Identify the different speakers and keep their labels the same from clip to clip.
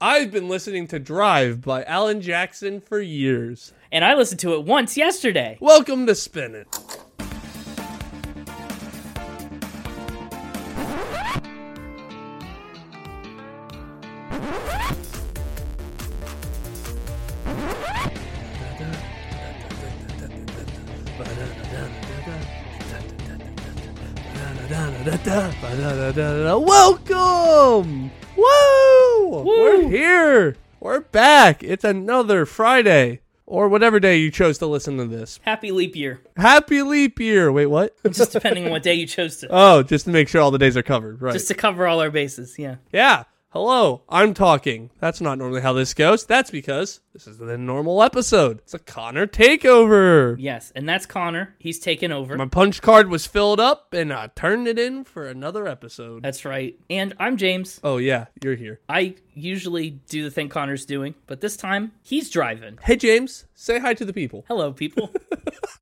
Speaker 1: I've been listening to Drive by Alan Jackson for years.
Speaker 2: And I listened to it once yesterday.
Speaker 1: Welcome to Spin It. Welcome! Woo! We're here. We're back. It's another Friday or whatever day you chose to listen to this.
Speaker 2: Happy leap year.
Speaker 1: Happy leap year. Wait, what?
Speaker 2: Just depending on what day you chose to.
Speaker 1: oh, just to make sure all the days are covered, right?
Speaker 2: Just to cover all our bases, yeah.
Speaker 1: Yeah. Hello, I'm talking. That's not normally how this goes. That's because this is the normal episode. It's a Connor takeover.
Speaker 2: Yes, and that's Connor. He's taken over.
Speaker 1: My punch card was filled up and I turned it in for another episode.
Speaker 2: That's right. And I'm James.
Speaker 1: Oh, yeah, you're here.
Speaker 2: I usually do the thing Connor's doing, but this time he's driving.
Speaker 1: Hey, James, say hi to the people.
Speaker 2: Hello, people.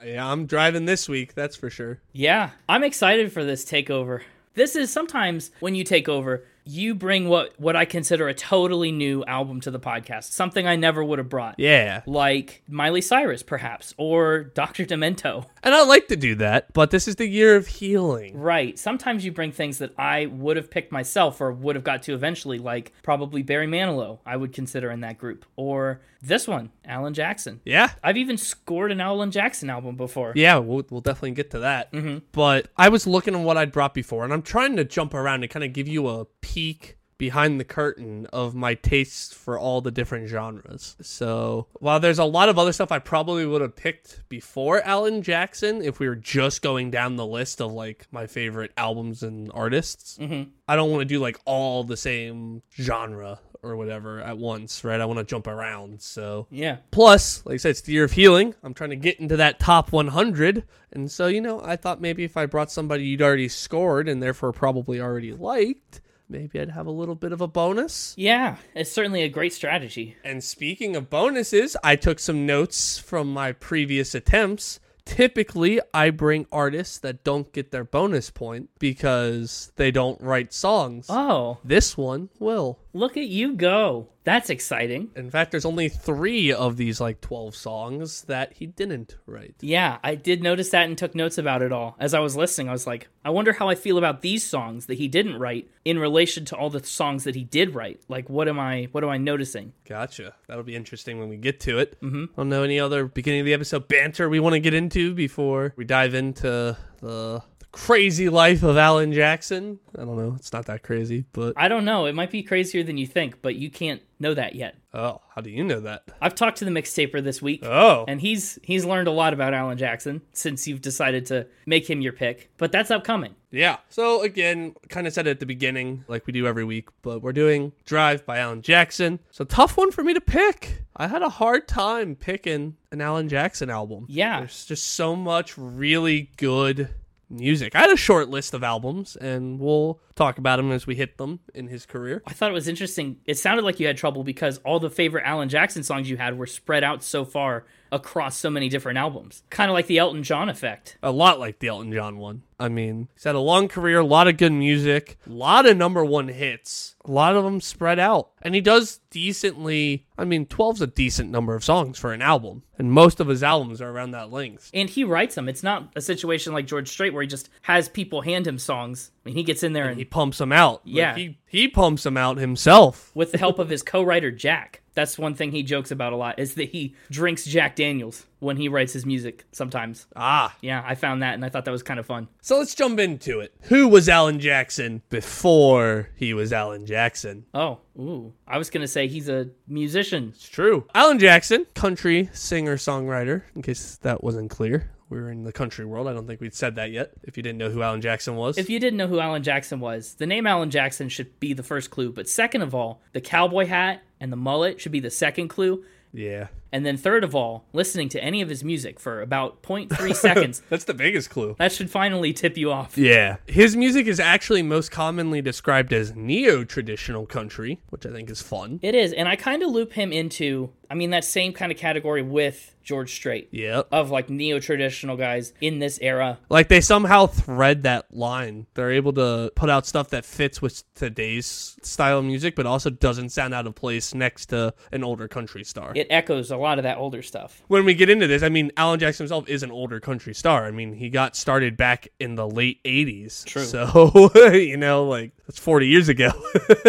Speaker 1: Yeah, I'm driving this week, that's for sure.
Speaker 2: yeah, I'm excited for this takeover. This is sometimes when you take over, you bring what what I consider a totally new album to the podcast, something I never would have brought.
Speaker 1: Yeah.
Speaker 2: Like Miley Cyrus, perhaps, or Dr. Demento.
Speaker 1: And I like to do that, but this is the year of healing.
Speaker 2: Right. Sometimes you bring things that I would have picked myself or would have got to eventually, like probably Barry Manilow, I would consider in that group, or this one, Alan Jackson.
Speaker 1: Yeah.
Speaker 2: I've even scored an Alan Jackson album before.
Speaker 1: Yeah, we'll, we'll definitely get to that. But I was looking at what I'd brought before, and I'm trying to jump around to kind of give you a peek behind the curtain of my tastes for all the different genres. So while there's a lot of other stuff I probably would have picked before Alan Jackson, if we were just going down the list of like my favorite albums and artists, I don't want to do like all the same genre or whatever at once, right? I want to jump around. So
Speaker 2: Yeah.
Speaker 1: Plus, like I said, it's the year of healing. I'm trying to get into that top 100. And so, you know, I thought maybe if I brought somebody you'd already scored and therefore probably already liked, maybe I'd have a little bit of a bonus.
Speaker 2: Yeah. It's certainly a great strategy.
Speaker 1: And speaking of bonuses, I took some notes from my previous attempts. Typically, I bring artists that don't get their bonus point because they don't write songs.
Speaker 2: Oh,
Speaker 1: This one will.
Speaker 2: look at you go. That's exciting.
Speaker 1: In fact, there's only three of these like 12 songs that he didn't write.
Speaker 2: Yeah, I did notice that and took notes about it all. As I was listening, I was like, I wonder how I feel about these songs that he didn't write in relation to all the songs that he did write. Like what am I what am I noticing?
Speaker 1: Gotcha. That'll be interesting when we get to it. Mm-hmm. I don't know any other beginning of the episode banter we want to get into before we dive into the, the crazy life of Alan Jackson. I don't know. It's not that crazy, but
Speaker 2: I don't know. It might be crazier than you think, but you can't know that yet.
Speaker 1: oh, how do you know that?
Speaker 2: I've talked to the mixtaper this week,
Speaker 1: Oh,
Speaker 2: and he's he's learned a lot about Alan Jackson since you've decided to make him your pick. But that's upcoming.
Speaker 1: yeah. So again, kind of said it at the beginning, like we do every week, but we're doing Drive by Alan Jackson. It's a tough one for me to pick. I had a hard time picking an Alan Jackson album.
Speaker 2: Yeah,
Speaker 1: There's just so much really good music. I had a short list of albums, and we'll talk about them as we hit them in his career.
Speaker 2: I thought it was interesting. It sounded like you had trouble because all the favorite Alan Jackson songs you had were spread out so far across so many different albums, kind of like the Elton John effect.
Speaker 1: A lot like the Elton John one. I mean, he's had a long career, a lot of good music, a lot of number one hits, a lot of them spread out. And he does decently, I mean, 12's a decent number of songs for an album, and most of his albums are around that length.
Speaker 2: And he writes them. It's not a situation like George Strait where he just has people hand him songs. I mean, he gets in there and
Speaker 1: He pumps them out. Like,
Speaker 2: Yeah.
Speaker 1: he, he pumps them out himself.
Speaker 2: with the help of his co-writer Jack. That's one thing he jokes about a lot is that he drinks Jack Daniels when he writes his music sometimes.
Speaker 1: Ah,
Speaker 2: Yeah, I found that and I thought that was kind of fun.
Speaker 1: So let's jump into it. Who was Alan Jackson before he was Alan Jackson?
Speaker 2: Oh, ooh. I was going to say he's a musician.
Speaker 1: It's true. Alan Jackson, country singer songwriter, in case that wasn't clear. We were in the country world. I don't think we'd said that yet. If you didn't know who Alan Jackson was,
Speaker 2: If you didn't know who Alan Jackson was, the name Alan Jackson should be the first clue, but second of all, the cowboy hat and the mullet should be the second clue.
Speaker 1: yeah,
Speaker 2: And then third of all, listening to any of his music for about 0.3 seconds,
Speaker 1: that's the biggest clue.
Speaker 2: that should finally tip you off.
Speaker 1: Yeah. His music is actually most commonly described as neo traditional country, which I think is fun.
Speaker 2: It is, and I kind of loop him into. I mean, that same kind of category with George Strait
Speaker 1: Yep.
Speaker 2: of like neo traditional guys in this era.
Speaker 1: Like they somehow thread that line. They're able to put out stuff that fits with today's style of music, but also doesn't sound out of place next to an older country star.
Speaker 2: It echoes a lot of that older stuff.
Speaker 1: When we get into this, I mean, Alan Jackson himself is an older country star. I mean, he got started back in the late 80s.
Speaker 2: True.
Speaker 1: So, you know, like that's 40 years ago.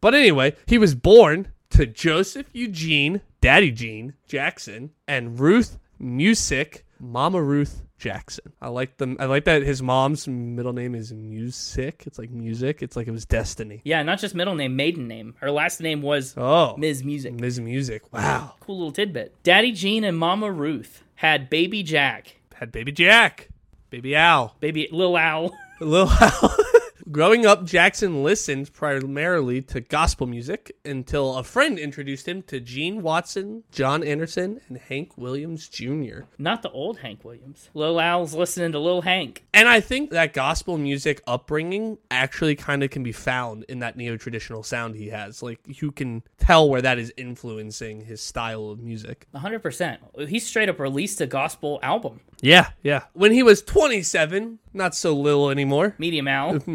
Speaker 1: but anyway, he was born to Joseph Eugene, Daddy Gene Jackson, and Ruth Music, Mama Ruth Jackson. I like them. I like that his mom's middle name is Music. It's like music. It's like it was destiny.
Speaker 2: Yeah, not just middle name, maiden name. Her last name was
Speaker 1: Oh,
Speaker 2: Ms. Music.
Speaker 1: Ms. Music. Wow.
Speaker 2: Cool little tidbit. Daddy Jean and Mama Ruth had baby Jack,
Speaker 1: Had baby Jack, baby Al.
Speaker 2: baby Lil Al.
Speaker 1: Lil Hal. Growing up, Jackson listened primarily to gospel music until a friend introduced him to Gene Watson, John Anderson, and Hank Williams Jr.
Speaker 2: Not the old Hank Williams. Lil Al's listening to Lil Hank.
Speaker 1: And I think that gospel music upbringing actually kind of can be found in that neo traditional sound he has. Like, you can tell where that is influencing his style of music.
Speaker 2: 100%. He straight up released a gospel album.
Speaker 1: Yeah, yeah. When he was 27, not so little anymore.
Speaker 2: Medium Al.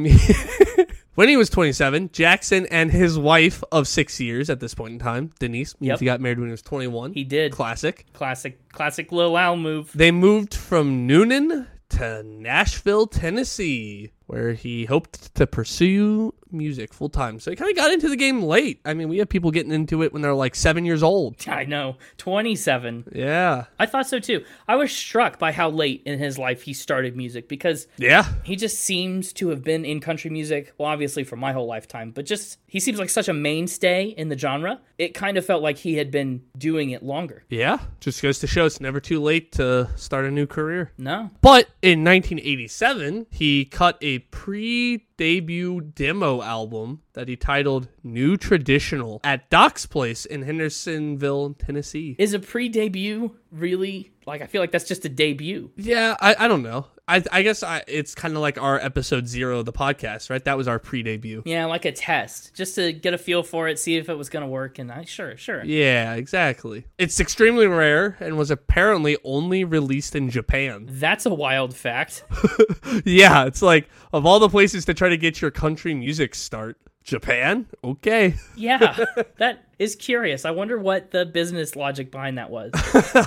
Speaker 1: When he was 27, Jackson and his wife of six years at this point in time, Denise, means
Speaker 2: Yep.
Speaker 1: he got married when he was 21.
Speaker 2: He did.
Speaker 1: Classic.
Speaker 2: Classic, classic Lil Al move.
Speaker 1: They moved from Noonan to Nashville, Tennessee, where he hoped to pursue music full time. So he kind of got into the game late. I mean, we have people getting into it when they're like seven years old.
Speaker 2: I know. 27.
Speaker 1: Yeah.
Speaker 2: I thought so too. I was struck by how late in his life he started music because
Speaker 1: Yeah.
Speaker 2: he just seems to have been in country music, well, obviously for my whole lifetime, but just he seems like such a mainstay in the genre. It kind of felt like he had been doing it longer.
Speaker 1: Yeah. Just goes to show it's never too late to start a new career.
Speaker 2: No.
Speaker 1: But in 1987, he cut a pre debut demo album that he titled New Traditional at Doc's Place in Hendersonville, Tennessee.
Speaker 2: Is a pre debut really like I feel like that's just a debut.
Speaker 1: Yeah, I, I don't know. I, I guess I, it's kind of like our episode zero of the podcast, right? That was our pre debut.
Speaker 2: Yeah, like a test. Just to get a feel for it, see if it was gonna work and I sure, sure.
Speaker 1: Yeah, exactly. It's extremely rare and was apparently only released in Japan.
Speaker 2: That's a wild fact.
Speaker 1: yeah, it's like, of all the places to try to get your country music start, Japan? Okay.
Speaker 2: Yeah. that is curious. I wonder what the business logic behind that was.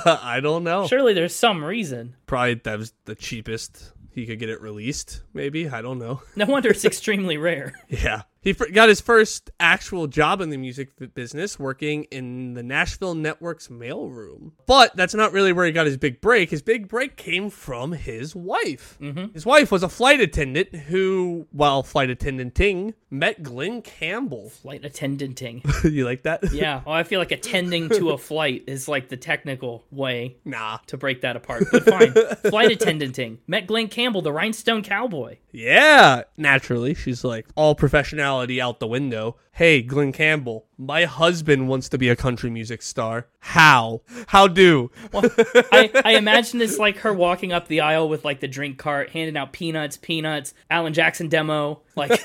Speaker 1: I don't know.
Speaker 2: Surely there's some reason.
Speaker 1: probably that was the cheapest he could get it released maybe i don't know
Speaker 2: No wonder it's extremely rare.
Speaker 1: yeah he fir- got his first actual job in the music f- business working in the nashville network's mailroom but that's not really where he got his big break his big break came from his wife his wife was a flight attendant who while flight attendanting met glenn campbell
Speaker 2: Flight attendanting.
Speaker 1: you like that
Speaker 2: Yeah. Well, I feel like attending to a flight is like the technical way
Speaker 1: nah
Speaker 2: to break that apart. But fine. Flight attendanting. Met Glenn Campbell, the rhinestone cowboy.
Speaker 1: Yeah, naturally. She's like, all professionality out the window. Hey, Glenn Campbell, my husband wants to be a country music star. How? How do?
Speaker 2: I, I imagine it's like her walking up the aisle with like the drink cart, handing out peanuts, peanuts, Alan Jackson demo, like,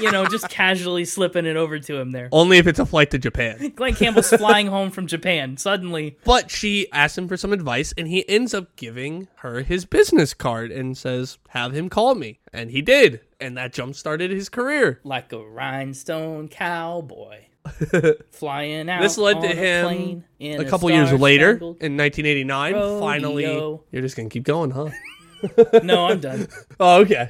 Speaker 2: you know, just casually slipping it over to him there.
Speaker 1: Only if it's a flight to Japan.
Speaker 2: Glenn Campbell's flying home from Japan. Suddenly,
Speaker 1: But she asks him for some advice, and he ends up giving her his business card and says, have him call me. And he did. And that jump started his career.
Speaker 2: like a rhinestone cowboy. Flying out.
Speaker 1: This led
Speaker 2: on
Speaker 1: to
Speaker 2: a
Speaker 1: him
Speaker 2: plane in
Speaker 1: a couple years later in
Speaker 2: star-spangled-
Speaker 1: 1989. Finally,
Speaker 2: rodeo.
Speaker 1: you're just going to keep going, huh?
Speaker 2: No, I'm done.
Speaker 1: Oh, okay.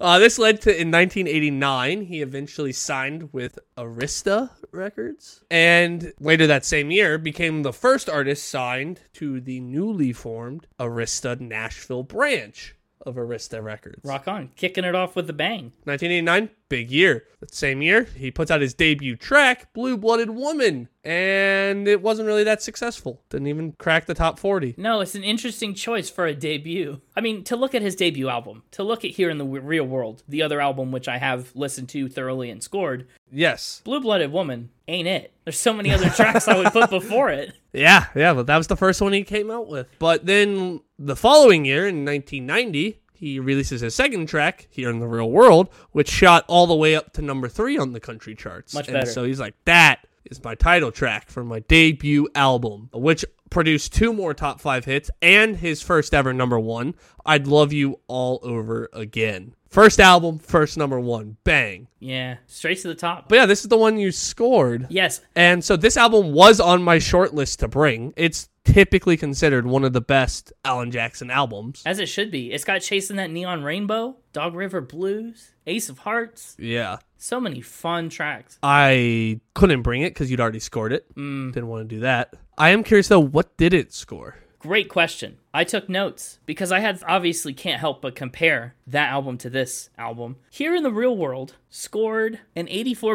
Speaker 1: Uh, this led to in 1989, he eventually signed with Arista Records, and later that same year became the first artist signed to the newly formed Arista Nashville branch of Arista Records.
Speaker 2: Rock on, kicking it off with a bang.
Speaker 1: 1989, big year. That same year, he puts out his debut track, Blue Blooded Woman, and it wasn't really that successful. Didn't even crack the top 40.
Speaker 2: No, it's an interesting choice for a debut. I mean, to look at his debut album, to look at Here in the W- Real World, the other album which I have listened to thoroughly and scored,
Speaker 1: Yes.
Speaker 2: Blue Blooded Woman ain't it. There's so many other tracks I would put before it.
Speaker 1: Yeah, yeah, but that was the first one he came out with. But then the following year, in 1990, he releases his second track, Here in the Real World, which shot all the way up to number three on the country charts.
Speaker 2: Much
Speaker 1: And
Speaker 2: better.
Speaker 1: so he's like, that is my title track from my debut album, which produced two more top five hits and his first ever number one, I'd Love You All Over Again. First album, first number one. Bang.
Speaker 2: Yeah, straight to the top.
Speaker 1: But yeah, this is the one you scored.
Speaker 2: yes,
Speaker 1: And so this album was on my short list to bring. It's typically considered one of the best Alan Jackson albums.
Speaker 2: as it should be. It's got Chasing That Neon Rainbow, Dog River Blues, Ace of Hearts.
Speaker 1: Yeah.
Speaker 2: So many fun tracks.
Speaker 1: I couldn't bring it because you'd already scored it. Didn't want to do that. I am curious though, what did it score?
Speaker 2: Great question. I took notes because I had obviously can't help but compare that album to this album. Here in the Real World scored an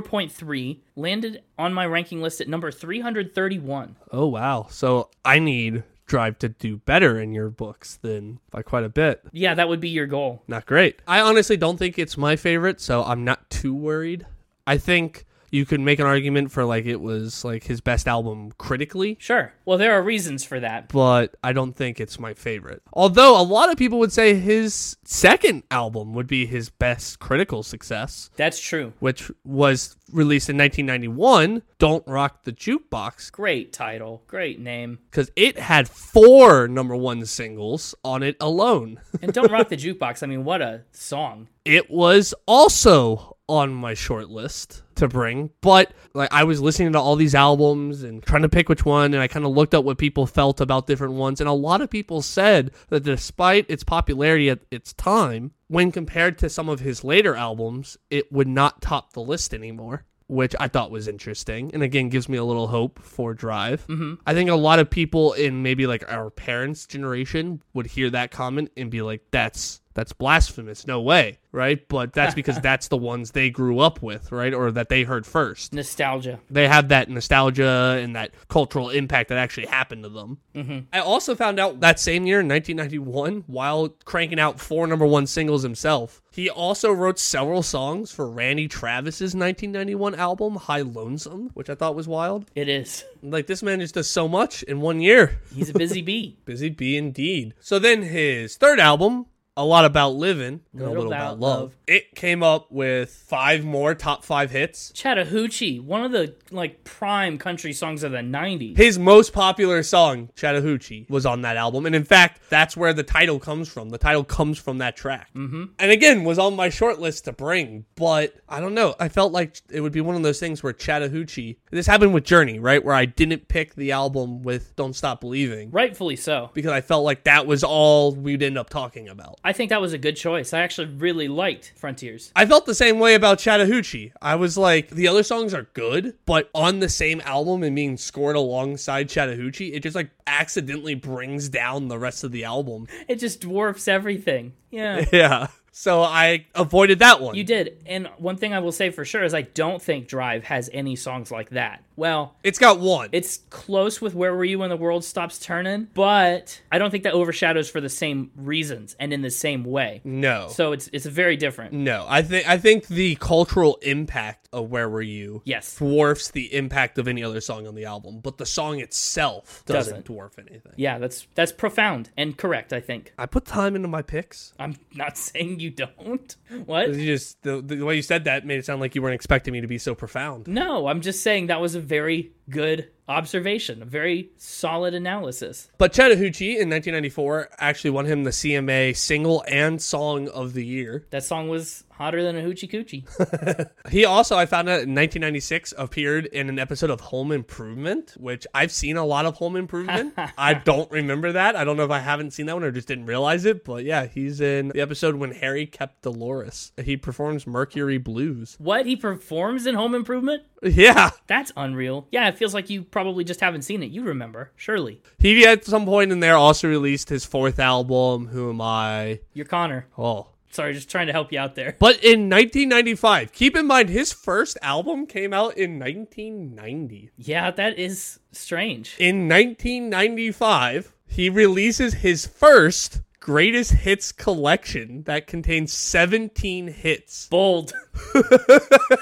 Speaker 2: 84.3, landed on my ranking list at number 331.
Speaker 1: Oh, wow. So I need Drive to do better in your books than by quite a bit.
Speaker 2: Yeah, that would be your goal.
Speaker 1: Not great. I honestly don't think it's my favorite, so I'm not too worried. I think you could make an argument for like it was like his best album critically.
Speaker 2: Sure. Well, there are reasons for that.
Speaker 1: but I don't think it's my favorite. Although a lot of people would say his second album would be his best critical success,
Speaker 2: That's true.
Speaker 1: which was released in 1991, Don't Rock the Jukebox,
Speaker 2: Great title. Great name.
Speaker 1: because it had four number one singles on it alone.
Speaker 2: And Don't Rock the Jukebox. I mean, what a song.
Speaker 1: it was also on my short list to bring but like i was listening to all these albums and trying to pick which one and i kind of looked up what people felt about different ones and a lot of people said that despite its popularity at its time when compared to some of his later albums it would not top the list anymore which i thought was interesting and again gives me a little hope for drive mm-hmm. i think a lot of people in maybe like our parents generation would hear that comment and be like that's that's blasphemous no way right but that's because that's the ones they grew up with right or that they heard first
Speaker 2: Nostalgia.
Speaker 1: they have that nostalgia and that cultural impact that actually happened to them mm-hmm. i also found out that same year in 1991 while cranking out four number one singles himself he also wrote several songs for randy travis's 1991 album high lonesome which i thought was wild
Speaker 2: It is.
Speaker 1: like this man just does so much in one year
Speaker 2: He's a busy bee.
Speaker 1: Busy Bee indeed. So then his third album, A Lot About Living, and A
Speaker 2: Little
Speaker 1: Little
Speaker 2: About
Speaker 1: About love,
Speaker 2: Love.
Speaker 1: it came up with five more top five hits.
Speaker 2: Chattahoochee, one of the like prime country songs of the 90s.
Speaker 1: His most popular song, Chattahoochee, was on that album. And in fact, that's where the title comes from. The title comes from that track. Mm-hmm. And again, was on my short list to bring, but I don't know. I felt like it would be one of those things where Chattahoochee, this happened with Journey, right? Where I didn't pick the album with Don't Stop Believing
Speaker 2: Rightfully so.
Speaker 1: because I felt like that was all we'd end up talking about.
Speaker 2: I think that was a good choice. I actually really liked Frontiers.
Speaker 1: I felt the same way about Chattahoochee. I was like, the other songs are good, but on the same album and being scored alongside Chattahoochee, it just like accidentally brings down the rest of the album.
Speaker 2: It just dwarfs everything. Yeah.
Speaker 1: Yeah. So I avoided that one.
Speaker 2: You did. And one thing I will say for sure is I don't think Drive has any songs like that. Well,
Speaker 1: it's got one.
Speaker 2: it's close with Where Were You When the World Stops Turning, but I don't think that overshadows for the same reasons and in the same way.
Speaker 1: no.
Speaker 2: So it's it's very different.
Speaker 1: no. I think I think the cultural impact of Where Were You
Speaker 2: Yes.
Speaker 1: dwarfs the impact of any other song on the album, but the song itself doesn't,
Speaker 2: Doesn't.
Speaker 1: dwarf anything.
Speaker 2: Yeah, that's that's profound and correct, I think.
Speaker 1: I put time into my picks.
Speaker 2: I'm not saying you don't. What?
Speaker 1: You just the, the way you said that made it sound like you weren't expecting me to be so profound.
Speaker 2: No, I'm just saying that was a very good observation, a very solid analysis.
Speaker 1: But Chattahoochee in 1994 actually won him the CMA Single and Song of the Year.
Speaker 2: That song was hotter than a hoochie coochie.
Speaker 1: He also, I found out in 1996, appeared in an episode of Home Improvement, which I've seen a lot of Home Improvement. I don't remember that. I don't know if I haven't seen that one or just didn't realize it. But yeah, he's in the episode when Harry kept Dolores. He performs Mercury Blues.
Speaker 2: what he performs in Home Improvement?
Speaker 1: Yeah.
Speaker 2: That's unreal. Yeah, it feels like you probably just haven't seen it. You remember, surely.
Speaker 1: He, at some point in there, also released his fourth album, Who Am I?
Speaker 2: You're Connor.
Speaker 1: Oh.
Speaker 2: Sorry, just trying to help you out there.
Speaker 1: But in 1995, keep in mind his first album came out in 1990.
Speaker 2: Yeah, that is strange.
Speaker 1: In 1995, he releases his first greatest hits collection that contains 17 hits,
Speaker 2: Bold.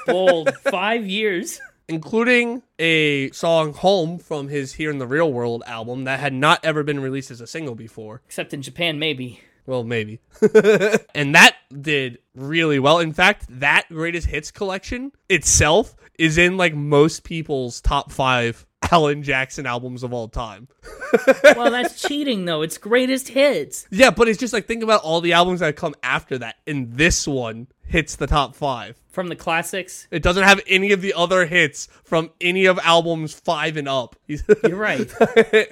Speaker 2: Bold. Five years.
Speaker 1: including a song Home from his Here in the Real World album that had not ever been released as a single before.
Speaker 2: Except in Japan, maybe.
Speaker 1: Well, maybe. and that did really well. In fact, that greatest hits collection itself is in like most people's top five Alan Jackson albums of all time.
Speaker 2: well, that's cheating though. It's greatest hits.
Speaker 1: Yeah, but it's just like think about all the albums that come after that, and this one hits the top five.
Speaker 2: From the classics.
Speaker 1: It doesn't have any of the other hits from any of albums five and up.
Speaker 2: You're right.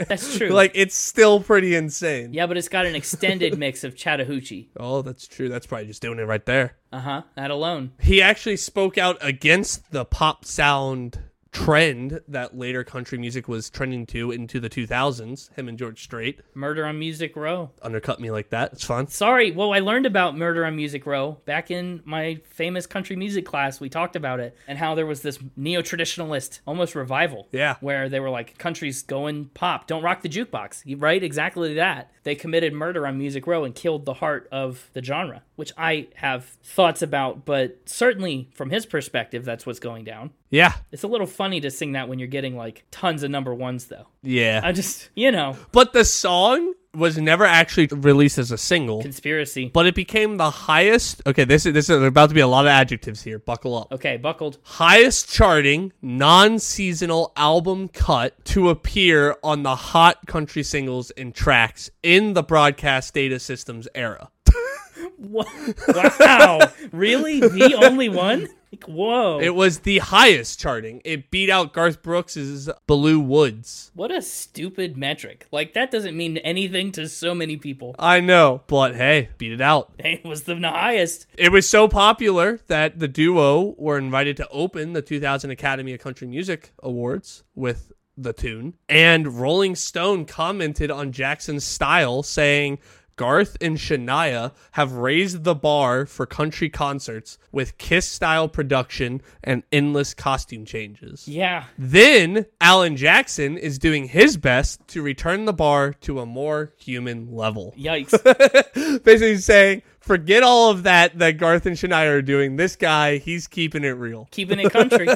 Speaker 2: That's true.
Speaker 1: like it's still pretty insane.
Speaker 2: yeah, but it's got an extended mix of Chattahoochee.
Speaker 1: Oh, that's true. That's probably just doing it right there.
Speaker 2: Uh-huh. That alone.
Speaker 1: He actually spoke out against the pop sound trend that later country music was trending to into the 2000s. Him and George Strait
Speaker 2: Murder on Music Row.
Speaker 1: undercut me like that. It's fun.
Speaker 2: Sorry, well, I learned about Murder on Music Row back in my famous country music class. We talked about it and how there was this neo traditionalist almost revival.
Speaker 1: Yeah.
Speaker 2: Where they were like, country's going pop, don't rock the jukebox. You- Right? Exactly that. They committed murder on Music Row and killed the heart of the genre, which I have thoughts about, but certainly from his perspective, that's what's going down.
Speaker 1: Yeah.
Speaker 2: It's a little funny to sing that when you're getting like tons of number ones, though.
Speaker 1: Yeah.
Speaker 2: I just, you know,
Speaker 1: But the song was never actually released as a single,
Speaker 2: conspiracy.
Speaker 1: but it became the highest. Okay, this is this is there's about to be a lot of adjectives here. Buckle up.
Speaker 2: Okay, buckled.
Speaker 1: Highest charting non-seasonal album cut to appear on the hot country singles and tracks in the broadcast data systems era.
Speaker 2: Wha- wow really the only one like whoa
Speaker 1: It was the highest charting. It beat out Garth Brooks's Blue Woods.
Speaker 2: what a stupid metric like that doesn't mean anything to so many people
Speaker 1: I know, but hey, beat it out.
Speaker 2: it was the highest
Speaker 1: It was so popular that the duo were invited to open the 2000 Academy of Country Music Awards with the tune. And Rolling Stone commented on Jackson's style, saying, Garth and Shania have raised the bar for country concerts with Kiss style production and endless costume changes.
Speaker 2: yeah
Speaker 1: Then Alan Jackson is doing his best to return the bar to a more human level
Speaker 2: yikes
Speaker 1: basically saying, forget all of that that Garth and Shania are doing. This guy, he's keeping it real.
Speaker 2: keeping it country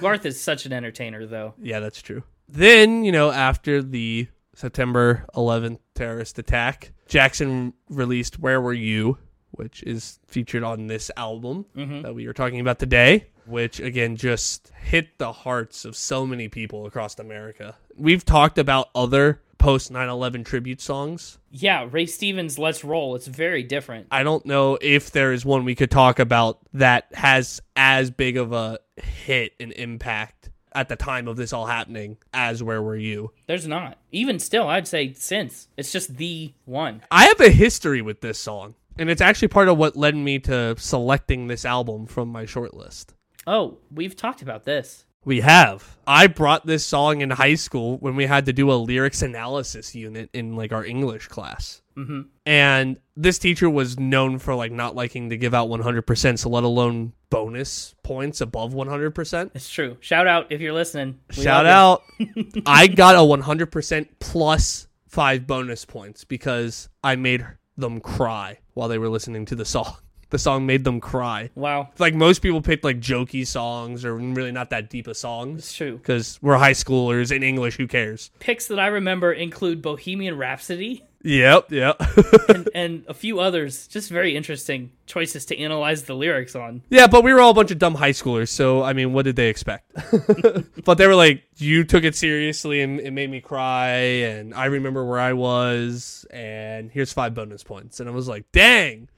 Speaker 2: garth is such an entertainer though
Speaker 1: Yeah, that's true. Then, you know, after the September 11th terrorist attack, Jackson released Where Were You, which is featured on this album that we are talking about today, which again just hit the hearts of so many people across America. We've talked about other post 9 11 tribute songs
Speaker 2: yeah ray stevens let's roll it's very different
Speaker 1: I don't know if there is one we could talk about that has as big of a hit and impact at the time of this all happening as Where Were You?
Speaker 2: there's not even still i'd say since it's just the one
Speaker 1: I have a history with this song, and it's actually part of what led me to selecting this album from my shortlist.
Speaker 2: oh we've talked about this
Speaker 1: We have. I brought this song in high school when we had to do a lyrics analysis unit in like our English class. Mm-hmm. And this teacher was known for like not liking to give out 100%, so let alone bonus points above 100%.
Speaker 2: it's true shout out if you're listening We
Speaker 1: Shout
Speaker 2: love
Speaker 1: out. I got a 100% plus five bonus points because I made them cry while they were listening to the song. The song made them cry.
Speaker 2: you. wow
Speaker 1: Like most people picked like jokey songs or really not that deep of songs
Speaker 2: it's true
Speaker 1: because we're high schoolers in English. Who cares?
Speaker 2: picks that I remember include Bohemian Rhapsody
Speaker 1: Yep, yep,
Speaker 2: and, and a few others. Just very interesting choices to analyze the lyrics on.
Speaker 1: yeah. But we were all a bunch of dumb high schoolers, so I mean, what did they expect? but they were like, "You took it seriously, and it made me cry, and I remember where I was, and here's five bonus points." And I was like, "Dang!"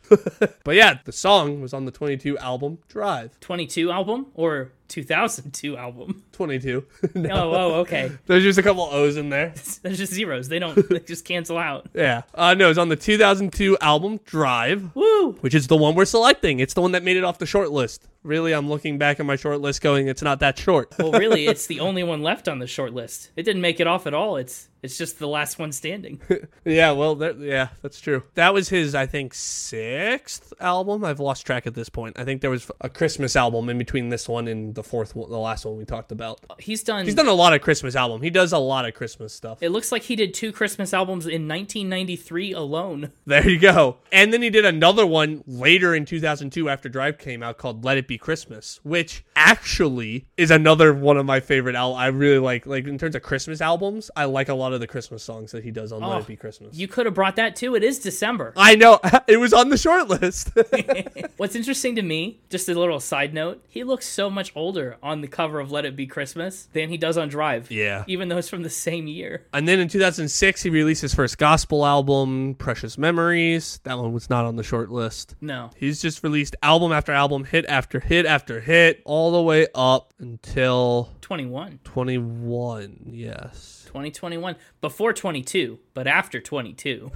Speaker 1: but yeah, the song was on the 22 album Drive.
Speaker 2: 22 album or 2002 album?
Speaker 1: 22.
Speaker 2: Oh,
Speaker 1: no.
Speaker 2: oh, okay.
Speaker 1: There's just a couple O's in there.
Speaker 2: There's just zeros. They don't. They just cancel out.
Speaker 1: Yeah. Uh, no, it's on the 2002 album Drive.
Speaker 2: Woo!
Speaker 1: which is the one we're selecting. It's the one that made it off the short list. Really, I'm looking back at my short list going, it's not that short.
Speaker 2: Well, really, it's the only one left on the short list. It didn't make it off at all. It's it's just the last one standing.
Speaker 1: yeah, well, that, yeah, that's true. That was his, I think, sixth album. I've lost track at this point. I think there was a Christmas album in between this one and the fourth one, the last one we talked about.
Speaker 2: He's done.
Speaker 1: He's done a lot of Christmas album. He does a lot of Christmas stuff.
Speaker 2: It looks like he did two Christmas albums in 1993 alone.
Speaker 1: There you go. And then he did another one later in 2002 after Drive came out called Let It Be Christmas, which actually is another one of my favorite al- I really like like in terms of Christmas albums, I like a lot lot of the Christmas songs that he does on Let
Speaker 2: Oh,
Speaker 1: It Be Christmas.
Speaker 2: You could have brought that too. It is December.
Speaker 1: I know it was on the short list.
Speaker 2: What's interesting to me, just a little side note, he looks so much older on the cover of Let It Be Christmas than he does on Drive.
Speaker 1: Yeah.
Speaker 2: Even though it's from the same year.
Speaker 1: and then in 2006, he released his first gospel album, Precious Memories. That one was not on the short list.
Speaker 2: No.
Speaker 1: He's just released album after album, hit after hit after hit, all the way up until
Speaker 2: 21.
Speaker 1: 21. Yes.
Speaker 2: 2021. Before 22, but after 22.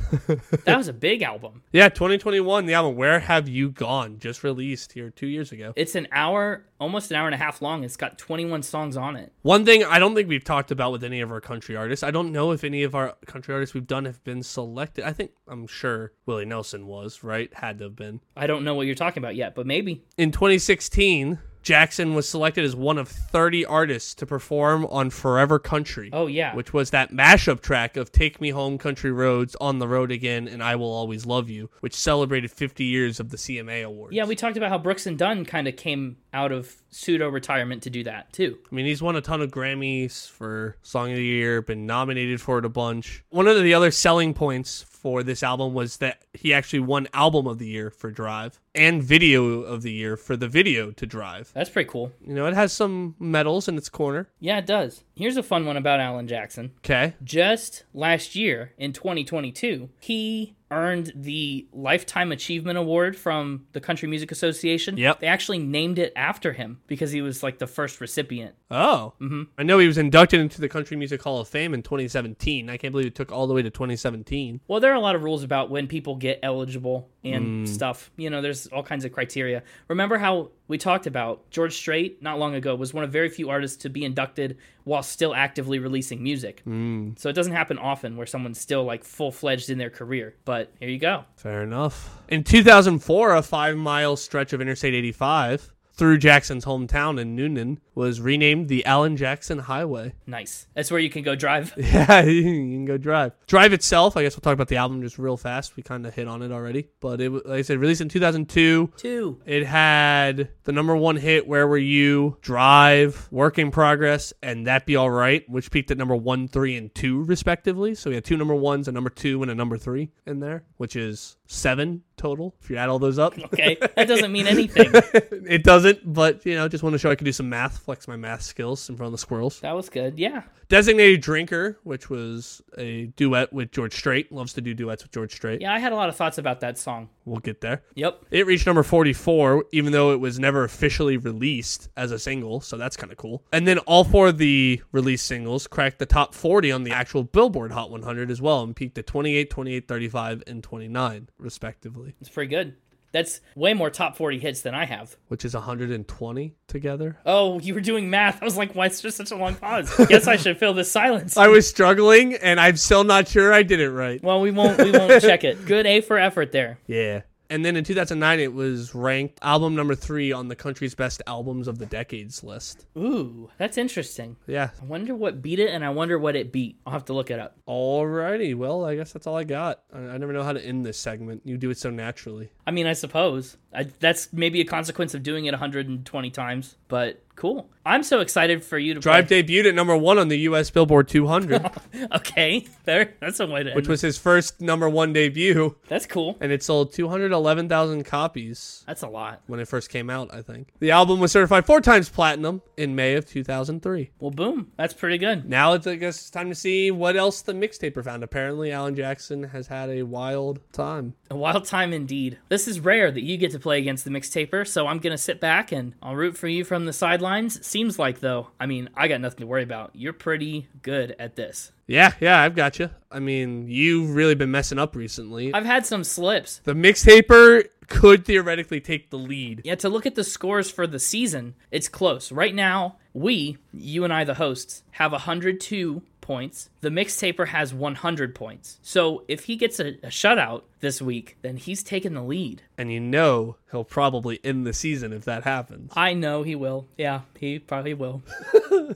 Speaker 2: that was a big album.
Speaker 1: Yeah, 2021, the album Where Have You Gone just released here two years ago.
Speaker 2: It's an hour, almost an hour and a half long. It's got 21 songs on it.
Speaker 1: One thing I don't think we've talked about with any of our country artists, I don't know if any of our country artists we've done have been selected. I think, I'm sure Willie Nelson was, right? Had to have been.
Speaker 2: I don't know what you're talking about yet, but maybe.
Speaker 1: In 2016, Jackson was selected as one of 30 artists to perform on Forever Country.
Speaker 2: Oh, yeah.
Speaker 1: Which was that mashup track of Take Me Home Country Roads, On the Road Again, and I Will Always Love You, which celebrated 50 years of the CMA Awards.
Speaker 2: yeah, we talked about how Brooks and Dunn kind of came out of pseudo retirement to do that too.
Speaker 1: I mean, he's won a ton of Grammys for Song of the Year, been nominated for it a bunch. One of the other selling points for this album was that he actually won Album of the Year for Drive and Video of the Year for the video to Drive.
Speaker 2: That's pretty cool.
Speaker 1: You know, it has some medals in its corner.
Speaker 2: Yeah, it does. Here's a fun one about Alan Jackson.
Speaker 1: Okay.
Speaker 2: Just last year in 2022, he earned the Lifetime Achievement Award from the Country Music Association.
Speaker 1: Yep.
Speaker 2: They actually named it after him because he was like the first recipient.
Speaker 1: Oh. Mm-hmm. I know he was inducted into the Country Music Hall of Fame in 2017. I can't believe it took all the way to 2017.
Speaker 2: Well, there are a lot of rules about when people get eligible and stuff. You know, there's all kinds of criteria. Remember how we talked about George Strait not long ago was one of very few artists to be inducted while still actively releasing music. Mm. So it doesn't happen often where someone's still like full fledged in their career. But here you go.
Speaker 1: Fair enough. In 2004, a five mile stretch of Interstate 85 through Jackson's hometown in Noonan was renamed the Allen Jackson Highway.
Speaker 2: Nice. That's where you can go drive.
Speaker 1: Yeah, you can go drive. Drive itself, I guess we'll talk about the album just real fast. We kind of hit on it already. But it, wa- like I said, released in 2002.
Speaker 2: Two.
Speaker 1: It had the number one hit, Where Were You? Drive, Work in Progress, and That Be All Right, which peaked at number one, three, and two, respectively. So we had two number ones, a number two, and a number three in there, which is seven total if you add all those up.
Speaker 2: Okay. That doesn't mean anything.
Speaker 1: it doesn't, but, you know, just want to show I can do some math, flex my math skills in front of the squirrels.
Speaker 2: that was good. Yeah.
Speaker 1: Designated Drinker, which was a duet with George Strait, loves to do duets with George Strait.
Speaker 2: Yeah, I had a lot of thoughts about that song.
Speaker 1: We'll get there.
Speaker 2: Yep.
Speaker 1: It reached number 44, even though it was never officially released as a single, so that's kind of cool. And then all four of the released singles cracked the top 40 on the actual Billboard Hot 100 as well and peaked at 28, 28, 35, and 29, respectively,
Speaker 2: It's pretty good. That's way more top 40 hits than I have.
Speaker 1: which is 120 together.
Speaker 2: Oh, you were doing math. I was like, why is there such a long pause? Guess I should fill this silence.
Speaker 1: I was struggling, and I'm still not sure I did it right.
Speaker 2: Well, we won't we won't check it. Good A for effort there.
Speaker 1: Yeah. And then in 2009, it was ranked album number three on the country's best albums of the decades list.
Speaker 2: Ooh, that's interesting.
Speaker 1: Yeah.
Speaker 2: I wonder what beat it and I wonder what it beat. I'll have to look it up.
Speaker 1: Alrighty. Well, I guess that's all I got. I, I never know how to end this segment. You do it so naturally.
Speaker 2: I mean, I suppose I, that's maybe a consequence of doing it 120 times, but cool. I'm so excited for you to
Speaker 1: Drive debuted at number one on the U.S. Billboard 200,
Speaker 2: Play. Okay, there. That's a way to.
Speaker 1: which
Speaker 2: End.
Speaker 1: was his first number one debut,
Speaker 2: That's cool.
Speaker 1: and it sold 211,000 copies
Speaker 2: That's a lot.
Speaker 1: when it first came out, I think. The album was certified four times platinum in May of 2003.
Speaker 2: Well, boom. That's pretty good.
Speaker 1: Now it's, I guess, it's time to see what else the mixtaper found. Apparently, Alan Jackson has had a wild time.
Speaker 2: A wild time indeed. This is rare that you get to play against the mixtaper, so I'm gonna sit back and I'll root for you from the sidelines. Seems like though, I mean, I got nothing to worry about. You're pretty good at this.
Speaker 1: Yeah, yeah, I've got you. I mean, you've really been messing up recently.
Speaker 2: I've had some slips.
Speaker 1: the mixtaper could theoretically take the lead.
Speaker 2: Yeah, to look at the scores for the season, it's close. Right now, we, you and I, the hosts, have 102 points. The mixtaper has 100 points. So if he gets a, a shutout this week, then he's taking the lead.
Speaker 1: And you know he'll probably end the season if that happens.
Speaker 2: I know he will. Yeah, he probably will.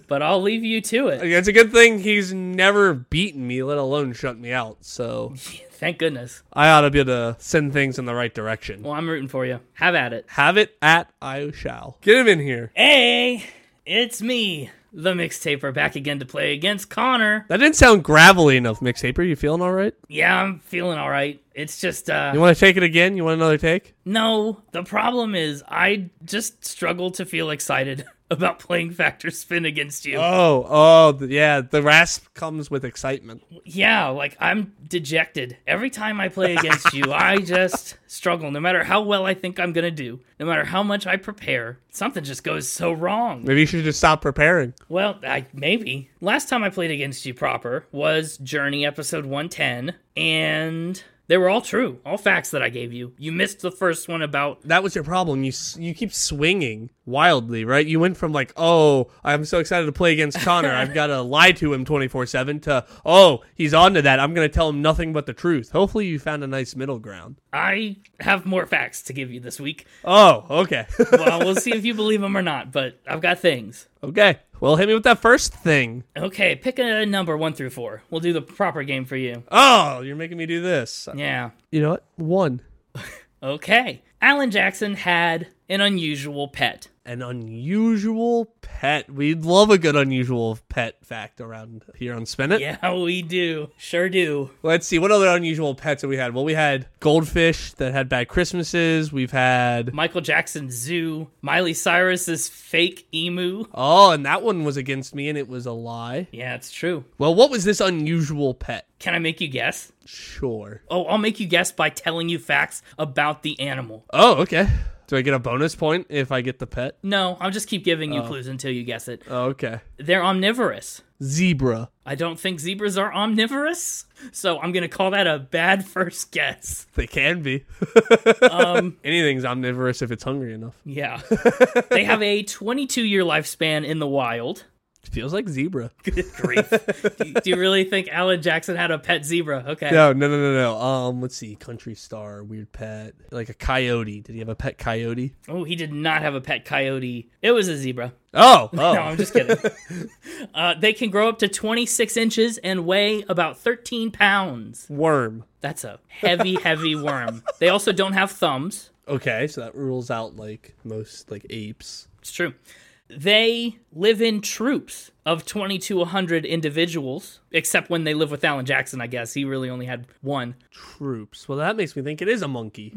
Speaker 2: but I'll leave you to it.
Speaker 1: It's a good thing he's never beaten me, let alone shut me out. So
Speaker 2: Thank goodness.
Speaker 1: I ought to be able to send things in the right direction.
Speaker 2: Well, I'm rooting for you. Have at it.
Speaker 1: Have it at I shall. Get him in here.
Speaker 2: Hey, it's me, the mixtaper back again to play against Connor.
Speaker 1: That didn't sound gravelly enough, Mixtaper. You feeling all right?
Speaker 2: Yeah, I'm feeling all right. It's just uh
Speaker 1: You want to take it again? You want another take?
Speaker 2: no, the problem is I just struggle to feel excited about playing Factor Spin against you.
Speaker 1: Oh, oh, th- yeah. The rasp comes with excitement.
Speaker 2: yeah, like I'm dejected. Every time I play against you, I just struggle no matter how well I think I'm going to do, no matter how much I prepare. Something just goes so wrong.
Speaker 1: Maybe you should just stop preparing.
Speaker 2: Well, I maybe. Last time I played against you proper was Journey episode 110 and they were all true, all facts that I gave you. You missed the first one about
Speaker 1: That was your problem. You s- you keep swinging wildly, right? You went from like, oh, I'm so excited to play against Connor. I've got to lie to him 24 seven. To oh, he's on to that. I'm gonna tell him nothing but the truth. Hopefully, you found a nice middle ground.
Speaker 2: I have more facts to give you this week.
Speaker 1: Oh, okay,
Speaker 2: Well, we'll see if you believe them or not, but I've got things.
Speaker 1: okay. Well, hit me with that first thing.
Speaker 2: Okay, pick a number 1 through 4. We'll do the proper game for you.
Speaker 1: Oh, you're making me do this.
Speaker 2: Yeah.
Speaker 1: You know what? One,
Speaker 2: Okay. Alan Jackson had an unusual pet.
Speaker 1: an unusual pet. We'd love a good unusual pet fact around here on Spin It.
Speaker 2: Yeah, we do. Sure do.
Speaker 1: Let's see what other unusual pets that we had. Well, we had goldfish that had bad Christmases. We've had
Speaker 2: Michael Jackson zoo, Miley Cyrus's fake emu.
Speaker 1: oh, and that one was against me, and it was a lie.
Speaker 2: Yeah, it's true.
Speaker 1: Well, what was this unusual pet?
Speaker 2: Can I make you guess?
Speaker 1: Sure.
Speaker 2: Oh, I'll make you guess by telling you facts about the animal.
Speaker 1: Oh, okay. Do I get a bonus point if I get the pet?
Speaker 2: No, I'll just keep giving you clues until you guess it.
Speaker 1: Oh, okay.
Speaker 2: They're omnivorous.
Speaker 1: Zebra.
Speaker 2: I don't think zebras are omnivorous, so I'm gonna call that a bad first guess.
Speaker 1: They can be.
Speaker 2: Um,
Speaker 1: Anything's omnivorous if it's hungry enough.
Speaker 2: yeah. they have a 22 year lifespan in the wild.
Speaker 1: feels like zebra.
Speaker 2: Good grief. do, do you really think Alan Jackson had a pet zebra? Okay.
Speaker 1: No, no, no, no, no. Um, let's see. Country star, weird pet, like a coyote. Did he have a pet coyote?
Speaker 2: Oh, he did not have a pet coyote. It was a zebra.
Speaker 1: Oh, oh.
Speaker 2: No, I'm just kidding. uh, they can grow up to 26 inches and weigh about 13 pounds.
Speaker 1: Worm.
Speaker 2: That's a heavy, heavy worm. They also don't have thumbs.
Speaker 1: Okay, so that rules out like most like apes.
Speaker 2: It's true. They live in troops of 20 to 100 individuals, except when they live with Alan Jackson, I guess. He really only had one.
Speaker 1: Troops. Well, that makes me think it is a monkey.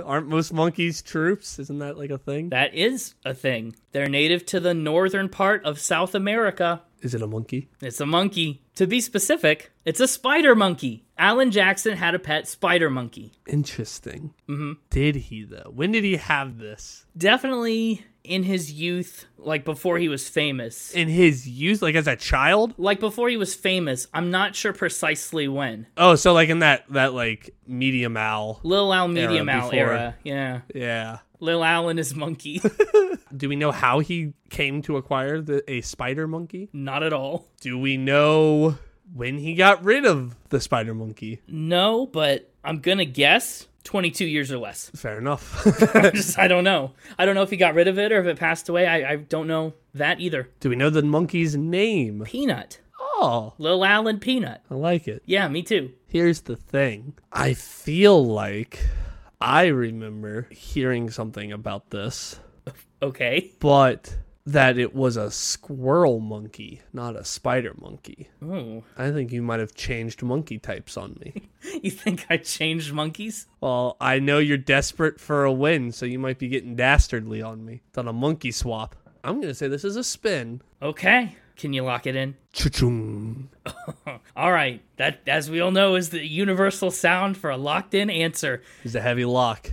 Speaker 1: Aren't most monkeys troops? Isn't that like a thing?
Speaker 2: That is a thing. They're native to the northern part of South America.
Speaker 1: Is it a monkey?
Speaker 2: It's a monkey. To be specific, it's a spider monkey. Alan Jackson had a pet spider monkey.
Speaker 1: Interesting. Mm-hmm. Did he though? When did he have this?
Speaker 2: definitely in his youth, like before he was famous.
Speaker 1: In his youth, like as a child?
Speaker 2: Like before he was famous, I'm not sure precisely when.
Speaker 1: Oh, so like in that that like medium owl.
Speaker 2: Lil Al Medium Al
Speaker 1: before.
Speaker 2: era. Yeah.
Speaker 1: Yeah.
Speaker 2: Lil Al and his monkey.
Speaker 1: Do we know how he came to acquire the, a spider monkey?
Speaker 2: not at all.
Speaker 1: Do we know when he got rid of the spider monkey?
Speaker 2: No, but I'm going to guess 22 years or less.
Speaker 1: Fair enough.
Speaker 2: Just, I don't know. I don't know if he got rid of it or if it passed away. I, I don't know that either.
Speaker 1: Do we know the monkey's name?
Speaker 2: Peanut.
Speaker 1: Oh,
Speaker 2: Lil Al and Peanut.
Speaker 1: I like it.
Speaker 2: Yeah, me too.
Speaker 1: Here's the thing I feel like I remember hearing something about this,
Speaker 2: Okay.
Speaker 1: but that it was a squirrel monkey, not a spider monkey.
Speaker 2: Ooh.
Speaker 1: I think you might have changed monkey types on me.
Speaker 2: You think I changed monkeys?
Speaker 1: Well, I know you're desperate for a win, so you might be getting dastardly on me. Done a monkey swap. I'm gonna say this is a spin.
Speaker 2: Okay. Can you lock it in?
Speaker 1: Cha-chung.
Speaker 2: All right, that as we all know is the universal sound for a locked-in answer.
Speaker 1: It's a heavy lock.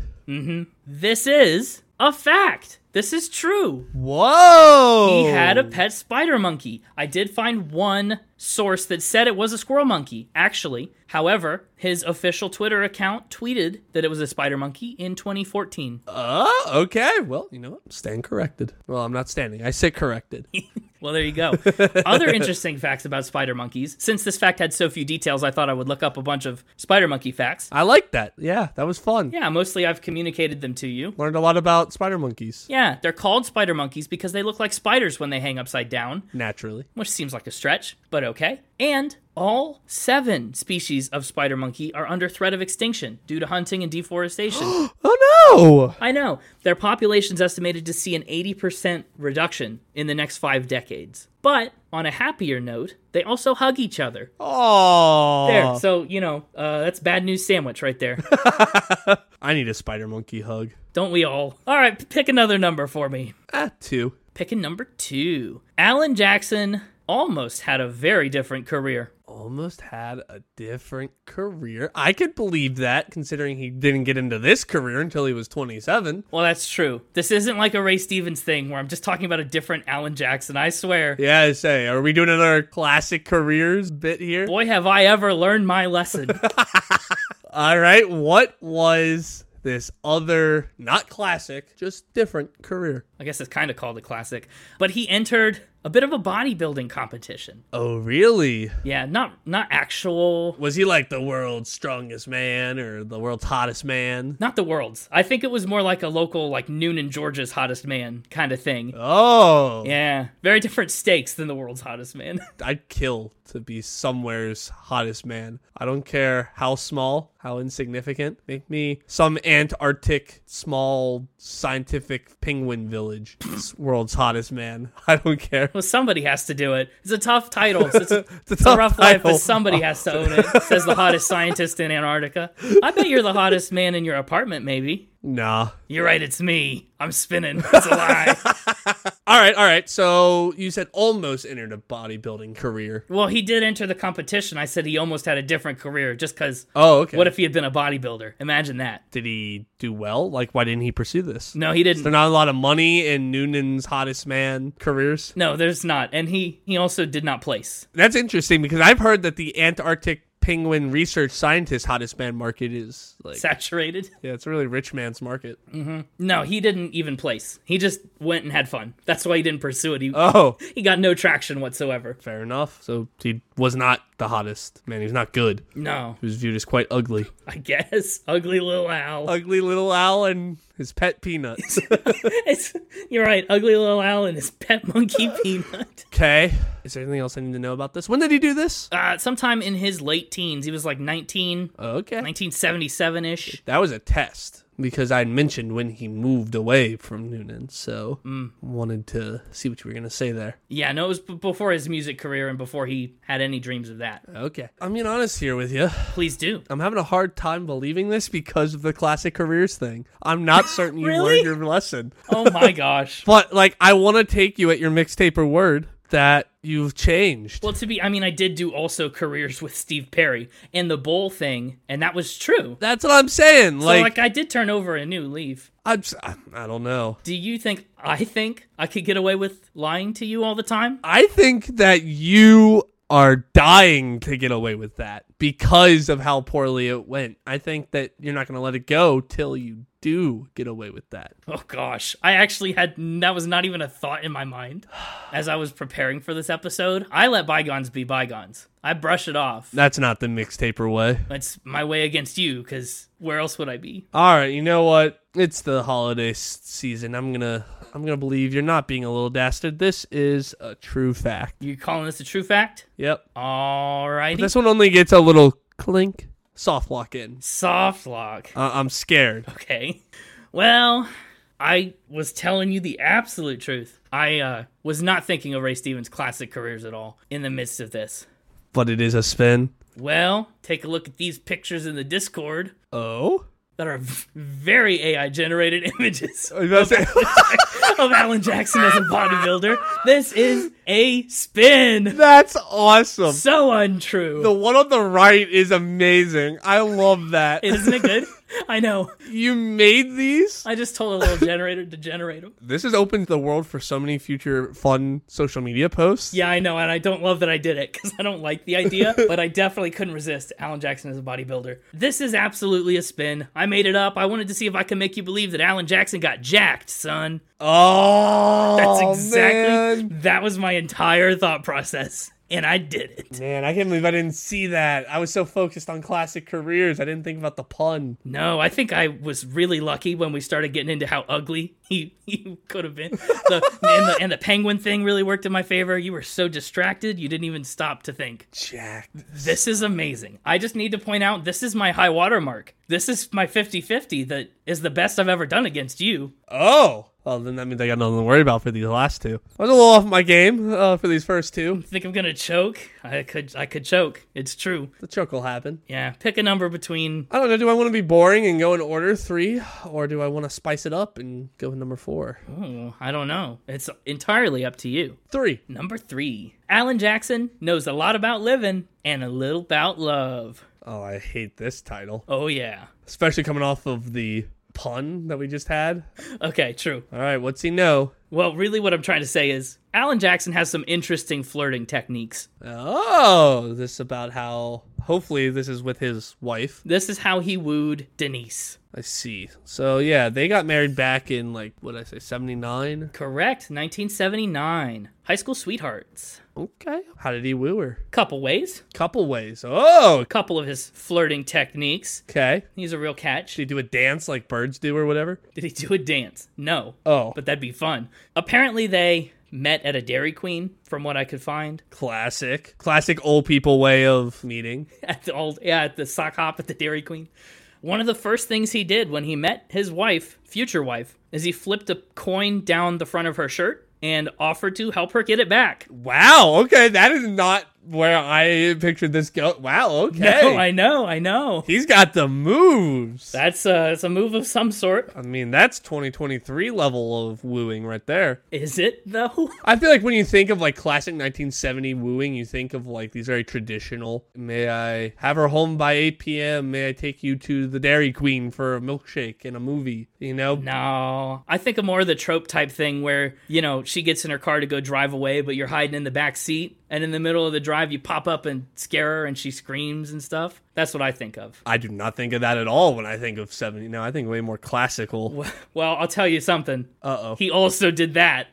Speaker 2: This is a fact. This is true.
Speaker 1: Whoa!
Speaker 2: He had a pet spider monkey. I did find one source that said it was a squirrel monkey, actually. However, his official Twitter account tweeted that it was a spider monkey in 2014.
Speaker 1: Oh, okay. Well, you know what? Stand corrected. Well, I'm not standing. I sit corrected.
Speaker 2: Well, there you go. Other interesting facts about spider monkeys. Since this fact had so few details, I thought I would look up a bunch of spider monkey facts.
Speaker 1: I like that. Yeah, that was fun.
Speaker 2: Yeah, mostly I've communicated them to you.
Speaker 1: Learned a lot about spider monkeys.
Speaker 2: Yeah, they're called spider monkeys because they look like spiders when they hang upside down,
Speaker 1: Naturally.
Speaker 2: which seems like a stretch, but okay. And all seven species of spider monkey are under threat of extinction due to hunting and deforestation.
Speaker 1: Oh
Speaker 2: I know. Their population's estimated to see an 80% reduction in the next five decades. But on a happier note, they also hug each other.
Speaker 1: no! Oh,
Speaker 2: There. So, you know, uh, that's bad news sandwich right there.
Speaker 1: I need a spider monkey hug.
Speaker 2: Don't we all? All right, p- pick another number for me.
Speaker 1: Ah, two.
Speaker 2: Picking number two. Alan Jackson almost had a very different career.
Speaker 1: Almost had a different career. I could believe that, considering he didn't get into this career until he was 27.
Speaker 2: Well, that's true. This isn't like a Ray Stevens thing where I'm just talking about a different Alan Jackson. I swear.
Speaker 1: Yeah, I say, are we doing another classic careers bit here?
Speaker 2: Boy, have I ever learned my lesson.
Speaker 1: All right, what was this other, not classic, just different career?
Speaker 2: I guess it's kind of called a classic. But he entered a bit of a bodybuilding competition.
Speaker 1: Oh, really?
Speaker 2: Yeah, not not actual,
Speaker 1: Was he like the world's strongest man or the world's hottest man?
Speaker 2: not the world's. I think it was more like a local like Noonan, Georgia's hottest man kind of thing.
Speaker 1: Oh,
Speaker 2: Yeah, very different stakes than the world's hottest man.
Speaker 1: I'd kill to be somewhere's hottest man. I don't care how small, how insignificant. Make me some Antarctic small scientific penguin village. It's world's hottest man. I don't care.
Speaker 2: Well, somebody has to do it. It's a tough title. It's, it's a,
Speaker 1: a
Speaker 2: it's a
Speaker 1: tough
Speaker 2: rough life,
Speaker 1: title.
Speaker 2: but somebody has to own it. Says the hottest scientist in Antarctica. I bet you're the hottest man in your apartment. Maybe
Speaker 1: Nah.
Speaker 2: you're right. It's me. I'm spinning. It's a lie.
Speaker 1: All right, all right. So you said almost entered a bodybuilding career.
Speaker 2: well, he did enter the competition. I said he almost had a different career just because.
Speaker 1: Oh, okay.
Speaker 2: What if he had been a bodybuilder? Imagine that.
Speaker 1: did he do well? Like, why didn't he pursue this?
Speaker 2: No, he didn't.
Speaker 1: There's not a lot of money in Noonan's hottest man careers.
Speaker 2: No, there's not. And he he also did not place.
Speaker 1: That's interesting because I've heard that the Antarctic penguin research scientist hottest man market is like
Speaker 2: Saturated.
Speaker 1: yeah, it's a really rich man's market.
Speaker 2: No, he didn't even place. He just went and had fun. That's why he didn't pursue it. He,
Speaker 1: Oh,
Speaker 2: he got no traction whatsoever.
Speaker 1: fair enough. So he was not the hottest man. He's not good.
Speaker 2: No,
Speaker 1: He was viewed as quite ugly.
Speaker 2: I guess. Ugly little owl.
Speaker 1: Ugly little owl and his pet peanuts.
Speaker 2: It's, you're right. Ugly little owl and his pet monkey peanut.
Speaker 1: okay. Is there anything else I need to know about this? When did he do this?
Speaker 2: Uh, sometime in his late teens, he was like 19,
Speaker 1: Okay.
Speaker 2: 1977 ish.
Speaker 1: That was a test because I'd mentioned when he moved away from Noonan, so
Speaker 2: Mm.
Speaker 1: wanted to see what you were gonna say there.
Speaker 2: Yeah, no, it was b- before his music career and before he had any dreams of that.
Speaker 1: Okay, I'm being honest here with you.
Speaker 2: Please do.
Speaker 1: I'm having a hard time believing this because of the classic careers thing. I'm not certain you
Speaker 2: Really?
Speaker 1: learned your lesson,
Speaker 2: Oh my gosh.
Speaker 1: but like I want to take you at your mixtape or word that you've changed.
Speaker 2: Well, to be, I mean, I did do also careers with Steve Perry and the bowl thing, and that was true.
Speaker 1: That's what I'm saying.
Speaker 2: So,
Speaker 1: Like,
Speaker 2: like, I did turn over a new leaf.
Speaker 1: I'm s- I, I don't know.
Speaker 2: Do you think I think I could get away with lying to you all the time?
Speaker 1: I think that you are dying to get away with that because of how poorly it went. I think that you're not going to let it go till you do get away with that.
Speaker 2: Oh gosh, I actually had that was not even a thought in my mind as I was preparing for this episode. I let bygones be bygones. I brush it off.
Speaker 1: That's not the mixtaper way.
Speaker 2: That's my way against you cuz where else would I be?
Speaker 1: All right, you know what? It's the holiday s- season. I'm going to I'm going to believe you're not being a little dastard. This is a true fact.
Speaker 2: You calling this a true fact?
Speaker 1: Yep.
Speaker 2: All righty.
Speaker 1: This one only gets a little clink soft lock in.
Speaker 2: Soft lock.
Speaker 1: Uh, I'm scared.
Speaker 2: Okay. Well, I was telling you the absolute truth. I uh, was not thinking of Ray Stevens' classic careers at all in the midst of this.
Speaker 1: But it is a spin.
Speaker 2: Well, take a look at these pictures in the Discord
Speaker 1: Oh?
Speaker 2: that are v- very AI generated images
Speaker 1: I was about to say-
Speaker 2: of Alan Jackson as a bodybuilder. This is a spin.
Speaker 1: That's awesome.
Speaker 2: So untrue.
Speaker 1: The one on the right is amazing. I love that.
Speaker 2: Isn't it good? I know.
Speaker 1: you made these?
Speaker 2: I just told a little generator to generate them.
Speaker 1: This has opened the world for so many future fun social media posts.
Speaker 2: Yeah, I know, and I don't love that I did it because I don't like the idea, but I definitely couldn't resist Alan Jackson as a bodybuilder. This is absolutely a spin. I made it up. I wanted to see if I could make you believe that Alan Jackson got jacked, son.
Speaker 1: Oh,
Speaker 2: That's exactly
Speaker 1: man.
Speaker 2: that was my entire thought process. and I did it.
Speaker 1: Man, I can't believe I didn't see that. I was so focused on classic careers, I didn't think about the pun.
Speaker 2: No, I think I was really lucky when we started getting into how ugly he, he could have been. The, and, the, and the penguin thing really worked in my favor. You were so distracted, you didn't even stop to think.
Speaker 1: Jack.
Speaker 2: This is amazing. I just need to point out this is my high water mark. This is my 50 50 that is the best I've ever done against you.
Speaker 1: Oh. Well, then that means I got nothing to worry about for these last two. I was a little off my game uh, for these first two.
Speaker 2: Think I'm gonna choke? I could I could choke. It's true.
Speaker 1: The choke will happen.
Speaker 2: Yeah. Pick a number between
Speaker 1: I don't know. Do I want to be boring and go in order three, or do I want to spice it up and go with number four?
Speaker 2: oh, I don't know. It's entirely up to you.
Speaker 1: Three.
Speaker 2: Number three. Alan Jackson knows a lot about living and a little about love.
Speaker 1: Oh, I hate this title,
Speaker 2: Oh yeah.
Speaker 1: especially coming off of the pun that we just had.
Speaker 2: Okay, true.
Speaker 1: All right, what's he know?
Speaker 2: Well, really what I'm trying to say is Alan Jackson has some interesting flirting techniques.
Speaker 1: Oh, this about how. Hopefully, this is with his wife.
Speaker 2: This is how he wooed Denise.
Speaker 1: I see. So yeah, they got married back in like what I say, seventy nine.
Speaker 2: Correct, 1979. High school sweethearts.
Speaker 1: Okay. How did he woo her?
Speaker 2: Couple ways,
Speaker 1: Couple ways. Oh,
Speaker 2: couple of his flirting techniques.
Speaker 1: okay.
Speaker 2: He's a real catch.
Speaker 1: Did he do a dance like birds do or whatever?
Speaker 2: Did he do a dance? No.
Speaker 1: Oh,
Speaker 2: But that'd be fun. Apparently, they met at a Dairy Queen, from what I could find.
Speaker 1: classic, classic old people way of meeting.
Speaker 2: At the old, yeah, at the sock hop at the Dairy Queen. One of the first things he did when he met his wife, future wife, is he flipped a coin down the front of her shirt and offered to help her get it back.
Speaker 1: Wow. Okay, that is not where I pictured this go. Wow. Okay.
Speaker 2: No, I know, I know.
Speaker 1: He's got the moves.
Speaker 2: That's a, that's a move of some sort.
Speaker 1: I mean, that's 2023 level of wooing right there.
Speaker 2: Is it, though?
Speaker 1: I feel like when you think of like classic 1970 wooing, you think of like these very traditional. May I have her home by 8 p.m.? May I take you to the Dairy Queen for a milkshake and a movie? You know?
Speaker 2: No, I think of more of the trope type thing where you know she gets in her car to go drive away, but you're hiding in the back seat, and in the middle of the drive you pop up and scare her, and she screams and stuff. That's what I think of.
Speaker 1: I do not think of that at all when I think of 70. No, I think way more classical.
Speaker 2: Well, I'll tell you something.
Speaker 1: Uh oh.
Speaker 2: He also did that.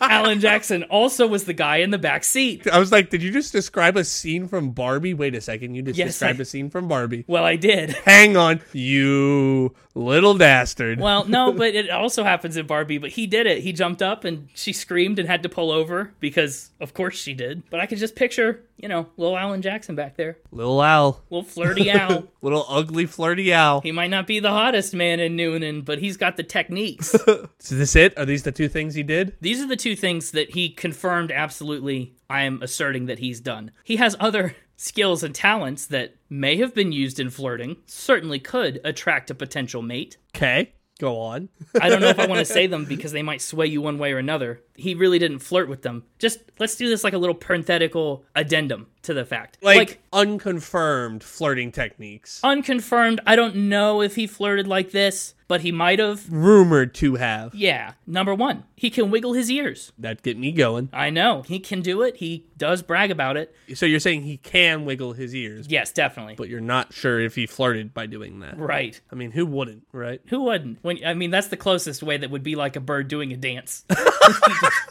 Speaker 2: Alan Jackson also was the guy in the back seat.
Speaker 1: I was like, did you just describe a scene from Barbie? Wait a second. You just
Speaker 2: Yes,
Speaker 1: described
Speaker 2: I-
Speaker 1: a scene from Barbie.
Speaker 2: Well, I did.
Speaker 1: Hang on, you little bastard.
Speaker 2: Well, no, but it also happens in Barbie, but he did it. He jumped up and she screamed and had to pull over because, of course, she did. But I could just picture, you know, little Alan Jackson back there.
Speaker 1: Little Al.
Speaker 2: Little flirty Al.
Speaker 1: Little ugly flirty Al.
Speaker 2: He might not be the hottest man in Noonan, but he's got the techniques.
Speaker 1: Is this it? Are these the two things he did?
Speaker 2: These are the two things that he confirmed absolutely, I am asserting that he's done. He has other skills and talents that may have been used in flirting, certainly could attract a potential mate.
Speaker 1: Okay. Go on.
Speaker 2: I don't know if I want to say them because they might sway you one way or another. He really didn't flirt with them. Just let's do this like a little parenthetical addendum to the fact.
Speaker 1: like, unconfirmed flirting techniques
Speaker 2: unconfirmed, I don't know if he flirted like this, but he might have.
Speaker 1: rumored to have
Speaker 2: Yeah. Number one, he can wiggle his ears.
Speaker 1: that get me going
Speaker 2: I know he can do it. He does brag about it.
Speaker 1: so you're saying he can wiggle his ears
Speaker 2: Yes, definitely.
Speaker 1: but you're not sure if he flirted by doing that
Speaker 2: right.
Speaker 1: i mean who wouldn't right
Speaker 2: Who wouldn't? When I mean, that's the closest way that would be like a bird doing a dance.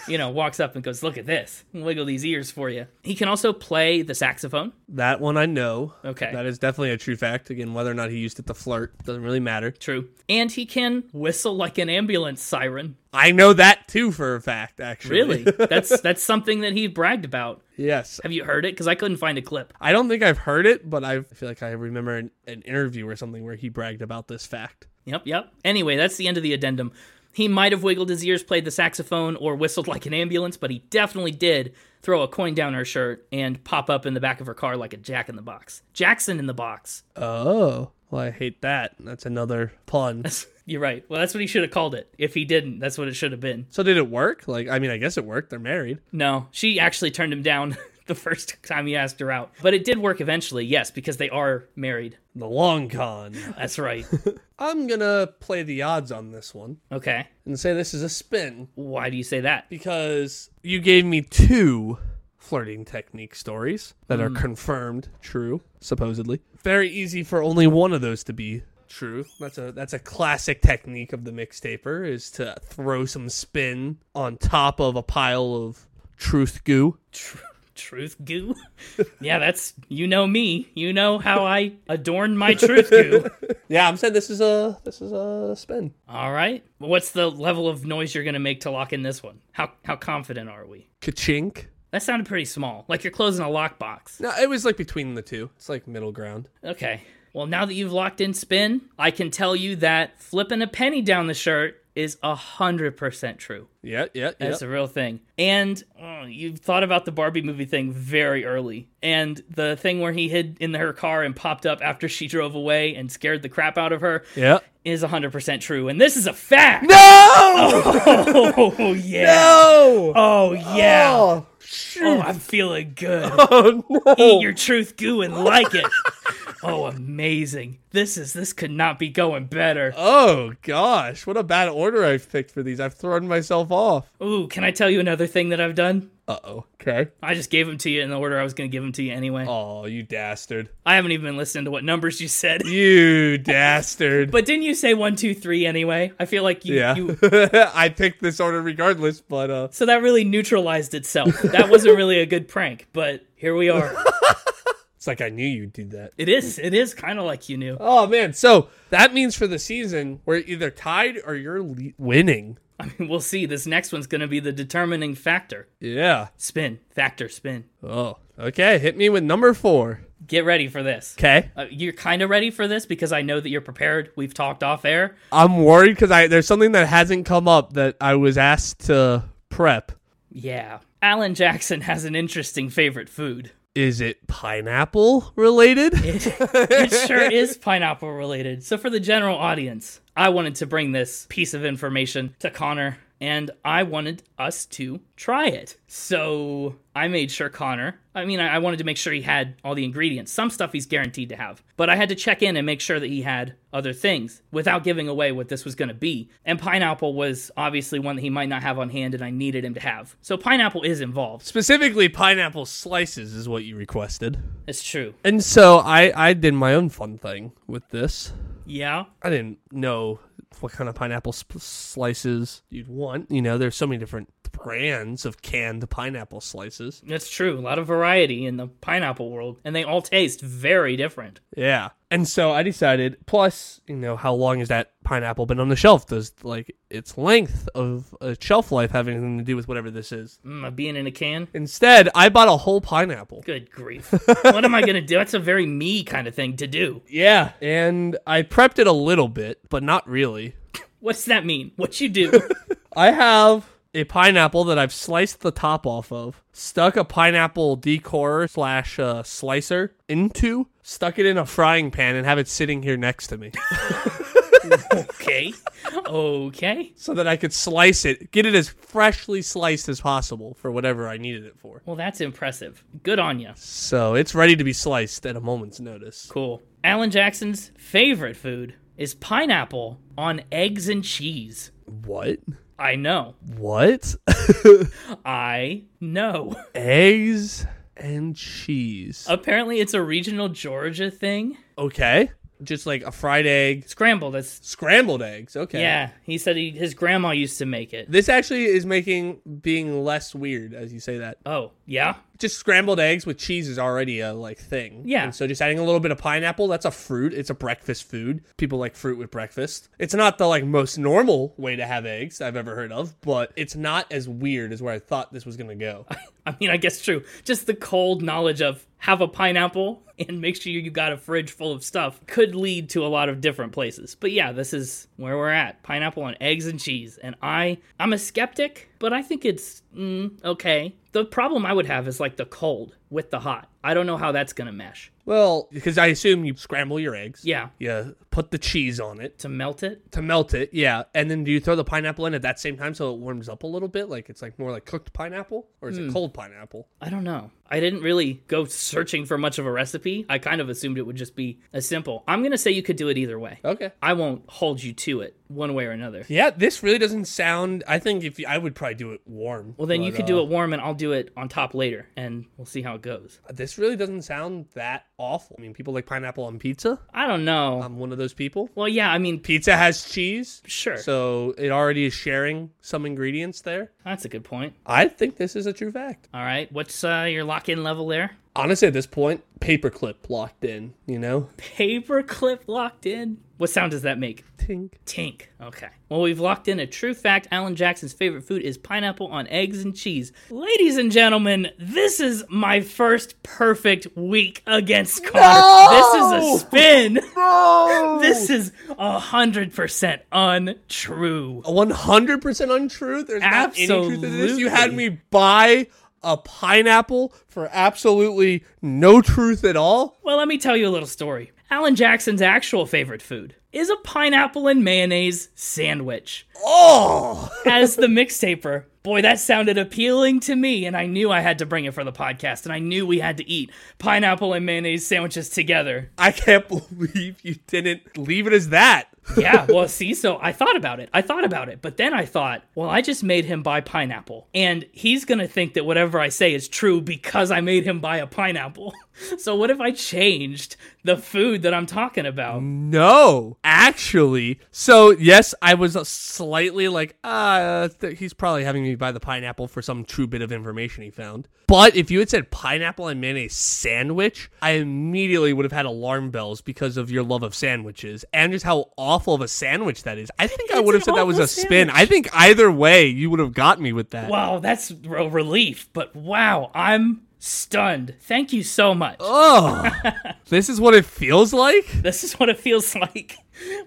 Speaker 2: you know, walks up and goes, "Look at this. Wiggle these ears for you." He can also play the saxophone.
Speaker 1: that one i know
Speaker 2: Okay.
Speaker 1: that is definitely a true fact again whether or not he used it to flirt doesn't really matter
Speaker 2: True. And he can whistle like an ambulance siren.
Speaker 1: i know that too for a fact actually
Speaker 2: Really? that's that's something that he bragged about.
Speaker 1: yes
Speaker 2: Have you heard it? Because I couldn't find a clip.
Speaker 1: i don't think i've heard it but i feel like i remember an, an interview or something where he bragged about this fact
Speaker 2: Yep, yep. Anyway, that's the end of the addendum. He might have wiggled his ears, played the saxophone, or whistled like an ambulance, but he definitely did throw a coin down her shirt and pop up in the back of her car like a jack in the box. Jackson in the box.
Speaker 1: oh well i hate that that's another pun
Speaker 2: You're right. Well, that's what he should have called it. If he didn't, that's what it should have been.
Speaker 1: so did it work like i mean i guess it worked they're married
Speaker 2: No, she actually turned him down the first time he asked her out. But it did work eventually, yes, because they are married.
Speaker 1: the long con
Speaker 2: That's right.
Speaker 1: I'm gonna play the odds on this one
Speaker 2: Okay.
Speaker 1: and say this is a spin
Speaker 2: Why do you say that?
Speaker 1: because you gave me two flirting technique stories that are confirmed true, supposedly. Very easy for only one of those to be true. That's a that's a classic technique of the mixtaper is to throw some spin on top of a pile of truth goo.
Speaker 2: Tr- truth goo. yeah, that's you know me. You know how I adorn my truth goo.
Speaker 1: Yeah, I'm saying this is a this is a spin.
Speaker 2: All right. What's the level of noise you're gonna make to lock in this one? How how confident are we?
Speaker 1: Ka-chink.
Speaker 2: That sounded pretty small. Like you're closing a lockbox.
Speaker 1: No, it was like between the two. It's like middle ground.
Speaker 2: Okay. Well, now that you've locked in spin, I can tell you that flipping a penny down the shirt is a hundred percent true.
Speaker 1: Yeah, yeah, yeah.
Speaker 2: That's a real thing. And oh, you've thought about the Barbie movie thing very early. And the thing where he hid in her car and popped up after she drove away and scared the crap out of her
Speaker 1: yeah.
Speaker 2: is a 100% true. And this is a fact.
Speaker 1: No!
Speaker 2: Oh, yeah.
Speaker 1: No!
Speaker 2: Oh, yeah. Oh,
Speaker 1: Oh, shoot.
Speaker 2: I'm feeling good.
Speaker 1: Oh,
Speaker 2: Eat
Speaker 1: no.
Speaker 2: your truth goo and like it. oh, amazing. This is, this could not be going better.
Speaker 1: Oh, gosh. What a bad order I've picked for these. I've thrown myself off.
Speaker 2: Ooh, can I tell you another thing that I've done?
Speaker 1: Uh oh. Okay.
Speaker 2: I just gave them to you in the order I was going to give them to you anyway.
Speaker 1: Oh, you dastard.
Speaker 2: I haven't even been listening to what numbers you said.
Speaker 1: You dastard.
Speaker 2: But didn't you say one, two, three anyway? I feel like you.
Speaker 1: yeah.
Speaker 2: you
Speaker 1: I picked this order regardless, but uh
Speaker 2: so that really neutralized itself. That wasn't really a good prank, but here we are.
Speaker 1: it's like I knew you'd do that.
Speaker 2: It is. It is kind of like you knew.
Speaker 1: Oh man, so that means for the season we're either tied or you're le- winning.
Speaker 2: I mean, we'll see. This next one's going to be the determining factor.
Speaker 1: Yeah.
Speaker 2: Spin. Factor. Spin.
Speaker 1: Oh. Okay, hit me with number 4.
Speaker 2: Get ready for this.
Speaker 1: Okay.
Speaker 2: Uh, you're kind of ready for this because I know that you're prepared. We've talked off air.
Speaker 1: I'm worried cuz I there's something that hasn't come up that I was asked to prep.
Speaker 2: Yeah. Alan Jackson has an interesting favorite food.
Speaker 1: Is it pineapple related?
Speaker 2: it sure is pineapple related. So, for the general audience, I wanted to bring this piece of information to Connor and I wanted us to try it. So, I made sure Connor, I mean, I I wanted to make sure he had all the ingredients. Some stuff he's guaranteed to have, but I had to check in and make sure that he had other things without giving away what this was going to be. And pineapple was obviously one that he might not have on hand and I needed him to have. So, pineapple is involved.
Speaker 1: Specifically pineapple slices is what you requested.
Speaker 2: It's true.
Speaker 1: And so I I did my own fun thing with this.
Speaker 2: Yeah.
Speaker 1: I didn't know what kind of pineapple sp- slices you'd want. You know, there's so many different brands of canned pineapple slices.
Speaker 2: That's true. A lot of variety in the pineapple world, and they all taste very different.
Speaker 1: Yeah. And so I decided, plus, you know, how long has that pineapple been on the shelf? Does, like, its length of a shelf life have anything to do with whatever this is?
Speaker 2: Mm, being in a can.
Speaker 1: Instead, I bought a whole pineapple.
Speaker 2: Good grief. what am I going to do? That's a very me kind of thing to do.
Speaker 1: Yeah. And I prepped it a little bit, but not really.
Speaker 2: What's that mean? What you do?
Speaker 1: I have a pineapple that I've sliced the top off of, stuck a pineapple decor slash uh, slicer into, stuck it in a frying pan, and have it sitting here next to me
Speaker 2: okay. Okay.
Speaker 1: so that I could slice it, get it as freshly sliced as possible for whatever I needed it for.
Speaker 2: Well, that's impressive. Good on you.
Speaker 1: So it's ready to be sliced at a moment's notice.
Speaker 2: Cool. Alan Jackson's favorite food is pineapple on eggs and cheese.
Speaker 1: What?
Speaker 2: I know.
Speaker 1: What?
Speaker 2: I know.
Speaker 1: Eggs and cheese.
Speaker 2: Apparently, it's a regional Georgia thing.
Speaker 1: Okay. Just like a fried egg,
Speaker 2: Scrambled. That's
Speaker 1: scrambled eggs. Okay.
Speaker 2: yeah. He said he, his grandma used to make it.
Speaker 1: This actually is making being less weird as you say that.
Speaker 2: Oh, yeah?
Speaker 1: Just scrambled eggs with cheese is already a like thing.
Speaker 2: Yeah.
Speaker 1: And so just adding a little bit of pineapple, that's a fruit. It's a breakfast food. People like fruit with breakfast. It's not the like most normal way to have eggs I've ever heard of, but it's not as weird as where I thought this was gonna go.
Speaker 2: I mean, I guess true. Just the cold knowledge of have a pineapple and make sure you got a fridge full of stuff could lead to a lot of different places. But yeah, this is where we're at. Pineapple on eggs and cheese. And I I'm a skeptic, but I think it's mm, okay. The problem I would have is like the cold with the hot. I don't know how that's going to mesh.
Speaker 1: well, because I assume you scramble your eggs.
Speaker 2: Yeah,
Speaker 1: You put the cheese on it
Speaker 2: to melt it.
Speaker 1: to melt it, yeah. And then do you throw the pineapple in at that same time so it warms up a little bit? Like it's like more like cooked pineapple? Or
Speaker 2: Hmm.
Speaker 1: is it cold pineapple?
Speaker 2: I don't know. I didn't really go searching for much of a recipe. I kind of assumed it would just be a simple. I'm going to say you could do it either way.
Speaker 1: Okay.
Speaker 2: I won't hold you to it one way or another.
Speaker 1: Yeah, this really doesn't sound. I think if you, I would probably do it warm.
Speaker 2: Well, then you could do it warm, and I'll do it on top later, and we'll see how it it goes.
Speaker 1: uh, This really doesn't sound that awful. I mean, people like pineapple on pizza.
Speaker 2: I don't know.
Speaker 1: I'm one of those people.
Speaker 2: well, yeah, I mean,
Speaker 1: Pizza has cheese.
Speaker 2: sure.
Speaker 1: So it already is sharing some ingredients there.
Speaker 2: That's a good point.
Speaker 1: I think this is a true fact.
Speaker 2: All right, what's uh, your lock-in level there?
Speaker 1: Honestly, at this point, paperclip locked in, you know?
Speaker 2: Paperclip locked in. What sound does that make?
Speaker 1: Tink.
Speaker 2: Tink. Okay. Well, we've locked in a true fact. Alan Jackson's favorite food is pineapple on eggs and cheese. Ladies and gentlemen, this is my first perfect week against Carter. This is a spin.
Speaker 1: No!
Speaker 2: This is a hundred percent untrue.
Speaker 1: 100% untrue. There's not any truth to this. You had
Speaker 2: Absolutely.
Speaker 1: me buy a pineapple for absolutely no truth at all.
Speaker 2: Well, let me tell you a little story. Alan Jackson's actual favorite food is a pineapple and mayonnaise sandwich.
Speaker 1: Oh!
Speaker 2: as the mixtaper. Boy, that sounded appealing to me, and I knew I had to bring it for the podcast, and I knew we had to eat pineapple and mayonnaise sandwiches together.
Speaker 1: I can't believe you didn't leave it as that.
Speaker 2: Yeah, well, see, so I thought about it. I thought about it, but then I thought, well, I just made him buy pineapple, and he's gonna think that whatever I say is true because I made him buy a pineapple. So, what if I changed the food that I'm talking about?
Speaker 1: Mm. No, actually. So, yes, I was slightly like, ah, th- he's probably having me buy the pineapple for some true bit of information he found. But if you had said pineapple and mayonnaise sandwich, I immediately would have had alarm bells because of your love of sandwiches and just how awful of a sandwich that is. I think I
Speaker 2: It's
Speaker 1: would
Speaker 2: an
Speaker 1: have said that was
Speaker 2: awful
Speaker 1: a spin. I think either way, you would have got me with that.
Speaker 2: Wow, that's a relief, but wow, I'm stunned. Thank you so much.
Speaker 1: Oh, this is what it feels like?
Speaker 2: This is what it feels like.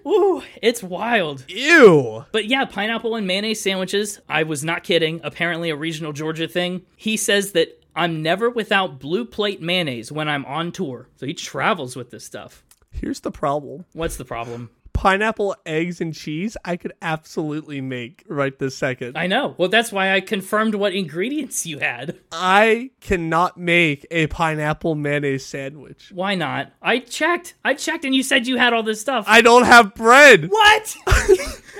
Speaker 2: Woo, it's wild.
Speaker 1: Ew.
Speaker 2: But yeah, pineapple and mayonnaise sandwiches. I was not kidding. Apparently, a regional Georgia thing. He says that I'm never without blue plate mayonnaise when I'm on tour. So he travels with this stuff.
Speaker 1: Here's the problem.
Speaker 2: What's the problem?
Speaker 1: pineapple eggs and cheese i could absolutely make right this second
Speaker 2: I know. Well, that's why I confirmed what ingredients you had.
Speaker 1: i cannot make a pineapple mayonnaise sandwich
Speaker 2: Why not? I checked. I checked and you said you had all this stuff.
Speaker 1: i don't have bread
Speaker 2: What?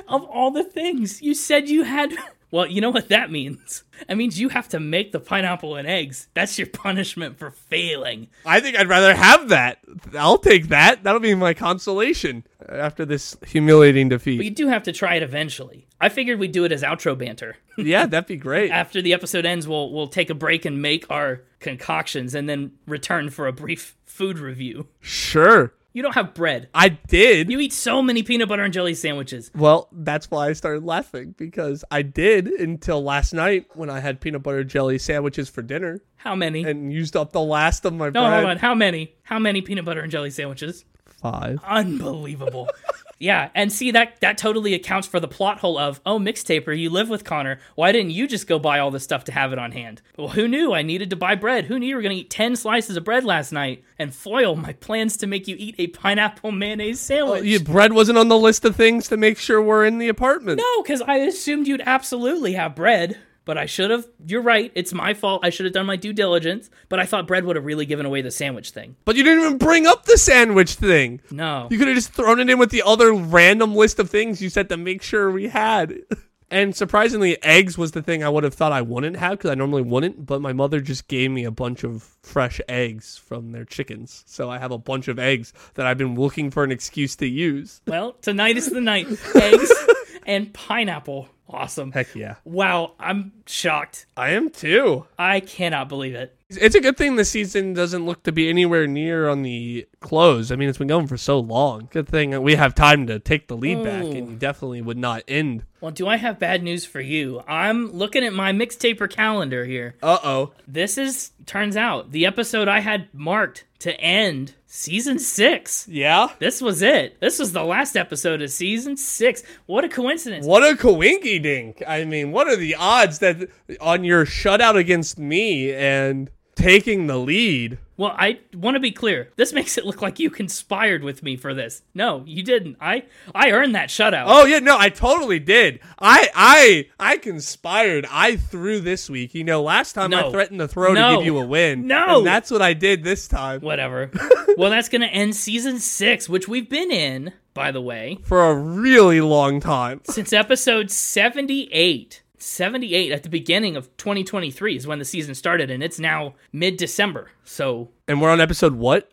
Speaker 2: of all the things you said you had. Well, you know what that means? That means you have to make the pineapple and eggs. That's your punishment for failing.
Speaker 1: i think i'd rather have that i'll take that that'll be my consolation after this humiliating
Speaker 2: But you
Speaker 1: defeat
Speaker 2: do have to try it eventually. I figured we'd do it as outro banter.
Speaker 1: yeah that'd be great
Speaker 2: After the episode ends, we'll we'll take a break and make our concoctions and then return for a brief food review.
Speaker 1: sure
Speaker 2: You don't have bread.
Speaker 1: i did
Speaker 2: You eat so many peanut butter and jelly sandwiches.
Speaker 1: well that's why i started laughing because i did until last night when i had peanut butter jelly sandwiches for dinner
Speaker 2: How many?
Speaker 1: and used up the last of my
Speaker 2: no,
Speaker 1: bread
Speaker 2: hold on. How many? How many peanut butter and jelly sandwiches?
Speaker 1: five
Speaker 2: unbelievable. yeah, and see that that totally accounts for the plot hole of oh mixtaper, you live with Connor. Why didn't you just go buy all this stuff to have it on hand? Well, who knew I needed to buy bread? Who knew you were gonna eat ten slices of bread last night and foil my plans to make you eat a pineapple mayonnaise sandwich?
Speaker 1: Oh, Yeah, bread wasn't on the list of things to make sure we're in the apartment.
Speaker 2: No, because Oh, I assumed you'd absolutely have bread. But I should have. You're right. It's my fault. I should have done my due diligence. But I thought bread would have really given away the sandwich thing.
Speaker 1: But you didn't even bring up the sandwich thing.
Speaker 2: No.
Speaker 1: You could have just thrown it in with the other random list of things you said to make sure we had. And surprisingly, eggs was the thing I would have thought I wouldn't have because I normally wouldn't. But my mother just gave me a bunch of fresh eggs from their chickens. So I have a bunch of eggs that I've been looking for an excuse to use.
Speaker 2: Well, tonight is the night. Eggs and pineapple. Awesome.
Speaker 1: Heck yeah.
Speaker 2: Wow, I'm shocked.
Speaker 1: I am too.
Speaker 2: I cannot believe it.
Speaker 1: It's a good thing the season doesn't look to be anywhere near on the close. I mean, it's been going for so long. Good thing we have time to take the lead back, and you definitely would not end.
Speaker 2: Well, do I have bad news for you? I'm looking at my mixtaper calendar here.
Speaker 1: Uh oh.
Speaker 2: This is, turns out, the episode I had marked to end season six.
Speaker 1: Yeah?
Speaker 2: This was it. This was the last episode of season six. What a coincidence.
Speaker 1: What a coinky dink. I mean, what are the odds that on your shutout against me and taking the lead?
Speaker 2: Well, I want to be clear. This makes it look like you conspired with me for this. No, you didn't. I I earned that shutout.
Speaker 1: Oh yeah, no, I totally did. I I I conspired. I threw this week. You know, last time
Speaker 2: No.
Speaker 1: I threatened to throw
Speaker 2: No.
Speaker 1: to give you a win.
Speaker 2: No.
Speaker 1: And that's what I did this time.
Speaker 2: Whatever. well, that's going to end season six, which we've been in, by the way.
Speaker 1: For a really long time.
Speaker 2: since episode 78. 78 at the beginning of 2023 is when the season started, and it's now mid December. So
Speaker 1: And we're on episode what?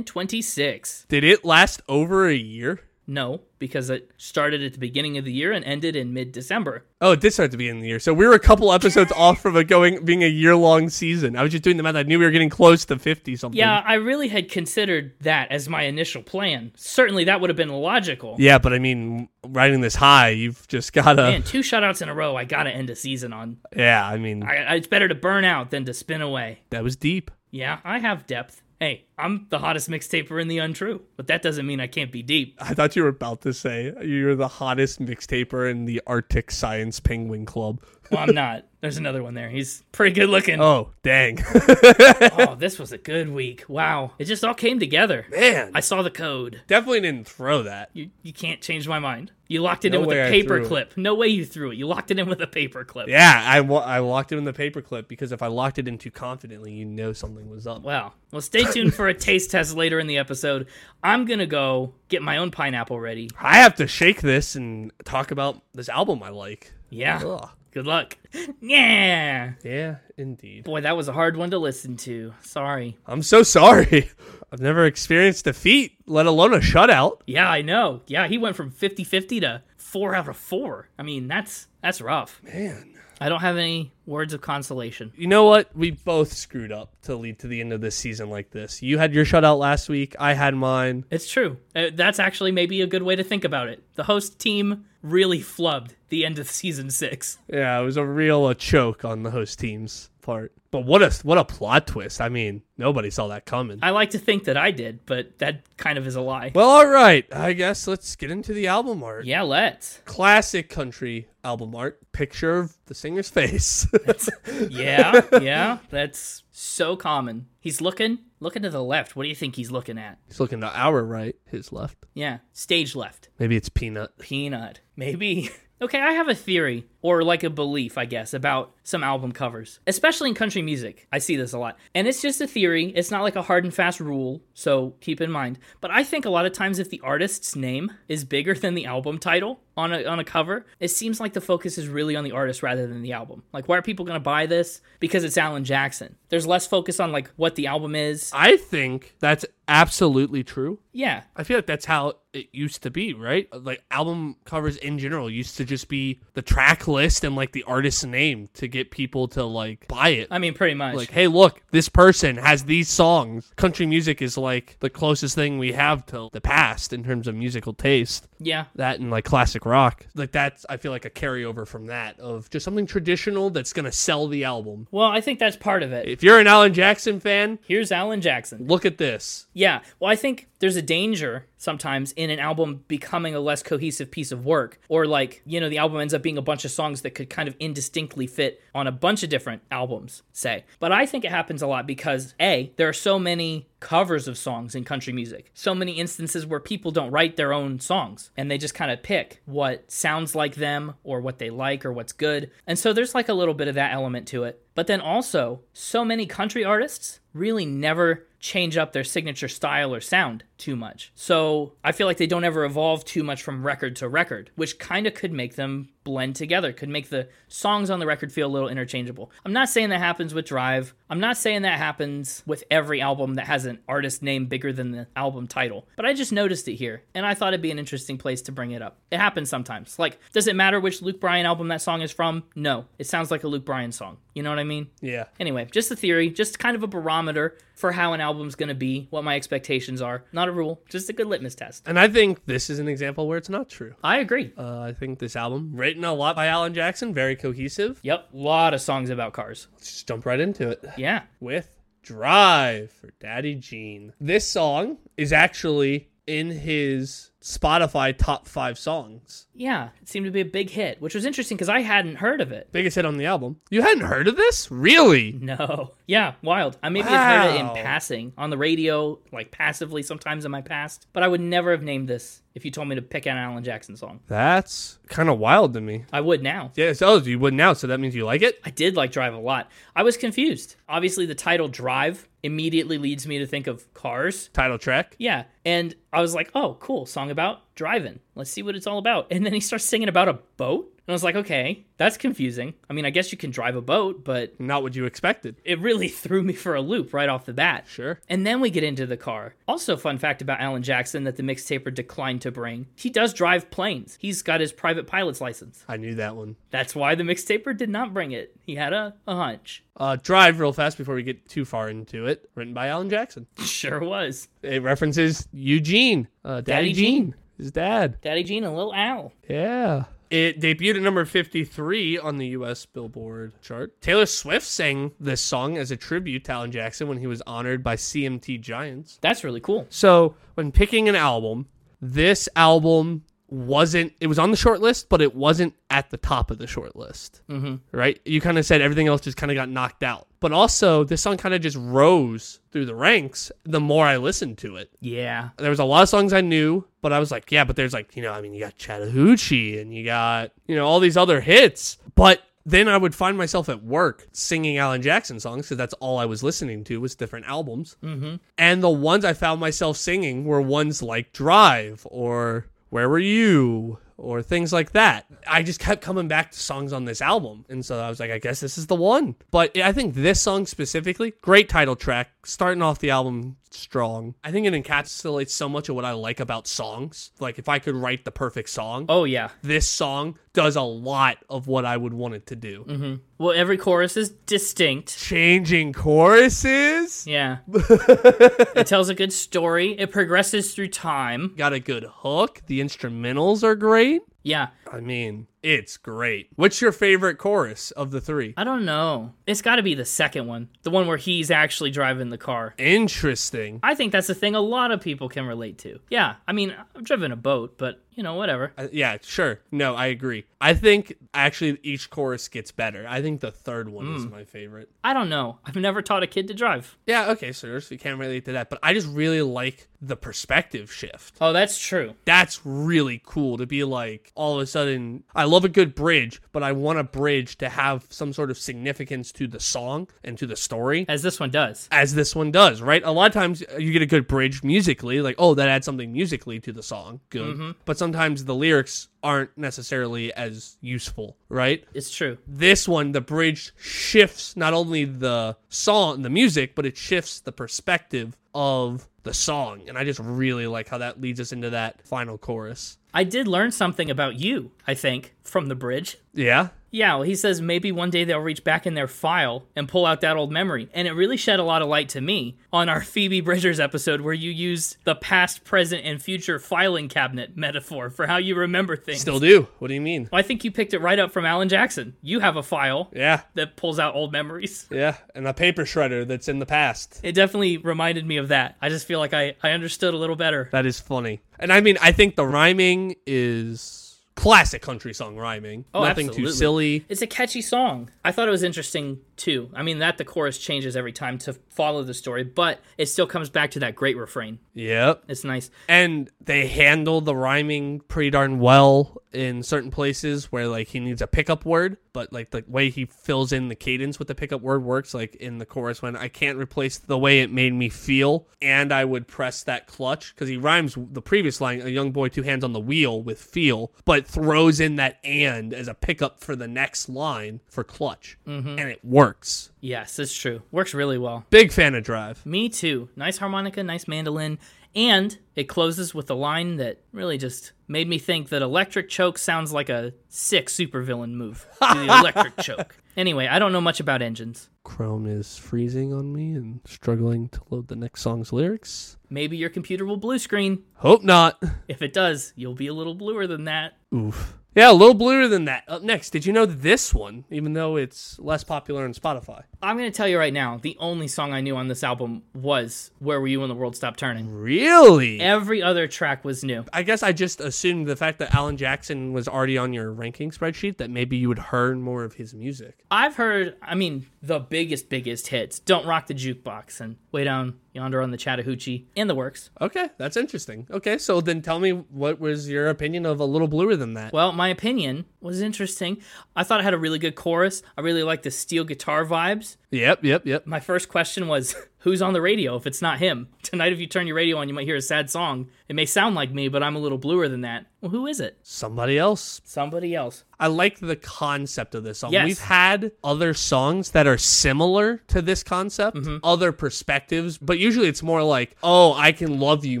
Speaker 2: 126.
Speaker 1: Did it last over a year?
Speaker 2: No, because it started at the beginning of the year and ended in mid December.
Speaker 1: Oh, it did start at the beginning of the year. So we were a couple episodes off from it going being a year long season. I was just doing the math. I knew we were getting close to fifty something.
Speaker 2: Yeah, I really had considered that as my initial plan. Certainly that would have been logical.
Speaker 1: Yeah, but I mean, riding this high, you've just gotta.
Speaker 2: Man, two shutouts in a row, I gotta end a season on.
Speaker 1: Yeah, I mean,
Speaker 2: I, I- it's better to burn out than to spin away.
Speaker 1: that was deep.
Speaker 2: Yeah, I have depth. Hey, I'm the hottest mixtaper in the untrue, but that doesn't mean I can't be deep.
Speaker 1: I thought you were about to say you're the hottest mixtaper in the Arctic Science Penguin Club.
Speaker 2: Well, I'm not. There's another one there. He's pretty good looking.
Speaker 1: Oh, dang.
Speaker 2: Oh, this was a good week. Wow. It just all came together.
Speaker 1: Man,
Speaker 2: I saw the code.
Speaker 1: definitely didn't throw that.
Speaker 2: You, you can't change my mind. You locked it
Speaker 1: No
Speaker 2: in with
Speaker 1: way
Speaker 2: a
Speaker 1: I
Speaker 2: paper
Speaker 1: threw it.
Speaker 2: clip. No way you threw it. You locked it in with a paper clip.
Speaker 1: Yeah, I, wa- I locked it in the paperclip because if I locked it in too confidently, you know something was up.
Speaker 2: Wow. Well, stay tuned for a taste test later in the episode. I'm going to go get my own pineapple ready.
Speaker 1: I have to shake this and talk about this album I like.
Speaker 2: Yeah.
Speaker 1: Ugh.
Speaker 2: Good luck. Yeah.
Speaker 1: Yeah, indeed.
Speaker 2: Boy, that was a hard one to listen to. Sorry.
Speaker 1: I'm so sorry. I've never experienced defeat, let alone a shutout.
Speaker 2: Yeah, I know. Yeah, he went from 50-50 to 4 out of 4. I mean, that's that's rough.
Speaker 1: Man.
Speaker 2: I don't have any words of consolation.
Speaker 1: you know what? We both screwed up to lead to the end of this season like this. You had your shutout last week. I had mine.
Speaker 2: It's true. Uh, That's actually maybe a good way to think about it. The host team really flubbed the end of season 6.
Speaker 1: Yeah, it was a real a choke on the host team's part. But what a what a plot twist! I mean, nobody saw that coming.
Speaker 2: I like to think that I did, but that kind of is a lie.
Speaker 1: well, all right. I guess let's get into the album art.
Speaker 2: Yeah, let's.
Speaker 1: Classic country album art. Picture of the singer's face.
Speaker 2: Yeah, yeah. That's so common. He's looking, looking to the left. What do you think he's looking at?
Speaker 1: He's looking to our right, his left.
Speaker 2: Yeah, stage left.
Speaker 1: Maybe it's Peanut.
Speaker 2: Peanut. Maybe. Okay, I have a theory, or like a belief, I guess, about some album covers, especially in country music. I see this a lot. And it's just a theory, it's not like a hard and fast rule, so keep in mind. But I think a lot of times if the artist's name is bigger than the album title on a, on a cover, it seems like the focus is really on the artist rather than the album. Like, why are people gonna buy this? Because it's Alan Jackson. There's less focus on like what the album is.
Speaker 1: I think that's absolutely true.
Speaker 2: Yeah,
Speaker 1: I feel like that's how it used to be, right? Like album covers in general used to just be the track list and like the artist's name to get people to like buy it.
Speaker 2: I mean, pretty much.
Speaker 1: like, hey, look, this person has these songs. Country music is like the closest thing we have to the past in terms of musical taste.
Speaker 2: yeah.
Speaker 1: That and like classic rock. Like that's I feel like a carryover from that of just something traditional that's gonna sell the album.
Speaker 2: Well, I think that's part of it.
Speaker 1: If you're an Alan Jackson fan,
Speaker 2: Here's Alan Jackson.
Speaker 1: look at this.
Speaker 2: Yeah. Well, I think there's a danger sometimes in an album becoming a less cohesive piece of work, or like, you know, the album ends up being a bunch of songs that could kind of indistinctly fit on a bunch of different albums, say. But I think it happens a lot because, A, there are so many covers of songs in country music, so many instances where people don't write their own songs and they just kind of pick what sounds like them or what they like or what's good. And so there's like a little bit of that element to it. But then also, so many country artists really never change up their signature style or sound too much. So I feel like they don't ever evolve too much from record to record, which kind of could make them blend together, could make the songs on the record feel a little interchangeable. I'm not saying that happens with Drive. I'm not saying that happens with every album that has an artist name bigger than the album title, but I just noticed it here and I thought it'd be an interesting place to bring it up. It happens sometimes. Like, does it matter which Luke Bryan album that song is from? No. It sounds like a Luke Bryan song. You know what I mean?
Speaker 1: Yeah.
Speaker 2: Anyway, just a theory, just kind of a barometer for how an album's going to be, what my expectations are. Not a rule, just a good litmus test.
Speaker 1: And I think this is an example where it's not true.
Speaker 2: I agree.
Speaker 1: Uh, I think this album, written a lot by Alan Jackson, very cohesive.
Speaker 2: Yep, lot of songs about cars.
Speaker 1: Let's just jump right into it
Speaker 2: Yeah.
Speaker 1: with Drive for Daddy Gene. This song is actually in his Spotify top five songs.
Speaker 2: Yeah, it seemed to be a big hit, which was interesting because I hadn't heard of it.
Speaker 1: Biggest hit on the album. You hadn't heard of this? Really?
Speaker 2: No. Yeah, wild. I maybe have heard it
Speaker 1: Wow.
Speaker 2: in passing on the radio, like passively sometimes in my past, but I would never have named this if you told me to pick out an Alan Jackson song.
Speaker 1: That's kind of wild to me.
Speaker 2: I would now.
Speaker 1: Yeah, so you would now, so that means you like it?
Speaker 2: I did like Drive a lot. I was confused. Obviously, the title Drive immediately leads me to think of cars,
Speaker 1: Title track.
Speaker 2: Yeah. And I was like, oh, cool. Song about driving. Let's see what it's all about. And then he starts singing about a boat. And I was like, okay, that's confusing. I mean, I guess you can drive a boat, but
Speaker 1: Not what you expected.
Speaker 2: it really threw me for a loop right off the bat.
Speaker 1: Sure.
Speaker 2: And then we get into the car. Also, fun fact about Alan Jackson that the mixtaper declined to bring. He does drive planes. He's got his private pilot's license.
Speaker 1: I knew that one.
Speaker 2: That's why the mixtaper did not bring it. He had a, a hunch.
Speaker 1: Uh, Drive, real fast before we get too far into it, written by Alan Jackson.
Speaker 2: Sure was.
Speaker 1: It references Eugene, uh, Daddy,
Speaker 2: Daddy
Speaker 1: Gene,
Speaker 2: Gene.
Speaker 1: his dad.
Speaker 2: Daddy Gene and Lil Al.
Speaker 1: Yeah. It debuted at number 53 on the US Billboard chart. Taylor Swift sang this song as a tribute to Alan Jackson when he was honored by CMT Giants.
Speaker 2: That's really cool.
Speaker 1: So, when picking an album, this album wasn't, it was on the short list, but it wasn't at the top of the short list. Mm-hmm. Right? You kind of said everything else just kind of got knocked out. But also, this song kind of just rose through the ranks the more I listened to it
Speaker 2: Yeah.
Speaker 1: there was a lot of songs I knew, but I was like, yeah, but there's like, you know, I mean, you got Chattahoochee and you got, you know, all these other hits. But then I would find myself at work singing Alan Jackson songs because that's all I was listening to was different albums. Mm-hmm. And the ones I found myself singing were ones like Drive or Where Were You or things like that. I just kept coming back to songs on this album. And so I was like, I guess this is the one. But I think this song specifically, great title track, starting off the album strong. I think it encapsulates so much of what I like about songs. Like, if I could write the perfect song,
Speaker 2: Oh, yeah.
Speaker 1: this song does a lot of what I would want it to do.
Speaker 2: Well, every chorus is distinct.
Speaker 1: Changing choruses,
Speaker 2: Yeah. it tells a good story. It progresses through time.
Speaker 1: got a good hook, the instrumentals are great.
Speaker 2: Yeah.
Speaker 1: I mean, it's great. What's your favorite chorus of the three?
Speaker 2: I don't know. It's got to be the second one, the one where he's actually driving the car.
Speaker 1: Interesting.
Speaker 2: I think that's the thing a lot of people can relate to. Yeah, I mean, I've driven a boat, but you know, whatever.
Speaker 1: Uh, yeah, sure. No, I agree. I think actually each chorus gets better. I think the third one is my favorite.
Speaker 2: I don't know. I've never taught a kid to drive.
Speaker 1: Yeah, okay, so there's- you can't relate to that, but I just really like the perspective shift.
Speaker 2: Oh, that's true.
Speaker 1: That's really cool to be like all of a sudden I love a good bridge, but I want a bridge to have some sort of significance to the song and to the story.
Speaker 2: As this one does.
Speaker 1: as this one does, right? A lot of times uh, you get a good bridge musically, like, oh, that adds something musically to the song. Good. But sometimes the lyrics aren't necessarily as useful, right?
Speaker 2: It's true.
Speaker 1: This one, the bridge shifts not only the song, the music, but it shifts the perspective of the song. And I just really like how that leads us into that final chorus.
Speaker 2: I did learn something about you, I think, from the bridge.
Speaker 1: Yeah.
Speaker 2: Yeah, well, he says maybe one day they'll reach back in their file and pull out that old memory. And it really shed a lot of light to me on our Phoebe Bridgers episode where you used the past, present, and future filing cabinet metaphor for how you remember things.
Speaker 1: Still do. What do you mean?
Speaker 2: I think you picked it right up from Alan Jackson. You have a file
Speaker 1: Yeah.
Speaker 2: that pulls out old memories.
Speaker 1: Yeah. And a paper shredder that's in the past.
Speaker 2: It definitely reminded me of that. I just feel like I, I understood a little better.
Speaker 1: That is funny. And I mean, I think the rhyming is classic country song rhyming.
Speaker 2: Oh,
Speaker 1: Nothing too
Speaker 2: absolutely.
Speaker 1: silly.
Speaker 2: It's a catchy song. I thought it was interesting too. I mean, that the chorus changes every time to follow the story, but it still comes back to that great refrain.
Speaker 1: Yep.
Speaker 2: It's nice.
Speaker 1: And they handle the rhyming pretty darn well in certain places where like he needs a pickup word, but like the way he fills in the cadence with the pickup word works like in the chorus when I can't replace the way it made me feel and I would press that clutch cuz he rhymes the previous line a young boy two hands on the wheel with feel, but throws in that and as a pickup for the next line for clutch. And it works.
Speaker 2: Yes, it's true. Works really well.
Speaker 1: Big fan of Drive.
Speaker 2: Me too. Nice harmonica, nice mandolin, and it closes with a line that really just made me think that electric choke sounds like a sick supervillain move. Do the electric choke. Anyway, I don't know much about engines.
Speaker 1: Chrome is freezing on me and struggling to load the next song's lyrics.
Speaker 2: Maybe your computer will blue screen.
Speaker 1: Hope not.
Speaker 2: If it does, you'll be a little bluer than that.
Speaker 1: Oof. Yeah, a little bluer than that. Up next, did you know this one, even though it's less popular on Spotify?
Speaker 2: I'm going to tell you right now, the only song I knew on this album was Where Were You When the World Stopped Turning.
Speaker 1: Really?
Speaker 2: Every other track was new.
Speaker 1: I guess I just assumed the fact that Alan Jackson was already on your ranking spreadsheet that maybe you would heard more of his music.
Speaker 2: I've heard, I mean, the biggest, biggest hits Don't Rock the Jukebox and Way Down Yonder on the Chattahoochee and the works.
Speaker 1: Okay, that's interesting. Okay, so then tell me what was your opinion of a little bluer than that?
Speaker 2: Well, my opinion was interesting. I thought it had a really good chorus. I really liked the steel guitar vibes.
Speaker 1: Yep, yep, yep.
Speaker 2: My first question was who's on the radio if it's not him? Tonight, if you turn your radio on, you might hear a sad song. It may sound like me, but I'm a little bluer than that. Well, who is it?
Speaker 1: Somebody else.
Speaker 2: Somebody else.
Speaker 1: I like the concept of this song.
Speaker 2: Yes.
Speaker 1: We've had other songs that are similar to this concept,
Speaker 2: Mm-hmm.
Speaker 1: other perspectives, but usually it's more like, oh, I can love you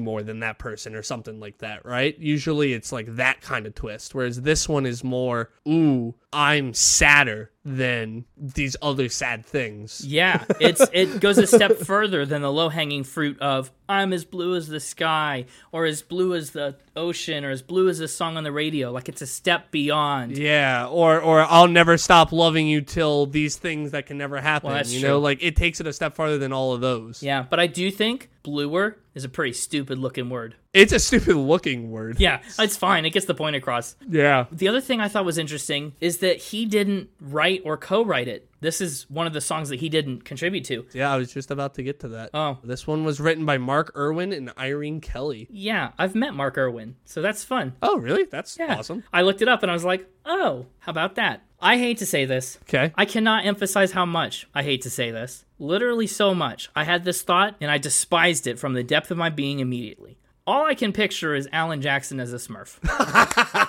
Speaker 1: more than that person or something like that, right? Usually it's like that kind of twist. Whereas this one is more, ooh, I'm sadder than these other sad things.
Speaker 2: Yeah, it's it goes a step further than the low hanging fruit of I'm as blue as the sky or as blue as the ocean or as blue as this song on the radio. Like it's a step beyond.
Speaker 1: Yeah, or or I'll never stop loving you till these things that can never happen.
Speaker 2: that's
Speaker 1: you
Speaker 2: true.
Speaker 1: know, like it takes it a step farther than all of those.
Speaker 2: Yeah, but I do think bluer is a pretty stupid looking word.
Speaker 1: It's a stupid looking word.
Speaker 2: Yeah, it's fine. It gets the point across.
Speaker 1: Yeah.
Speaker 2: The other thing I thought was interesting is that he didn't write or co-write it. This is one of the songs that he didn't contribute to.
Speaker 1: Yeah, I was just about to get to that.
Speaker 2: Oh.
Speaker 1: This one was written by Mark Irwin and Irene Kelly.
Speaker 2: Yeah, I've met Mark Irwin, so that's fun.
Speaker 1: Oh, really? That's
Speaker 2: Yeah.
Speaker 1: awesome.
Speaker 2: I looked it up and I was like, oh, how about that? I hate to say this.
Speaker 1: Okay.
Speaker 2: I cannot emphasize how much I hate to say this. Literally so much. I had this thought and I despised it from the depth of my being immediately. All I can picture is Alan Jackson as a smurf.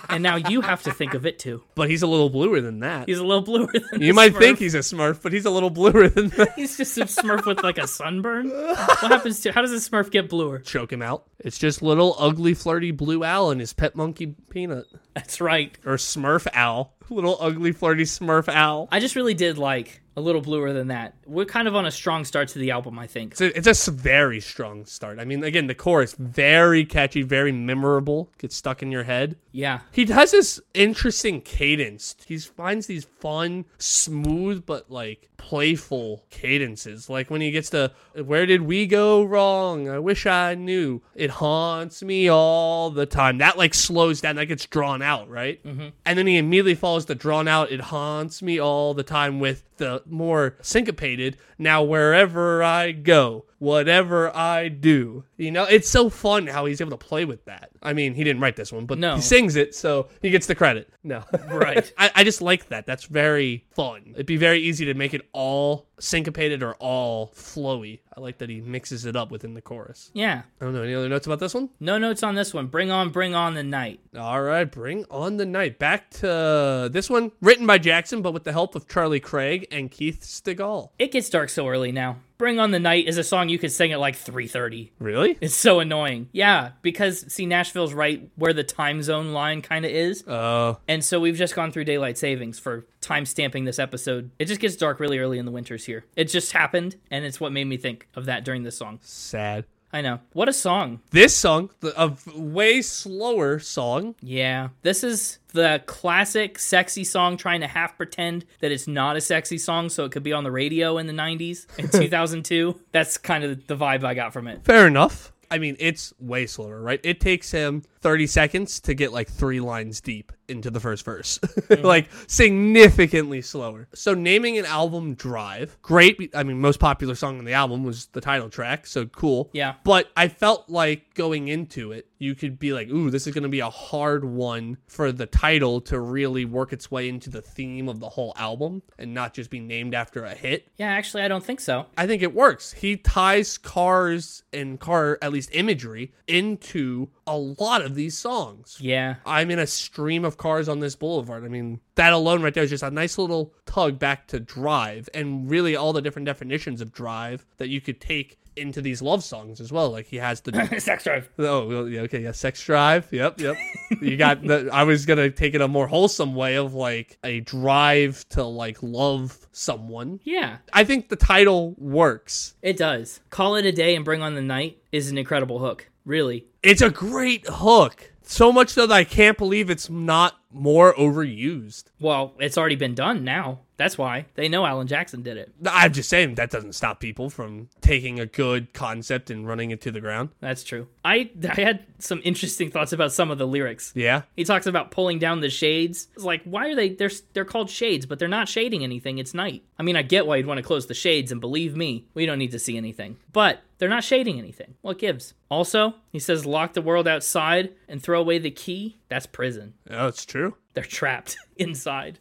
Speaker 2: and now you have to think of it too.
Speaker 1: But he's a little bluer than that.
Speaker 2: He's a little bluer than
Speaker 1: you
Speaker 2: a
Speaker 1: might
Speaker 2: Smurf.
Speaker 1: think he's a smurf, but he's a little bluer than that.
Speaker 2: he's just a smurf with like a sunburn. What happens to how does a smurf get bluer?
Speaker 1: Choke him out. It's just little ugly flirty blue owl and his pet monkey peanut.
Speaker 2: That's right.
Speaker 1: Or smurf owl. Little ugly flirty smurf owl.
Speaker 2: I just really did like a little bluer than that. We're kind of on a strong start to the album, I think.
Speaker 1: It's a, it's a s- very strong start. I mean, again, the chorus, very catchy, very memorable, gets stuck in your head.
Speaker 2: Yeah.
Speaker 1: He has this interesting cadence. He finds these fun, smooth, but like playful cadences. Like when he gets to Where Did We Go Wrong? I Wish I Knew. It haunts me all the time. That like slows down, that gets drawn out, right? Mm-hmm. And then he immediately follows the drawn out, It haunts me all the time with the more syncopated, Now wherever I go, whatever I do. You know, it's so fun how he's able to play with that. I mean, he didn't write this one, but
Speaker 2: No.
Speaker 1: he sings it, so he gets the credit. No.
Speaker 2: Right.
Speaker 1: I, I just like that. That's very fun. It'd be very easy to make it all syncopated or all flowy. I like that he mixes it up within the chorus.
Speaker 2: Yeah.
Speaker 1: I don't know. Any other notes about this one?
Speaker 2: No notes on this one. Bring on, bring on the night.
Speaker 1: All right. Bring on the night. Back to this one, written by Jackson, but with the help of Charlie Craig and Keith Stigall.
Speaker 2: It gets dark so early now. Bring on the night is a song you could sing at like 3:30.
Speaker 1: Really?
Speaker 2: It's so annoying. Yeah, because see Nashville's right where the time zone line kind of is.
Speaker 1: Oh.
Speaker 2: And so we've just gone through daylight savings for time stamping this episode. It just gets dark really early in the winters here. It just happened and it's what made me think of that during this song.
Speaker 1: sad.
Speaker 2: I know. What a song.
Speaker 1: This song, the, a way slower song.
Speaker 2: Yeah. This is the classic sexy song trying to half pretend that it's not a sexy song so it could be on the radio in the 90s in 2002. That's kind of the vibe I got from it.
Speaker 1: Fair enough. I mean, it's way slower, right? It takes him 30 seconds to get like three lines deep into the first verse, like significantly slower. So, naming an album Drive, great. I mean, most popular song on the album was the title track, so cool.
Speaker 2: Yeah.
Speaker 1: But I felt like going into it, you could be like, ooh, this is going to be a hard one for the title to really work its way into the theme of the whole album and not just be named after a hit.
Speaker 2: Yeah, actually I don't think so.
Speaker 1: I think it works. He ties cars and car, at least imagery, into a lot of these songs.
Speaker 2: Yeah.
Speaker 1: I'm in a stream of cars on this boulevard. I mean, that alone right there is just a nice little tug back to drive and really all the different definitions of drive that you could take into these love songs as well. Like he has the
Speaker 2: Sex drive.
Speaker 1: Oh, well, yeah, okay, yeah, sex drive. Yep, yep. you got the. I was gonna take it a more wholesome way of like a drive to like love someone.
Speaker 2: Yeah,
Speaker 1: I think the title works.
Speaker 2: it does. Call it a day and bring on the night is an incredible hook. Really.
Speaker 1: It's a great hook. So much so that I can't believe it's not more overused.
Speaker 2: Well, it's already been done now. That's why they know Alan Jackson did it.
Speaker 1: I'm just saying that doesn't stop people from taking a good concept and running it to the ground.
Speaker 2: That's true. I I had some interesting thoughts about some of the lyrics.
Speaker 1: Yeah.
Speaker 2: He talks about pulling down the shades. It's like, why are they? They're they're called shades, but they're not shading anything. It's night. I mean, I get why you'd want to close the shades, and believe me, we don't need to see anything. But they're not shading anything. What gives? Also, he says, lock the world outside and throw away the key. That's prison.
Speaker 1: Oh, it's true.
Speaker 2: They're trapped inside.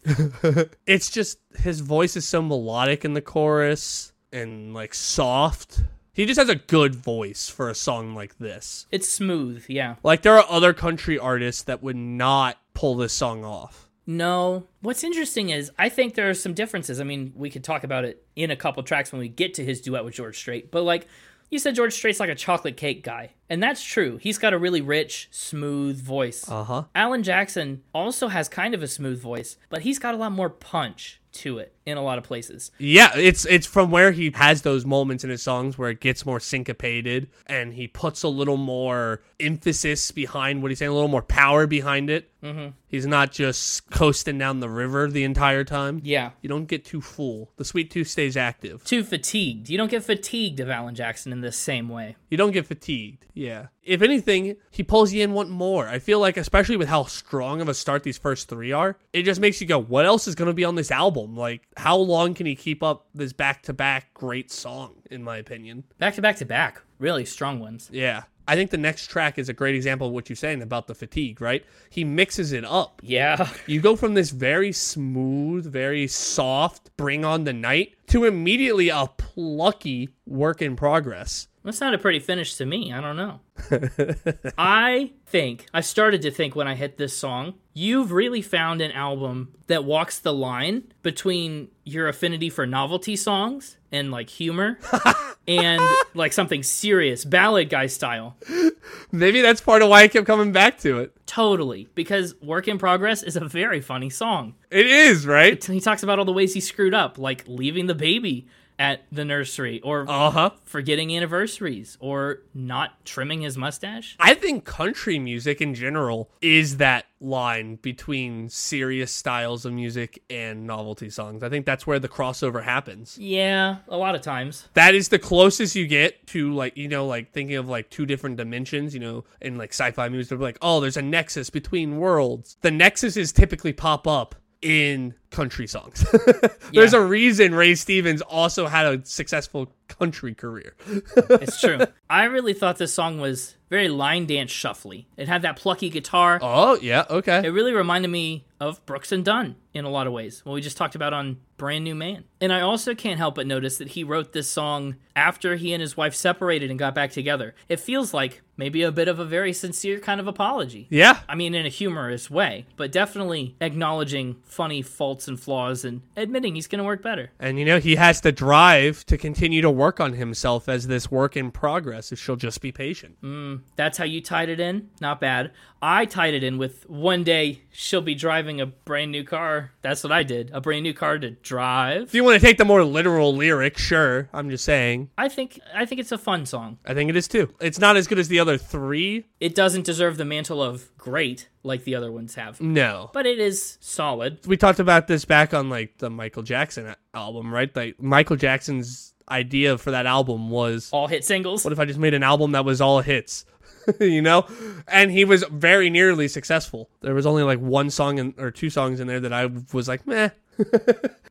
Speaker 1: It's just his voice is so melodic in the chorus and like soft. He just has a good voice for a song like this.
Speaker 2: It's smooth, yeah.
Speaker 1: Like there are other country artists that would not pull this song off.
Speaker 2: No. What's interesting is I think there are some differences. I mean, we could talk about it in a couple tracks when we get to his duet with George Strait, but like you said George Strait's like a chocolate cake guy. And that's true. He's got a really rich, smooth voice.
Speaker 1: Uh-huh.
Speaker 2: Alan Jackson also has kind of a smooth voice, but he's got a lot more punch to it in a lot of places.
Speaker 1: Yeah, it's it's from where he has those moments in his songs where it gets more syncopated and he puts a little more emphasis behind what he's saying, a little more power behind it. Mm-hmm. He's not just coasting down the river the entire time.
Speaker 2: Yeah.
Speaker 1: You don't get too full. The sweet tooth stays active.
Speaker 2: Too fatigued. You don't get fatigued of Alan Jackson in the same way.
Speaker 1: You don't get fatigued. Yeah. If anything, he pulls you in want more. I feel like, especially with how strong of a start these first three are, it just makes you go, what else is going to be on this album? Like, how long can he keep up this back to back great song, in my opinion?
Speaker 2: Back to back to back. Really strong ones.
Speaker 1: Yeah. I think the next track is a great example of what you're saying about the fatigue, right? He mixes it up.
Speaker 2: Yeah.
Speaker 1: You go from this very smooth, very soft, bring on the night, to immediately a plucky work in progress.
Speaker 2: That sounded pretty finished to me. I don't know. I think, I started to think when I hit this song, you've really found an album that walks the line between your affinity for novelty songs and like humor and like something serious, ballad guy style.
Speaker 1: Maybe that's part of why I kept coming back to it.
Speaker 2: Totally. Because Work in Progress is a very funny song.
Speaker 1: It is, right?
Speaker 2: He talks about all the ways he screwed up, like leaving the baby at the nursery or
Speaker 1: Uh huh.
Speaker 2: forgetting anniversaries or not trimming his mustache.
Speaker 1: I think country music in general is that line between serious styles of music and novelty songs. I think that's where the crossover happens.
Speaker 2: Yeah, a lot of times.
Speaker 1: That is the closest you get to like, you know, like thinking of like two different dimensions, you know, in like sci-fi movies they're like, "Oh, there's a nexus between worlds." The nexuses typically pop up in country songs. there's
Speaker 2: Yeah.
Speaker 1: a reason Ray Stevens also had a successful country career.
Speaker 2: It's true. I really thought this song was very line dance shuffly. It had that plucky guitar.
Speaker 1: Oh, yeah, okay.
Speaker 2: It really reminded me of Brooks and Dunn in a lot of ways, what we just talked about on Brand New Man. And I also can't help but notice that he wrote this song after he and his wife separated and got back together. It feels like maybe a bit of a very sincere kind of apology.
Speaker 1: yeah.
Speaker 2: I mean, in a humorous way, but definitely acknowledging funny faults and flaws and admitting he's going to work better.
Speaker 1: And you know, he has the drive to continue to work on himself as this work in progress if she'll just be patient.
Speaker 2: Mm. That's how you tied it in. Not bad. I tied it in with one day she'll be driving a brand new car. That's what I did. A brand new car to drive.
Speaker 1: If you want to take the more literal lyric, sure. I'm just saying.
Speaker 2: I think I think it's a fun song.
Speaker 1: I think it is too. It's not as good as the other three.
Speaker 2: It doesn't deserve the mantle of great like the other ones have,
Speaker 1: No.
Speaker 2: but it is solid.
Speaker 1: We talked about this back on like the Michael Jackson a- album, right? Like Michael Jackson's idea for that album was "Oh,
Speaker 2: All hit singles.
Speaker 1: what if I just made an album that was all hits? you know? And he was very nearly successful. There was only like one song in, or two songs in there that I was like, meh.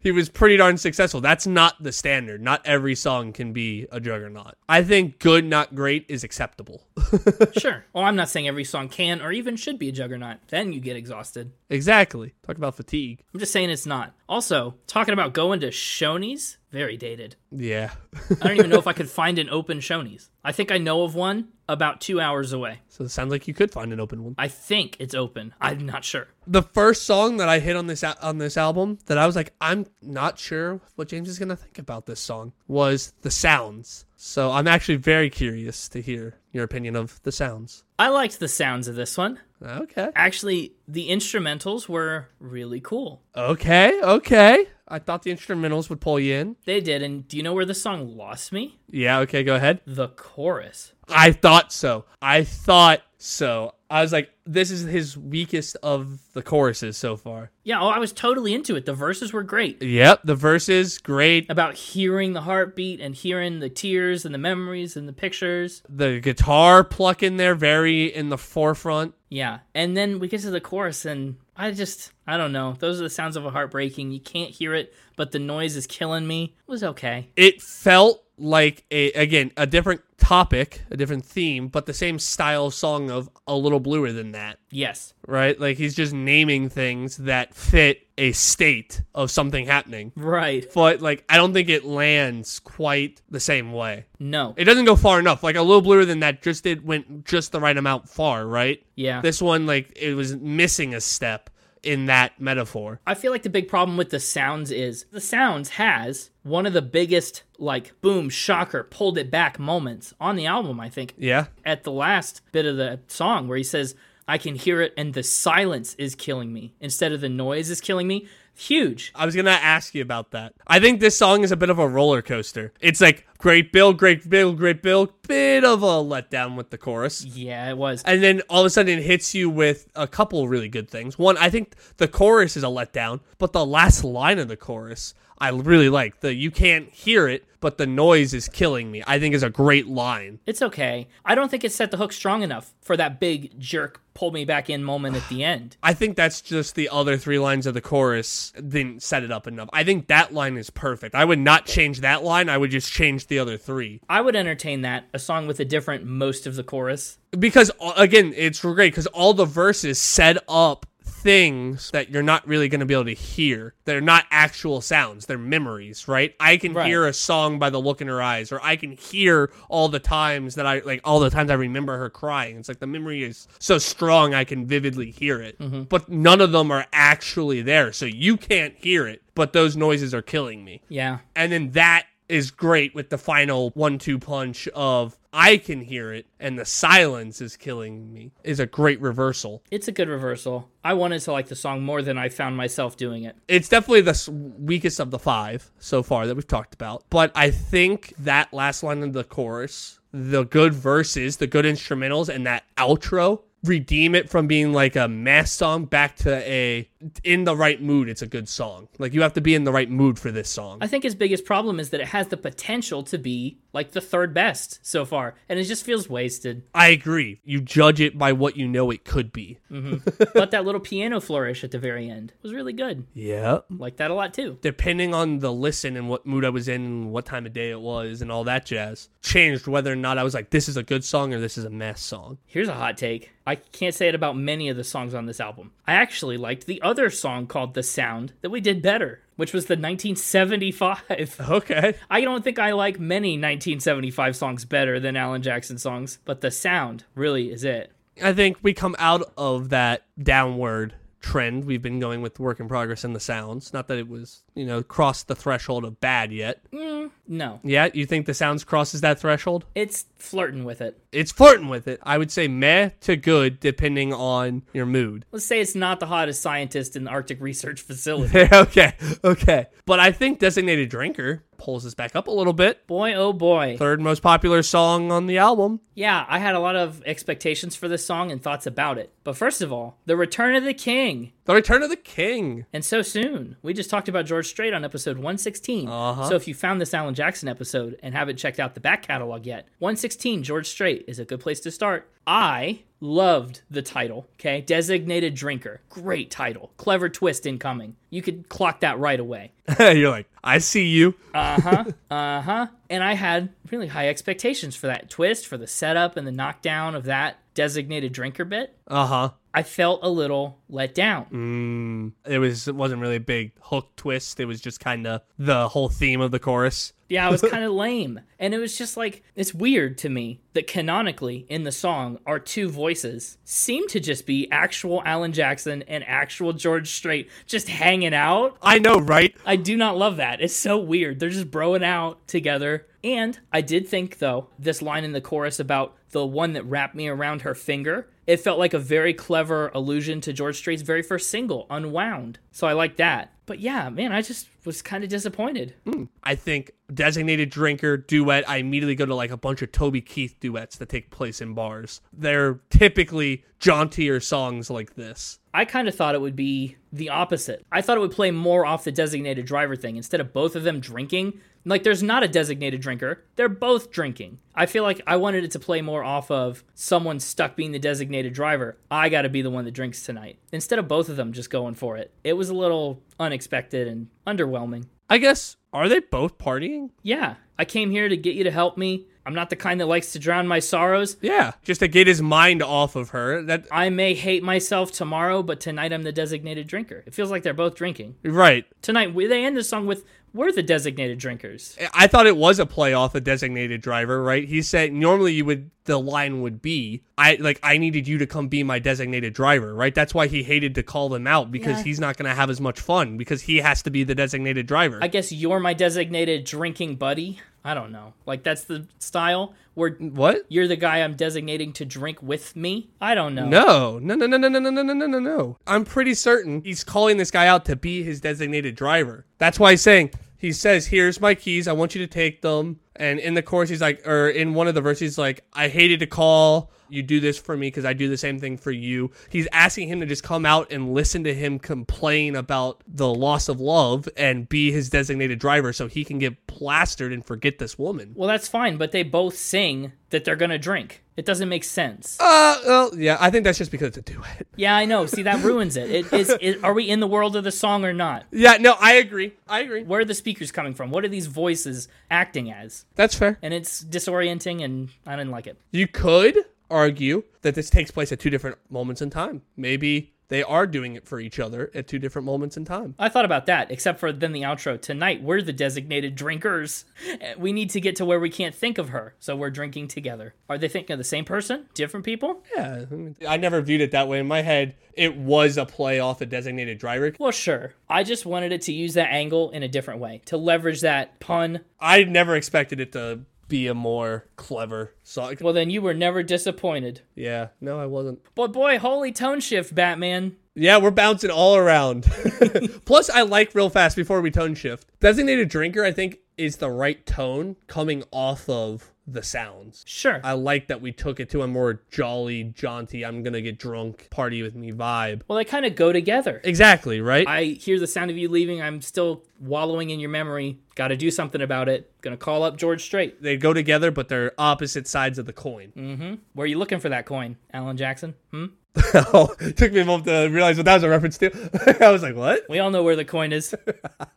Speaker 1: he was pretty darn successful. That's not the standard. Not every song can be a juggernaut. I think good, not great is acceptable.
Speaker 2: sure. Well, I'm not saying every song can or even should be a juggernaut. Then you get exhausted.
Speaker 1: exactly. Talk about fatigue.
Speaker 2: I'm just saying it's not. Also, talking about going to Shoney's, very dated.
Speaker 1: Yeah.
Speaker 2: I don't even know if I could find an open Shoney's. I think I know of one about two hours away.
Speaker 1: so it sounds like you could find an open one.
Speaker 2: I think it's open. I'm not sure.
Speaker 1: The first song that I hit on this al- on this album that I was like, I'm not sure what James is gonna think about this song was the sounds. So I'm actually very curious to hear your opinion of the sounds.
Speaker 2: I liked the sounds of this one.
Speaker 1: Okay.
Speaker 2: Actually, the instrumentals were really cool.
Speaker 1: Okay. Okay. I thought the instrumentals would pull you in.
Speaker 2: They did, and do you know where the song lost me?
Speaker 1: Yeah. Okay. Go ahead.
Speaker 2: The chorus.
Speaker 1: I thought so. I thought so. I was like, this is his weakest of the choruses so far.
Speaker 2: Yeah, oh, I was totally into it. The verses were great.
Speaker 1: Yep. The verses, great.
Speaker 2: About hearing the heartbeat and hearing the tears and the memories and the pictures.
Speaker 1: The guitar pluck in there, very in the forefront.
Speaker 2: Yeah. And then we get to the chorus and I just I don't know. Those are the sounds of a heartbreaking. You can't hear it, but the noise is killing me. It was okay.
Speaker 1: it felt like a again a different topic, a different theme, but the same style song of a little bluer than that,
Speaker 2: Yes.
Speaker 1: right? Like he's just naming things that fit a state of something happening.
Speaker 2: Right.
Speaker 1: But like I don't think it lands quite the same way.
Speaker 2: No.
Speaker 1: It doesn't go far enough. Like a little bluer than that just did went just the right amount far, right?
Speaker 2: Yeah.
Speaker 1: This one like it was missing a step in that metaphor.
Speaker 2: I feel like the big problem with the sounds is the sounds has one of the biggest like boom shocker pulled it back moments on the album. I think
Speaker 1: Yeah.
Speaker 2: at the last bit of the song where he says, "I can hear it and the silence is killing me instead of the noise is killing me." Huge.
Speaker 1: I was gonna ask you about that. I think this song is a bit of a roller coaster. It's like great Bill, great Bill, great Bill, bit of a letdown with the chorus.
Speaker 2: Yeah, it was.
Speaker 1: And then all of a sudden it hits you with a couple really good things. One, I think the chorus is a letdown, but the last line of the chorus I really like. The you can't hear it, but the noise is killing me. I think is a great line.
Speaker 2: It's okay. I don't think it set the hook strong enough for that big jerk pull me back in moment at the end.
Speaker 1: I think that's just the other three lines of the chorus didn't set it up enough. I think that line is perfect. I would not change that line. I would just change the other three.
Speaker 2: I would entertain that a song with a different most of the chorus.
Speaker 1: because uh, again, it's great because all the verses set up things that you're not really going to be able to hear. They're not actual sounds; they're memories, right? I can
Speaker 2: Right.
Speaker 1: hear a song by the look in her eyes, or I can hear all the times that I like all the times I remember her crying. It's like the memory is so strong I can vividly hear it, but none of them are actually there, so you can't hear it. But those noises are killing me
Speaker 2: Yeah.
Speaker 1: and then that is great with the final one-two punch of I can hear it and the silence is killing me is a great reversal.
Speaker 2: It's a good reversal. I wanted to like the song more than I found myself doing it.
Speaker 1: It's definitely the s- weakest of the five so far that we've talked about, but I think that last line of the chorus, the good verses, the good instrumentals, and that outro redeem it from being like a mass song back to a in the right mood. It's a good song. Like you have to be in the right mood for this song.
Speaker 2: I think his biggest problem is that it has the potential to be like the third best so far, and it just feels wasted.
Speaker 1: I agree. You judge it by what you know it could be.
Speaker 2: but that little piano flourish at the very end was really good.
Speaker 1: Yeah.
Speaker 2: Like that a lot too.
Speaker 1: depending on the listen and what mood I was in and what time of day it was and all that jazz, changed whether or not I was like, this is a good song or this is a mess song.
Speaker 2: Here's a hot take. I can't say it about many of the songs on this album. I actually liked the other song called The Sound that we did better, which was the 1975.
Speaker 1: Okay.
Speaker 2: I don't think I like many 1975 songs better than Alan Jackson songs, but The Sound really is it.
Speaker 1: I think we come out of that downward trend we've been going with work in progress and the sounds. Not that it was, you know, crossed the threshold of bad yet.
Speaker 2: No,
Speaker 1: Yeah, you think the sounds crosses that threshold?
Speaker 2: it's flirting with it.
Speaker 1: It's flirting with it. I would say meh to good depending on your mood.
Speaker 2: Let's say it's not the hottest scientist in the Arctic Research Facility.
Speaker 1: okay. Okay. But I think designated drinker pulls us back up a little bit.
Speaker 2: boy, oh boy.
Speaker 1: third most popular song on the album.
Speaker 2: Yeah, I had a lot of expectations for this song and thoughts about it. But first of all, The Return of the King.
Speaker 1: The Return of the King.
Speaker 2: And so soon. We just talked about George Strait on episode 116. So if you found this Alan Jackson episode and haven't checked out the back catalog yet, 116 George Strait is a good place to start. I loved the title, okay? Designated Drinker. Great title. Clever twist incoming. You could clock that right away.
Speaker 1: You're like, I see you.
Speaker 2: And I had really high expectations for that twist, for the setup and the knockdown of that designated drinker bit.
Speaker 1: Uh huh.
Speaker 2: I felt a little let down.
Speaker 1: It was it wasn't really a big hook twist. It was just kind of the whole theme of the chorus.
Speaker 2: Yeah, it was kind of lame. And it was just like, it's weird to me that canonically in the song, our two voices seem to just be actual Alan Jackson and actual George Strait just hanging out.
Speaker 1: I know, right?
Speaker 2: I do not love that. It's so weird. They're just broing out together. And I did think, though, this line in the chorus about the one that wrapped me around her finger, it felt like a very clever allusion to George Strait's very first single, Unwound. So I like that. But yeah, man, I just was kind of disappointed.
Speaker 1: I think designated drinker duet. I immediately go to like a bunch of Toby Keith duets that take place in bars. They're typically jauntier songs like this.
Speaker 2: I kind of thought it would be the opposite. I thought it would play more off the designated driver thing instead of both of them drinking. Like, there's not a designated drinker, they're both drinking. I feel like I wanted it to play more off of someone stuck being the designated driver. I got to be the one that drinks tonight. Instead of both of them just going for it. It was a little unexpected and underwhelming.
Speaker 1: I guess are they both partying?
Speaker 2: Yeah. I came here to get you to help me. I'm not the kind that likes to drown my sorrows.
Speaker 1: Yeah, just to get his mind off of her. That
Speaker 2: I may hate myself tomorrow, but tonight I'm the designated drinker. It feels like they're both drinking.
Speaker 1: right.
Speaker 2: Tonight, we, they end the song with, We're the designated drinkers.
Speaker 1: I thought it was a play off a designated driver, right? He said normally you would the line would be I like I needed you to come be my designated driver, right? That's why he hated to call them out because
Speaker 2: Yeah.
Speaker 1: he's not going to have as much fun because he has to be the designated driver.
Speaker 2: I guess you're my designated drinking buddy. I don't know. Like, that's the style where
Speaker 1: what?
Speaker 2: you're the guy I'm designating to drink with me. I don't know.
Speaker 1: No, no, no, no, no, no, no, no, no, no, no. I'm pretty certain he's calling this guy out to be his designated driver. That's why he's saying he says, "Here's my keys. I want you to take them." And in the chorus, he's like, or in one of the verses, he's like, "I hated to call. You do this for me because I do the same thing for you." He's asking him to just come out and listen to him complain about the loss of love and be his designated driver, so he can get plastered and forget this woman.
Speaker 2: Well, that's fine, but they both sing that they're going to drink. It doesn't make sense.
Speaker 1: Uh, well, yeah, I think that's just because it's a duet.
Speaker 2: Yeah, I know. See, that ruins it. It is. It, are we in the world of the song or not?
Speaker 1: Yeah, no, I agree. I agree.
Speaker 2: Where are the speakers coming from? What are these voices acting as?
Speaker 1: That's fair.
Speaker 2: And it's disorienting, and I didn't like it.
Speaker 1: You could argue that this takes place at two different moments in time. Maybe they are doing it for each other at two different moments in time.
Speaker 2: I thought about that, except for then the outro. Tonight, we're the designated drinkers. We need to get to where we can't think of her, so we're drinking together. Are they thinking of the same person? Different people?
Speaker 1: Yeah, I mean, I never viewed it that way. In my head, it was a play off a designated driver.
Speaker 2: Well, sure. I just wanted it to use that angle in a different way, to leverage that pun.
Speaker 1: I never expected it to be a more clever song.
Speaker 2: Well, then you were never disappointed.
Speaker 1: Yeah, no, I wasn't.
Speaker 2: But boy, holy tone shift, Batman.
Speaker 1: Yeah, we're bouncing all around. Plus, I like real fast before we tone shift. Designated drinker, I think, is the right tone coming off of the sounds.
Speaker 2: Sure.
Speaker 1: I like that we took it to a more jolly, jaunty, I'm gonna get drunk, party with me vibe.
Speaker 2: well, they kind of go together.
Speaker 1: Exactly, right?
Speaker 2: I hear the sound of you leaving. I'm still wallowing in your memory. Got to do something about it. Gonna call up George Strait.
Speaker 1: they go together, but they're opposite sides of the coin.
Speaker 2: Mm. Where are you looking for that coin, Alan Jackson? Hmm?
Speaker 1: oh, it took me a moment to realize what that was a reference to. I was like, what?
Speaker 2: We all know where the coin is.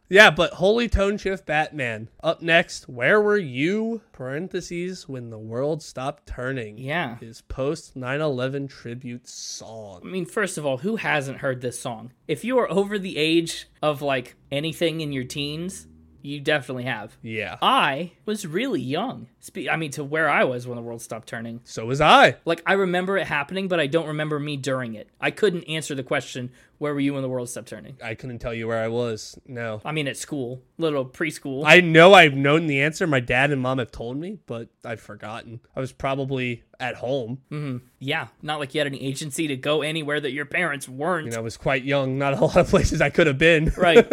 Speaker 1: Yeah, but Holy Tone Shift Batman. Up next, where were you? Parentheses, when the world stopped turning.
Speaker 2: Yeah.
Speaker 1: His post 9 11 tribute song.
Speaker 2: I mean, first of all, who hasn't heard this song? If you are over the age of like anything in your teens, you definitely have.
Speaker 1: Yeah.
Speaker 2: I was really young. Spe- I mean, to where I was when the world stopped turning.
Speaker 1: So was I.
Speaker 2: Like, I remember it happening, but I don't remember me during it. I couldn't answer the question, where were you when the world stopped turning?
Speaker 1: I couldn't tell you where I was. No.
Speaker 2: I mean, at school, little preschool.
Speaker 1: I know I've known the answer. My dad and mom have told me, but I've forgotten. I was probably at home. You
Speaker 2: Yeah, not like you had any agency to go anywhere that your parents weren't.
Speaker 1: know, I was quite young. Not a lot of places I could have been.
Speaker 2: right.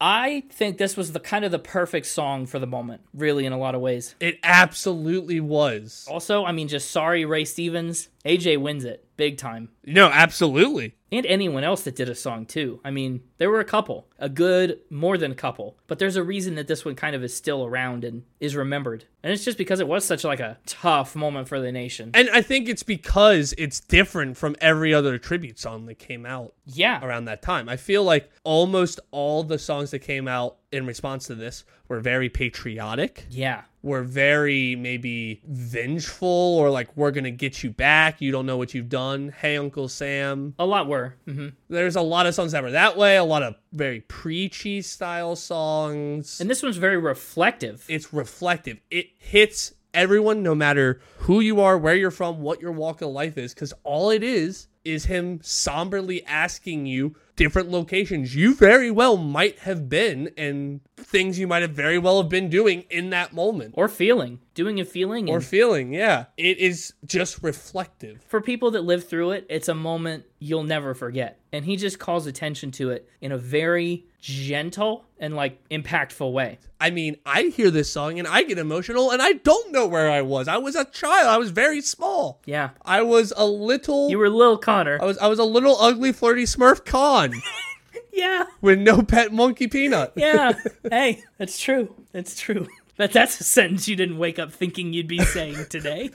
Speaker 2: I think this was the kind of the perfect song for the moment, really in a lot of ways.
Speaker 1: It absolutely was.
Speaker 2: Also, I mean just sorry Ray Stevens, AJ wins it big time.
Speaker 1: No, absolutely.
Speaker 2: And anyone else that did a song too. I mean, there were a couple, a good more than a couple, but there's a reason that this one kind of is still around and is remembered. And it's just because it was such like a tough moment for the nation.
Speaker 1: And I think it's because it's different from every other tribute song that came out
Speaker 2: Yeah.
Speaker 1: around that time. I feel like almost all the songs that came out in response to this were very patriotic.
Speaker 2: Yeah.
Speaker 1: were very maybe vengeful or like we're gonna get you back you don't know what you've done hey uncle sam
Speaker 2: A lot were. hmm
Speaker 1: there's a lot of songs that were that way a lot of very preachy style songs
Speaker 2: And this one's very reflective.
Speaker 1: it's reflective it hits everyone no matter who you are where you're from what your walk of life is because all it is is him somberly asking you different locations you very well might have been and things you might have very well have been doing in that moment
Speaker 2: or feeling, doing and feeling. And
Speaker 1: or feeling. Yeah, it is just reflective.
Speaker 2: for people that live through it, it's a moment you'll never forget. And he just calls attention to it in a very gentle and like impactful way.
Speaker 1: I mean, I hear this song and I get emotional, and I don't know where I was. I was a child. I was very small.
Speaker 2: Yeah.
Speaker 1: I was a little.
Speaker 2: You were Lil Connor.
Speaker 1: I was I was a little ugly flirty Smurf con
Speaker 2: yeah.
Speaker 1: with no pet monkey peanut.
Speaker 2: Yeah. hey, that's true. That's true. That that's a sentence you didn't wake up thinking you'd be saying today.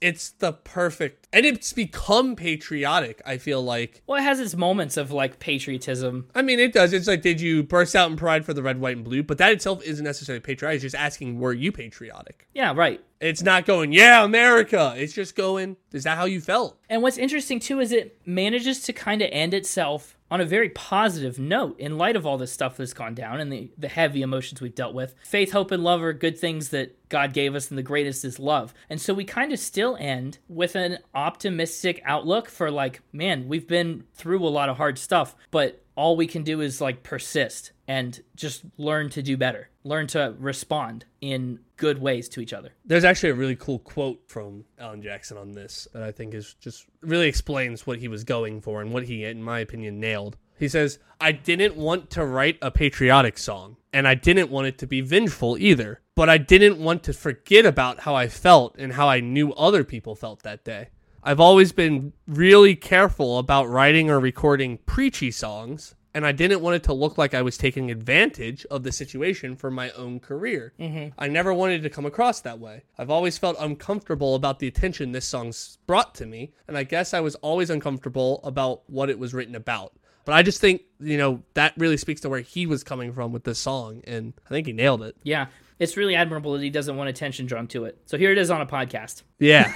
Speaker 1: it's the perfect and it's become patriotic i feel like
Speaker 2: Well, it has its moments of like patriotism.
Speaker 1: i mean it does it's like did you burst out in pride for the red white and blue but that itself isn't necessarily patriotic it's just asking were you patriotic
Speaker 2: Yeah, right.
Speaker 1: it's not going yeah america it's just going is that how you felt
Speaker 2: And what's interesting too is it manages to kind of end itself on a very positive note in light of all this stuff that's gone down and the, the heavy emotions we've dealt with. Faith, hope, and love are good things that God gave us, and the greatest is love. And so we kind of still end with an optimistic outlook for like, man, we've been through a lot of hard stuff, but all we can do is like persist and just learn to do better, learn to respond in good ways to each other.
Speaker 1: there's actually a really cool quote from alan jackson on this that i think is just really explains what he was going for and what he in my opinion nailed he says i didn't want to write a patriotic song and i didn't want it to be vengeful either but i didn't want to forget about how i felt and how i knew other people felt that day I've always been really careful about writing or recording preachy songs, and I didn't want it to look like I was taking advantage of the situation for my own career.
Speaker 2: Mm-hmm.
Speaker 1: I never wanted to come across that way. I've always felt uncomfortable about the attention this song's brought to me, and I guess I was always uncomfortable about what it was written about. But I just think, you know, that really speaks to where he was coming from with this song, and I think he nailed it.
Speaker 2: Yeah, it's really admirable that he doesn't want attention drawn to it. So here it is on a podcast.
Speaker 1: Yeah.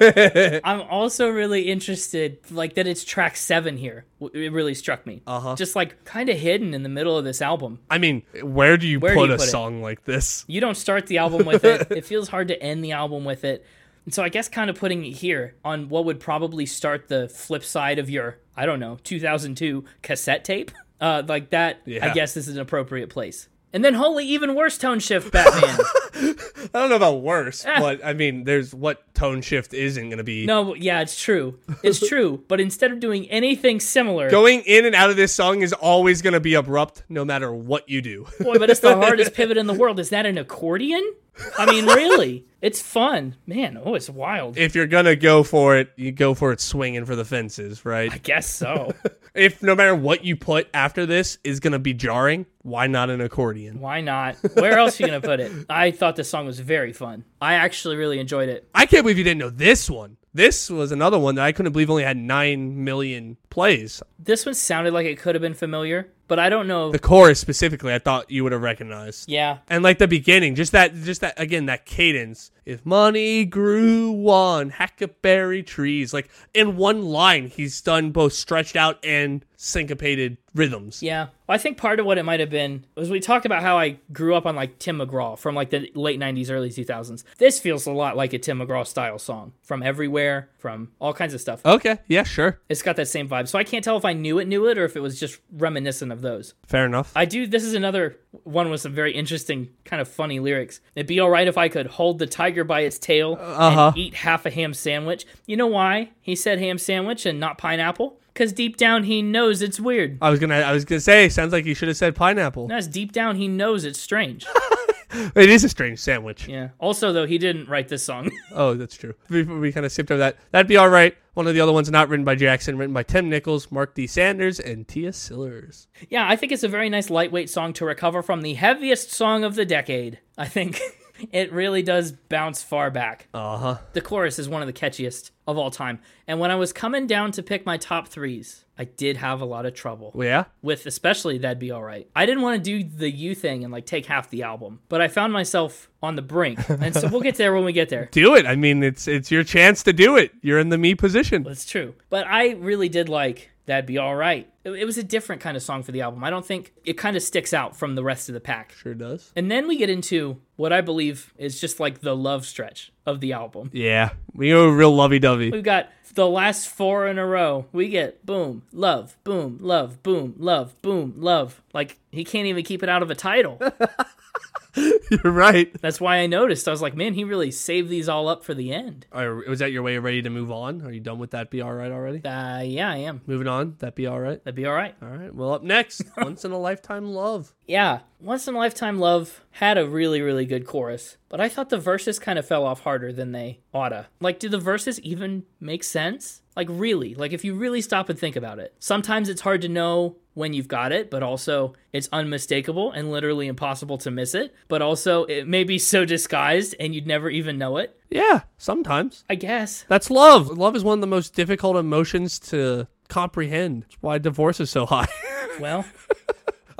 Speaker 2: I'm also really interested, like that it's track seven here. W- It really struck me. Uh-huh. Just like kind of hidden in the middle of this album.
Speaker 1: I mean, where do you
Speaker 2: do
Speaker 1: put
Speaker 2: you
Speaker 1: a
Speaker 2: put it?
Speaker 1: song like this?
Speaker 2: You don't start the album with it. It feels hard to end the album with it. And so I guess kind of putting it here on what would probably start the flip side of your, I don't know, 2002 cassette tape. Uh, like that,
Speaker 1: Yeah.
Speaker 2: I guess this is an appropriate place. And then, holy, even worse tone shift, Batman.
Speaker 1: I don't know about worse, but I mean, there's what tone shift isn't going to be.
Speaker 2: No, yeah, it's true. It's true. But instead of doing anything similar,
Speaker 1: Going in and out of this song is always going to be abrupt, no matter what you do.
Speaker 2: boy, but it's the hardest pivot in the world. Is that an accordion? I mean, really, it's fun, man. Oh, it's wild.
Speaker 1: if you're going to go for it, you go for it swinging for the fences, right?
Speaker 2: Guess so.
Speaker 1: If no matter what you put after this is going to be jarring, why not an accordion?
Speaker 2: Why not? Where else are you gonna put it? I thought this song was very fun. I actually really enjoyed it.
Speaker 1: I can't believe you didn't know this one. This was another one that I couldn't believe only had 9 million plays.
Speaker 2: This one sounded like it could have been familiar, but I don't know.
Speaker 1: The chorus specifically, I thought you would have recognized.
Speaker 2: Yeah,
Speaker 1: and like the beginning just that just that again that cadence if money grew on hackberry trees like in one line he's done both stretched out and syncopated rhythms
Speaker 2: Yeah. Well, I think part of what it might have been was we talked about how I grew up on like Tim McGraw from like the late 90s, early 2000s. This feels a lot like a Tim McGraw style song from everywhere, from all kinds of stuff.
Speaker 1: okay yeah sure
Speaker 2: It's got that same vibe. So I can't tell if I knew it, knew it, or if it was just reminiscent of those.
Speaker 1: fair enough
Speaker 2: I do. This is another one with some very interesting, kind of funny lyrics. It'd be all right if I could hold the tiger by its tail and eat half a ham sandwich. You know why he said ham sandwich and not pineapple? Because deep down he knows it's weird.
Speaker 1: i was gonna i was gonna say sounds like you should have said pineapple
Speaker 2: That's deep down he knows it's strange.
Speaker 1: it is a strange sandwich
Speaker 2: yeah. Also though he didn't write this song.
Speaker 1: oh that's true we, we kind of skipped over that that'd be all right one of the other ones not written by jackson written by tim nichols mark d sanders and tia sillers
Speaker 2: yeah, I think it's a very nice lightweight song to recover from the heaviest song of the decade. I think it really does bounce far back.
Speaker 1: uh-huh
Speaker 2: The chorus is one of the catchiest of all time. And when I was coming down to pick my top 3s, I did have a lot of trouble.
Speaker 1: well, yeah
Speaker 2: with especially that'd be all right. I didn't want to do the you thing and like take half the album, but I found myself on the brink. And so we'll get there when we get there.
Speaker 1: do it i mean it's it's your chance to do it you're in the me position
Speaker 2: That's true. But I really did like That'd Be All Right. It, it was a different kind of song for the album. I don't think it kind of sticks out from the rest of the pack.
Speaker 1: sure does
Speaker 2: And then we get into what I believe is just like the love stretch of the album.
Speaker 1: Yeah, we were real lovey dovey.
Speaker 2: We've got the last four in a row. We get boom, love, boom, love, boom, love, boom, love. Like he can't even keep it out of a title.
Speaker 1: You're right.
Speaker 2: That's why I noticed. I was like, man, he really saved these all up for the end.
Speaker 1: was that your way of ready to move on? Are you done with that? Be all right already?
Speaker 2: Uh, yeah, I am.
Speaker 1: Moving on. That be all right.
Speaker 2: That'd be all right.
Speaker 1: All right. Well, up next, once in a lifetime love.
Speaker 2: Yeah, Once in a Lifetime Love had a really, really good chorus, but I thought the verses kind of fell off harder than they oughta. Like, do the verses even make sense? Like, really? Like, if you really stop and think about it, sometimes it's hard to know when you've got it, but also it's unmistakable and literally impossible to miss it. But also, it may be so disguised and you'd never even know it.
Speaker 1: Yeah, sometimes.
Speaker 2: I guess.
Speaker 1: That's love. Love is one of the most difficult emotions to comprehend. That's why divorce is so high.
Speaker 2: Well,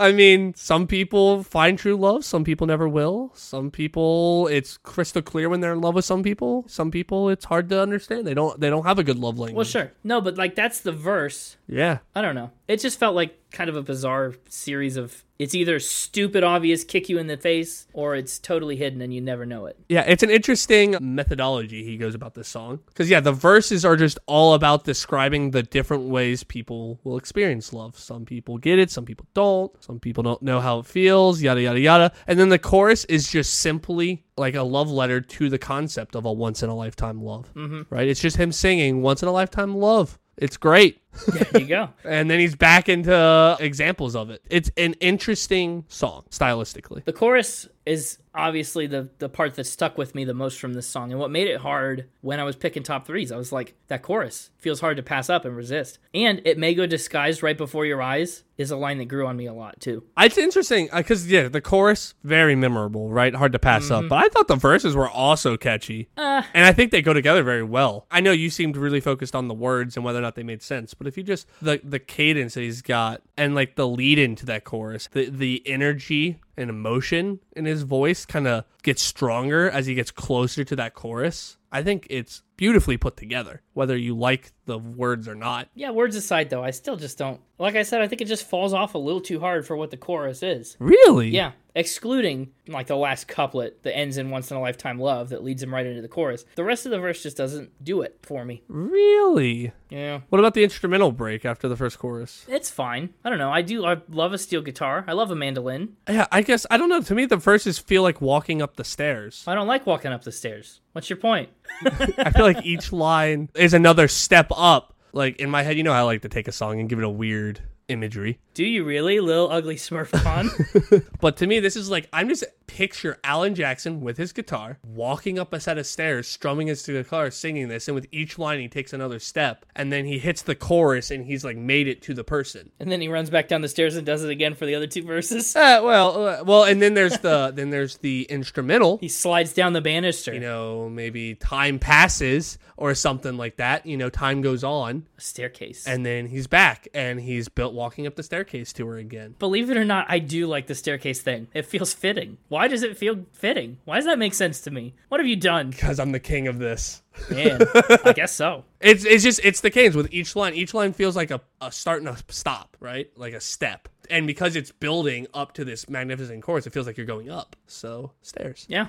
Speaker 1: I mean, some people find true love, some people never will. Some people it's crystal clear when they're in love with some people. Some people it's hard to understand. They don't they don't have a good love language.
Speaker 2: well, sure. No, but like that's the verse.
Speaker 1: Yeah.
Speaker 2: I don't know. It just felt like kind of a bizarre series of it's either stupid obvious kick you in the face or it's totally hidden and you never know it.
Speaker 1: Yeah, it's an interesting methodology he goes about this song. Because, yeah, the verses are just all about describing the different ways people will experience love. Some people get it, some people don't, some people don't know how it feels, yada, yada, yada. And then the chorus is just simply like a love letter to the concept of a once in a lifetime love, mm-hmm. right? It's just him singing once in a lifetime love. It's great.
Speaker 2: There you go.
Speaker 1: And then he's back into examples of it. It's an interesting song stylistically.
Speaker 2: The chorus is obviously the the part that stuck with me the most from this song and what made it hard when I was picking top 3s. I was like that chorus feels hard to pass up and resist. And it may go disguised right before your eyes is a line that grew on me a lot too.
Speaker 1: It's interesting because yeah, the chorus very memorable, right? Hard to pass up. But I thought the verses were also catchy, and I think they go together very well. I know you seemed really focused on the words and whether or not they made sense, but if you just the the cadence that he's got and like the lead into that chorus, the the energy and emotion in his voice kind of gets stronger as he gets closer to that chorus. I think it's beautifully put together, whether you like the words or not.
Speaker 2: Yeah, words aside though, I still just don't. Like I said, I think it just falls off a little too hard for what the chorus is.
Speaker 1: Really?
Speaker 2: Yeah, excluding like the last couplet that ends in once in a lifetime love that leads him right into the chorus. The rest of the verse just doesn't do it for me.
Speaker 1: Really?
Speaker 2: Yeah.
Speaker 1: What about the instrumental break after the first chorus?
Speaker 2: It's fine. I don't know. I do. I love a steel guitar. I love a mandolin.
Speaker 1: Yeah, I guess I don't know. To me, the verses feel like walking up the stairs.
Speaker 2: I don't like walking up the stairs. What's your point?
Speaker 1: I feel like each line is another step up. Like in my head, you know, how I like to take a song and give it a weird imagery.
Speaker 2: Do you really, little ugly Smurf Pond?
Speaker 1: But to me, this is like I'm just picture Alan Jackson with his guitar walking up a set of stairs, strumming his guitar, singing this, and with each line he takes another step, and then he hits the chorus and he's like made it to the person.
Speaker 2: and then he runs back down the stairs and does it again for the other two verses.
Speaker 1: Uh, well, uh, well, and then there's the then there's the instrumental.
Speaker 2: He slides down the banister.
Speaker 1: You know, maybe time passes or something like that. You know, time goes on.
Speaker 2: a staircase.
Speaker 1: and then he's back and he's built walking up the staircase to her again
Speaker 2: Believe it or not, I do like the staircase thing. It feels fitting. Why does it feel fitting? Why does that make sense to me? What have you done?
Speaker 1: because i'm the king of this
Speaker 2: Man, I guess so.
Speaker 1: it's it's just it's the kings with each line each line feels like a, a start and a stop right like a step and because it's building up to this magnificent chorus it feels like you're going up so stairs
Speaker 2: Yeah.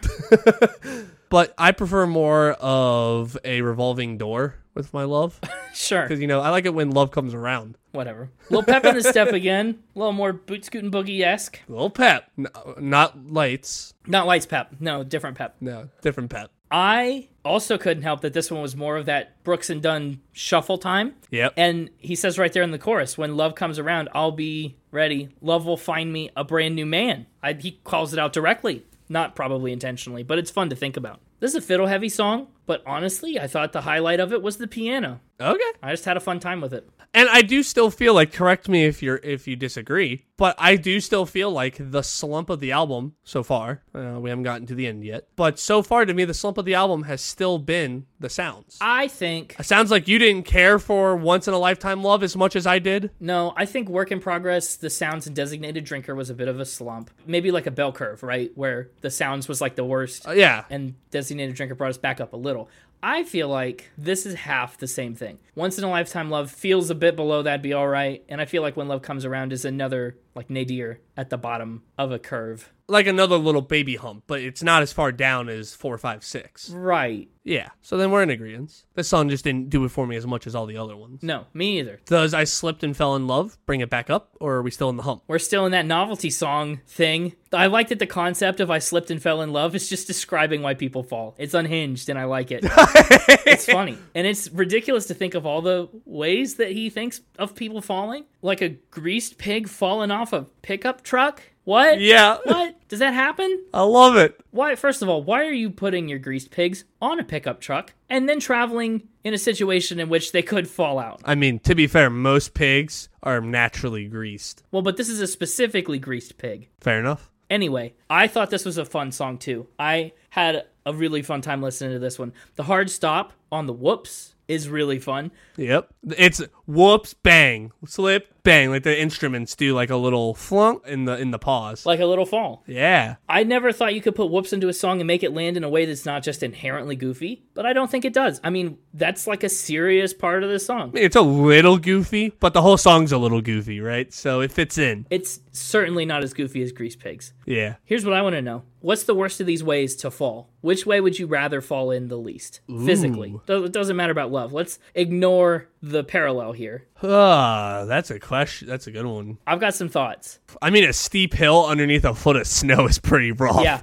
Speaker 1: but i prefer more of a revolving door with my love
Speaker 2: Sure.
Speaker 1: because you know i like it when love comes around
Speaker 2: Whatever. Little pep in the step again. A little more boot scootin' boogie esque.
Speaker 1: little pep N- not lights
Speaker 2: Not lights pep. No, different pep.
Speaker 1: no different pep
Speaker 2: I also couldn't help that this one was more of that Brooks and Dunn shuffle time.
Speaker 1: Yep.
Speaker 2: And he says right there in the chorus, when love comes around, I'll be ready. Love will find me a brand new man. I, he calls it out directly, not probably intentionally, but it's fun to think about. This is a fiddle heavy song, but honestly, I thought the highlight of it was the piano.
Speaker 1: okay
Speaker 2: I just had a fun time with it.
Speaker 1: and I do still feel like correct me if you're if you disagree, but I do still feel like the slump of the album so far. Uh, we haven't gotten to the end yet, but so far to me, the slump of the album has still been the sounds.
Speaker 2: I think,
Speaker 1: It sounds like you didn't care for Once in a Lifetime Love as much as I did.
Speaker 2: no, I think Work in Progress, The Sounds, and Designated Drinker was a bit of a slump. Maybe like a bell curve, right? Where The Sounds was like the worst.
Speaker 1: Uh, yeah,
Speaker 2: and designated drinker brought us back up a little. I feel like this is half the same thing. Once in a lifetime love feels a bit below that'd be all right, and I feel like when love comes around is another like nadir at the bottom of a curve.
Speaker 1: like another little baby hump, but it's not as far down as four, five, six.
Speaker 2: Right.
Speaker 1: Yeah, so then we're in agreement. This song just didn't do it for me as much as all the other ones.
Speaker 2: No, me either.
Speaker 1: Does I slipped and fell in love bring it back up, or are we still in the hump?
Speaker 2: We're still in that novelty song thing. I like that the concept of I slipped and fell in love is just describing why people fall. It's unhinged and I like it. it's funny. And it's ridiculous to think of all the ways that he thinks of people falling. Like a greased pig falling off a pickup truck. What?
Speaker 1: Yeah.
Speaker 2: What? Does that happen?
Speaker 1: I love it.
Speaker 2: Why, first of all, why are you putting your greased pigs on a pickup truck and then traveling in a situation in which they could fall out?
Speaker 1: I mean, to be fair, most pigs are naturally greased.
Speaker 2: Well, but this is a specifically greased pig.
Speaker 1: Fair enough.
Speaker 2: Anyway, I thought this was a fun song too. I had a really fun time listening to this one. The hard stop on the whoops is really fun.
Speaker 1: Yep. It's whoops, bang, slip, bang. Like the instruments do like a little flunk in the in the pause.
Speaker 2: Like a little fall.
Speaker 1: yeah.
Speaker 2: I never thought you could put whoops into a song and make it land in a way that's not just inherently goofy, but I don't think it does. I mean, that's like a serious part of the song.
Speaker 1: It's a little goofy, but the whole song's a little goofy, right? So it fits in.
Speaker 2: It's certainly not as goofy as Grease Pigs.
Speaker 1: Yeah.
Speaker 2: Here's what I want to know. What's the worst of these ways to fall? Which way would you rather fall in the least? Physically. Do- It doesn't matter about love. Let's ignore the parallel here.
Speaker 1: Ah, that's a question. That's a good one.
Speaker 2: I've got some thoughts.
Speaker 1: I mean, a steep hill underneath a foot of snow is pretty rough.
Speaker 2: Yeah.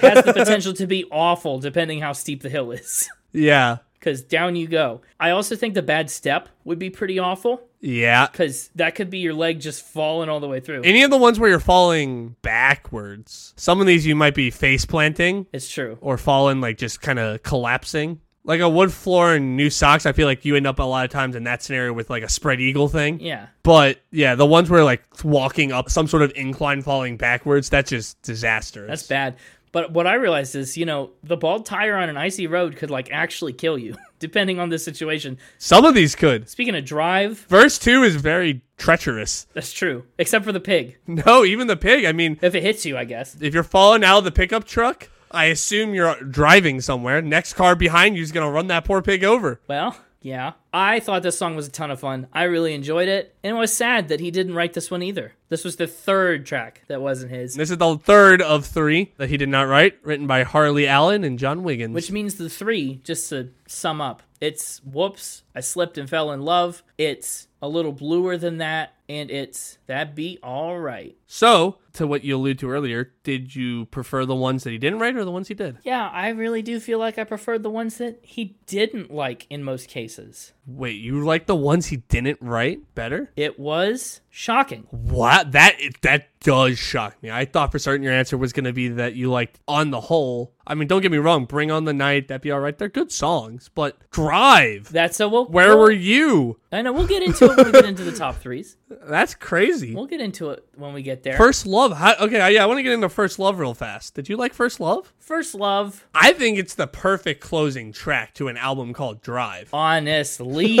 Speaker 2: Has the potential to be awful depending how steep the hill is.
Speaker 1: Yeah.
Speaker 2: Because down you go. I also think the bad step would be pretty awful
Speaker 1: Yeah.
Speaker 2: because that could be your leg just falling all the way through.
Speaker 1: Any of the ones where you're falling backwards. Some of these you might be face planting
Speaker 2: It's true.
Speaker 1: or falling like just kind of collapsing. Like a wood floor and new socks, I feel like you end up a lot of times in that scenario with like a spread eagle thing.
Speaker 2: Yeah.
Speaker 1: But yeah, the ones where like walking up some sort of incline falling backwards, that's just disastrous.
Speaker 2: That's bad. But what I realized is, you know, the bald tire on an icy road could like actually kill you, depending on the situation.
Speaker 1: Some of these could.
Speaker 2: Speaking of drive,
Speaker 1: Verse 2 is very treacherous.
Speaker 2: that's true. Except for the pig.
Speaker 1: No, even the pig. I mean,
Speaker 2: If it hits you, I guess.
Speaker 1: if you're falling out of the pickup truck, I assume you're driving somewhere. Next car behind you is going to run that poor pig over.
Speaker 2: Well, yeah. I thought this song was a ton of fun. I really enjoyed it. And it was sad that he didn't write this one either. This was the third track that wasn't his,
Speaker 1: This is the third of three that he did not write, written by Harley Allen and John Wiggins.
Speaker 2: which means the three, just to sum up, it's Whoops, I Slipped and Fell in Love, it's A Little Bluer Than That, and it's That Be Alright.
Speaker 1: so, to what you alluded to earlier, did you prefer the ones that he didn't write or the ones he did?
Speaker 2: Yeah, I really do feel like I preferred the ones that he didn't like in most cases.
Speaker 1: Wait, you like the ones he didn't write better?
Speaker 2: It was shocking.
Speaker 1: What? That that does shock me. I thought for certain your answer was going to be that you liked on the whole. I mean, don't get me wrong, Bring on the Night, that'd be all right. They're good songs, but Drive.
Speaker 2: That's so we'll,
Speaker 1: Where
Speaker 2: we'll-
Speaker 1: were you?
Speaker 2: I know we'll get into it when we get into the top threes.
Speaker 1: That's crazy.
Speaker 2: We'll get into it when we get there. First,
Speaker 1: First Love. How, okay, I- yeah, I want to get into First Love real fast. Did you like First Love?
Speaker 2: love,
Speaker 1: I think it's the perfect closing track to an album called Drive.
Speaker 2: honestly,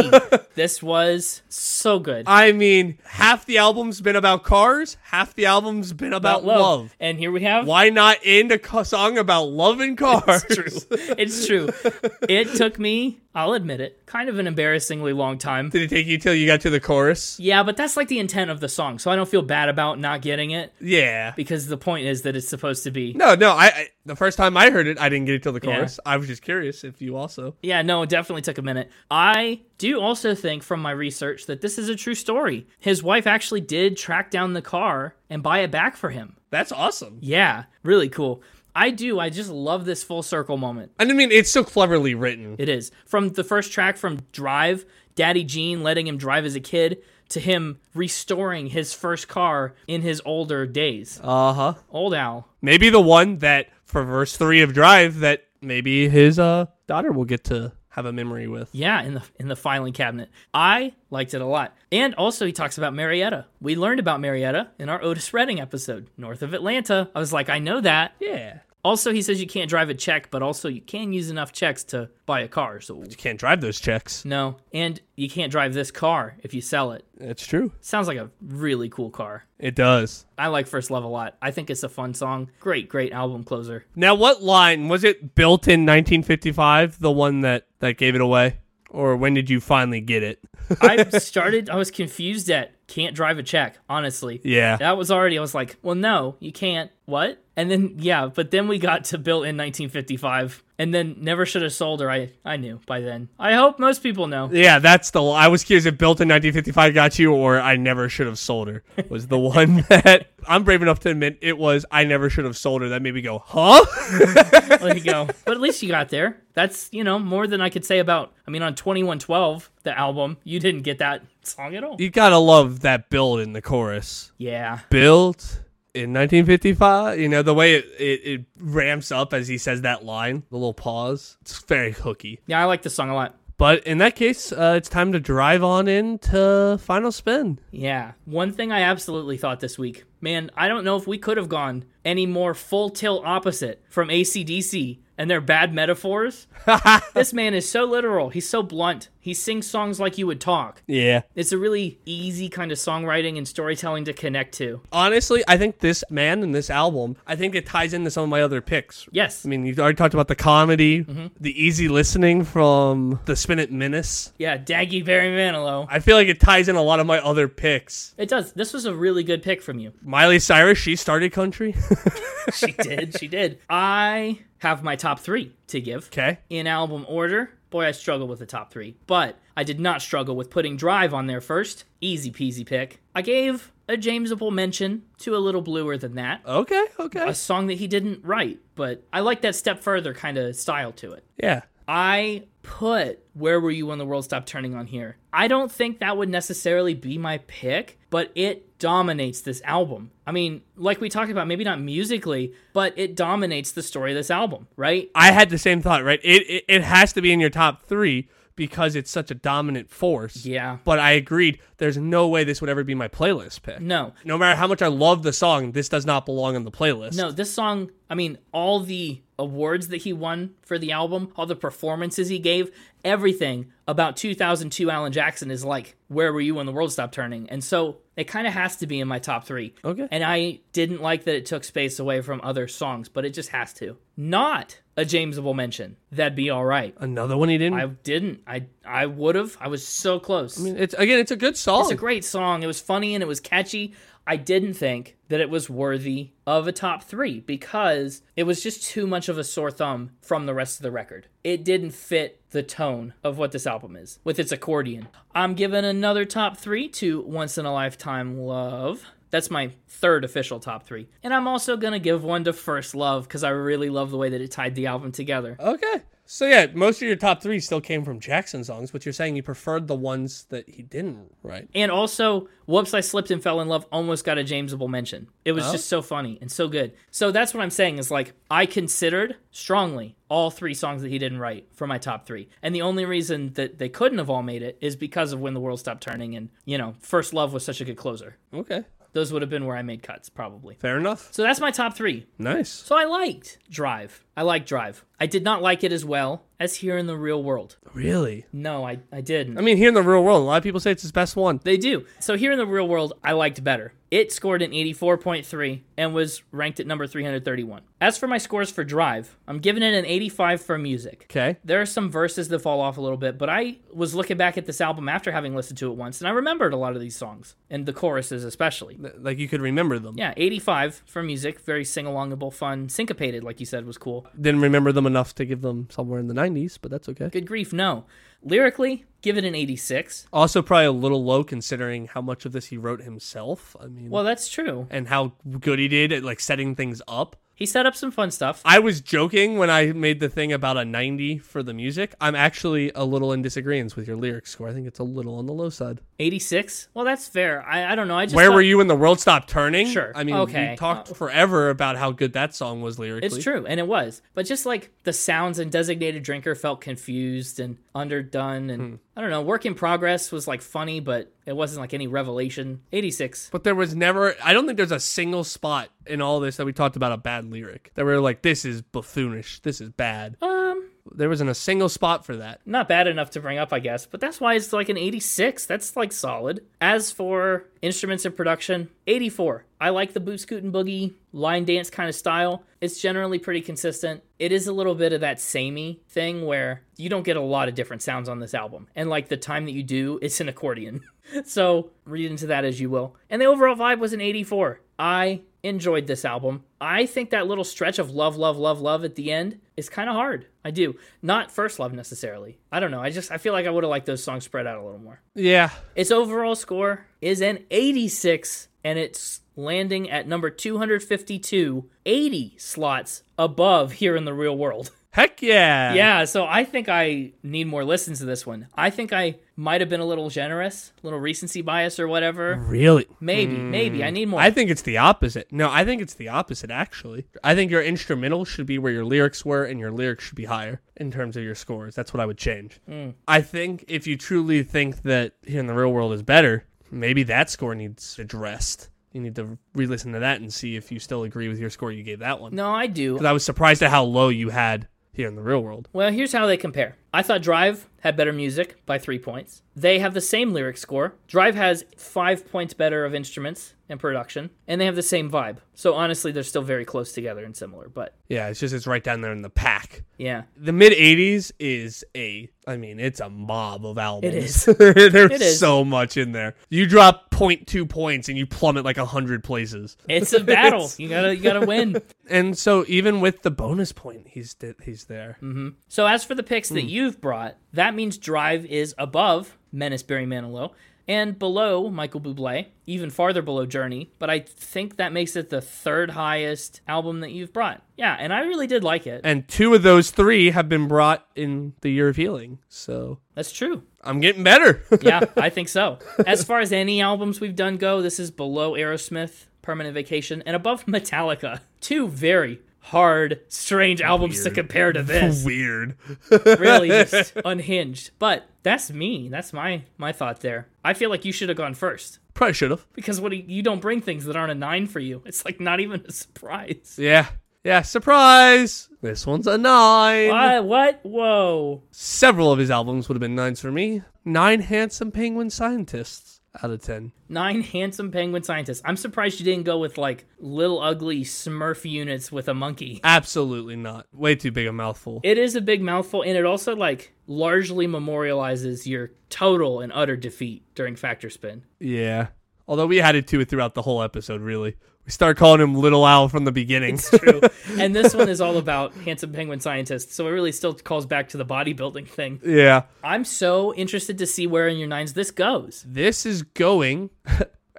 Speaker 2: this was so good.
Speaker 1: I mean, half the album's been about cars, half the album's been about, love.
Speaker 2: and here we have.
Speaker 1: Why not end a co- song about love and cars?
Speaker 2: It's true. it took me, I'll admit it, kind of an embarrassingly long time.
Speaker 1: Did it take you till you got to the chorus?
Speaker 2: Yeah, but that's like the intent of the song, so I don't feel bad about not getting it
Speaker 1: Yeah.
Speaker 2: because the point is that it's supposed to be
Speaker 1: No, no. I, I the first time I heard it, I didn't get it till the
Speaker 2: Yeah.
Speaker 1: chorus. I was just curious if you also.
Speaker 2: Yeah, no, it definitely took a minute. I do also think from my research that this is a true story. His wife actually did track down the car and buy it back for him.
Speaker 1: That's awesome.
Speaker 2: Yeah, really cool. I do. I just love this full circle moment.
Speaker 1: And I mean, it's so cleverly written.
Speaker 2: It is. From the first track from Drive, Daddy Gene letting him drive as a kid to him restoring his first car in his older days.
Speaker 1: Uh huh.
Speaker 2: Old Al.
Speaker 1: Maybe the one that for verse three of Drive that maybe his uh daughter will get to have a memory with.
Speaker 2: Yeah, in the in the filing cabinet. I liked it a lot. And also he talks about Marietta. We learned about Marietta in our Otis Redding episode, North of Atlanta. I was like, I know that.
Speaker 1: Yeah.
Speaker 2: Also, he says you can't drive a check, but also you can use enough checks to buy a car. So
Speaker 1: You can't drive those checks.
Speaker 2: no, and you can't drive this car if you sell it.
Speaker 1: That's true.
Speaker 2: Sounds like a really cool car.
Speaker 1: It does.
Speaker 2: I like First Love a lot. I think it's a fun song. Great, great album closer.
Speaker 1: Now, what line was it built in 1955? The one that that gave it away, or when did you finally get it?
Speaker 2: I started. I was confused at can't drive a check. Honestly,
Speaker 1: Yeah.
Speaker 2: that was already. I was like, well, no, you can't. What? And then yeah, but then we got to built in 1955, and then never should have sold her. I I knew by then. I hope most people know.
Speaker 1: Yeah, that's the. I was curious if built in 1955 got you, or I never should have sold her was the one that I'm brave enough to admit it was. I never should have sold her. That made me go, huh?
Speaker 2: There you go. But at least you got there. That's you know more than I could say about. I mean, on 2112, the album, you didn't get that song at all.
Speaker 1: You gotta love that build in the chorus.
Speaker 2: Yeah.
Speaker 1: Built in 1955. You know, the way it, it, it ramps up as he says that line, the little pause, it's very hooky.
Speaker 2: Yeah, I like this song a lot.
Speaker 1: But in that case, uh, it's time to drive on into Final Spin.
Speaker 2: Yeah. One thing I absolutely thought this week, man, I don't know if we could have gone any more full tilt opposite from ACDC and their bad metaphors. this man is so literal. He's so blunt. He sings songs like you would talk.
Speaker 1: Yeah.
Speaker 2: It's a really easy kind of songwriting and storytelling to connect to.
Speaker 1: Honestly, I think this man and this album, I think it ties into some of my other picks.
Speaker 2: Yes.
Speaker 1: I mean, you've already talked about the comedy,
Speaker 2: Mm-hmm.
Speaker 1: the easy listening from the Spin It Menace.
Speaker 2: yeah, Daggy Barry Manilow.
Speaker 1: I feel like it ties in a lot of my other picks.
Speaker 2: It does. This was a really good pick from you.
Speaker 1: Miley Cyrus, she started country.
Speaker 2: She did. she did. I have my top three to give.
Speaker 1: okay.
Speaker 2: in album order. Boy, I struggled with the top three, but I did not struggle with putting Drive on there first. Easy peasy pick. I gave a Jamesable mention to a little bluer than that.
Speaker 1: Okay. Okay.
Speaker 2: A song that he didn't write, but I like that step further kind of style to it.
Speaker 1: Yeah.
Speaker 2: I put Where Were You When the World Stopped Turning on here. I don't think that would necessarily be my pick, but it dominates this album. I mean, like we talked about, maybe not musically, but it dominates the story of this album, right?
Speaker 1: I had the same thought, right? It, it it has to be in your top three because it's such a dominant force.
Speaker 2: Yeah.
Speaker 1: But I agreed. There's no way this would ever be my playlist pick.
Speaker 2: No,
Speaker 1: No matter how much I love the song, this does not belong on the playlist.
Speaker 2: No, this song, I mean, all the awards that he won for the album, all the performances he gave, everything about 2002 Alan Jackson is like, where were you when the world stopped turning? And so it kind of has to be in my top three.
Speaker 1: Okay.
Speaker 2: And I didn't like that it took space away from other songs, but it just has to. Not a Jamesable mention. That'd be all right.
Speaker 1: Another one he didn't.
Speaker 2: I didn't. I I would have. I was so close.
Speaker 1: it's again, it's a good song.
Speaker 2: It's a great song. It was funny and it was catchy. I didn't think that it was worthy of a top three because it was just too much of a sore thumb from the rest of the record. It didn't fit the tone of what this album is with its accordion. I'm giving another top three to Once in a Lifetime Love. That's my third official top three. And I'm also going to give one to First Love because I really love the way that it tied the album together.
Speaker 1: okay. So yeah, most of your top three still came from Jackson songs, but you're saying you preferred the ones that he didn't write.
Speaker 2: And also, Whoops, I Slipped and Fell in Love almost got a Jamesable mention. It was just so funny and so good. So that's what I'm saying is like, I considered strongly all three songs that he didn't write for my top three. And the only reason that they couldn't have all made it is because of When the World Stopped Turning and, you know, First Love was such a good closer.
Speaker 1: Okay.
Speaker 2: Those would have been where I made cuts, probably.
Speaker 1: Fair enough.
Speaker 2: So that's my top three.
Speaker 1: Nice.
Speaker 2: So I liked Drive. I liked Drive. I did not like it as well as Here in the Real World.
Speaker 1: Really?
Speaker 2: No, I, I didn't.
Speaker 1: I mean, here in the real world, a lot of people say it's his best one.
Speaker 2: They do. So here in the real world, I liked better. It scored an 84.3 and was ranked at number 331. As for my scores for Drive, I'm giving it an 85 for music.
Speaker 1: Okay.
Speaker 2: There are some verses that fall off a little bit, but I was looking back at this album after having listened to it once, and I remembered a lot of these songs, and the choruses especially.
Speaker 1: Th- Like you could remember them.
Speaker 2: Yeah, 85 for music, very sing alongable, fun, syncopated, like you said, was cool.
Speaker 1: Didn't remember them enough to give them somewhere in the 90s, but that's okay.
Speaker 2: Good grief, no. Lyrically, give it an 86.
Speaker 1: Also, probably a little low considering how much of this he wrote himself. I mean,
Speaker 2: Well, that's true.
Speaker 1: and how good he did at like setting things up.
Speaker 2: He set up some fun stuff.
Speaker 1: I was joking when I made the thing about a 90 for the music. I'm actually a little in disagreement with your lyric score. I think it's a little on the low side.
Speaker 2: 86? Well, that's fair. I, I don't know. I just
Speaker 1: Where
Speaker 2: thought-
Speaker 1: were you when the world stopped turning?
Speaker 2: Sure.
Speaker 1: I mean,
Speaker 2: Okay. Uh,
Speaker 1: we talked forever about how good that song was lyrically.
Speaker 2: It's true, and it was. But just like the sounds and designated drinker felt confused and underdone, and I don't know. Work in progress was like funny, but it wasn't like any revelation. Eighty six.
Speaker 1: But there was never, I don't think there's a single spot in all this that we talked about a bad lyric that we were like, this is buffoonish. This is bad.
Speaker 2: Um,
Speaker 1: There wasn't a single spot for that.
Speaker 2: not bad enough to bring up, I guess. But that's why it's like an eighty six. That's like solid. As for instruments and production, eighty four. I like the boot scoot and boogie line dance kind of style. It's generally pretty consistent. It is a little bit of that samey thing where you don't get a lot of different sounds on this album, and like the time that you do, it's an accordion. So read into that as you will. And the overall vibe was an 84. I enjoyed this album. I think that little stretch of love, love, love, love at the end is kind of hard. I do. Not first love necessarily. I don't know. I just I feel like I would have liked those songs spread out a little more.
Speaker 1: Yeah.
Speaker 2: Its overall score is an 86 and it's landing at number 252, 80 slots above here in the real world.
Speaker 1: Heck yeah.
Speaker 2: Yeah, so I think I need more listens to this one. I think I might have been a little generous, a little recency bias or whatever.
Speaker 1: Really?
Speaker 2: Maybe, maybe. I need more.
Speaker 1: I think it's the opposite. No, I think it's the opposite, actually. I think your instrumental should be where your lyrics were, and your lyrics should be higher in terms of your scores. That's what I would change. I think if you truly think that here in the real world is better, maybe that score needs addressed. You need to re listen to that and see if you still agree with your score you gave that one.
Speaker 2: no, I do.
Speaker 1: 'Cause I was surprised at how low you had here in the real world.
Speaker 2: Well, here's how they compare. I thought Drive had better music by three points. They have the same lyric score. Drive has five points better of instruments and production, and they have the same vibe. So honestly, they're still very close together and similar. But
Speaker 1: Yeah, it's just it's right down there in the pack.
Speaker 2: yeah,
Speaker 1: the mid 80s is a i mean it's a mob of albums
Speaker 2: is.
Speaker 1: there's
Speaker 2: is.
Speaker 1: so much in there you drop 0.2 points and you plummet like 100 places
Speaker 2: it's a battle. you gotta you gotta win.
Speaker 1: and so even with the bonus point he's th- he's there
Speaker 2: So as for the picks that you've brought, that means Drive is above Menace Barry Manilow and below Michael Bublé, even farther below Journey, but I think that makes it the third highest album that you've brought. Yeah, and I really did like it.
Speaker 1: and two of those three have been brought in the year of healing so
Speaker 2: That's true.
Speaker 1: i'm getting better
Speaker 2: Yeah, I think so. As far as any albums we've done go, this is below Aerosmith, Permanent Vacation, and above Metallica. Two very hard, strange albums to
Speaker 1: Weird.
Speaker 2: compare to this.
Speaker 1: weird
Speaker 2: really just unhinged. But that's me. That's my my thought there. I feel like you should have gone first
Speaker 1: probably should have
Speaker 2: because what do you, you don't bring things that aren't a nine for you. It's like not even a surprise.
Speaker 1: yeah yeah surprise this one's a nine
Speaker 2: What? What? Whoa!
Speaker 1: several of his albums would have been nines for me nine handsome penguin scientists out of ten
Speaker 2: Nine handsome penguin scientists. I'm surprised you didn't go with like little ugly Smurf units with a monkey.
Speaker 1: Absolutely not. Way too big a mouthful.
Speaker 2: It is a big mouthful, and it also like largely memorializes your total and utter defeat during Factor Spin.
Speaker 1: yeah. Although we added to it throughout the whole episode, really. We start calling him Little Al from the beginning.
Speaker 2: True. and this one is all about handsome penguin scientists, so it really still calls back to the bodybuilding thing.
Speaker 1: yeah.
Speaker 2: I'm so interested to see where in your nines this goes.
Speaker 1: This is going,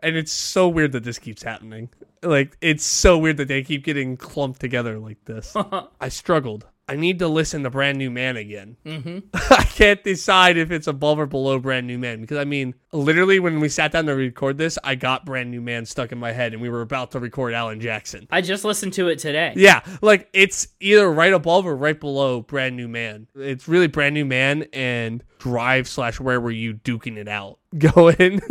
Speaker 1: and it's so weird that this keeps happening. Like, it's so weird that they keep getting clumped together like this. I struggled. I need to listen to Brand New Man again. Mm-hmm. I can't decide if it's above or below Brand New Man because, I mean, literally, when we sat down to record this, I got Brand New Man stuck in my head, and we were about to record Alan Jackson.
Speaker 2: I just listened to it today.
Speaker 1: Yeah, like it's either right above or right below Brand New Man. It's really Brand New Man and Drive slash Where Were You duking it out, going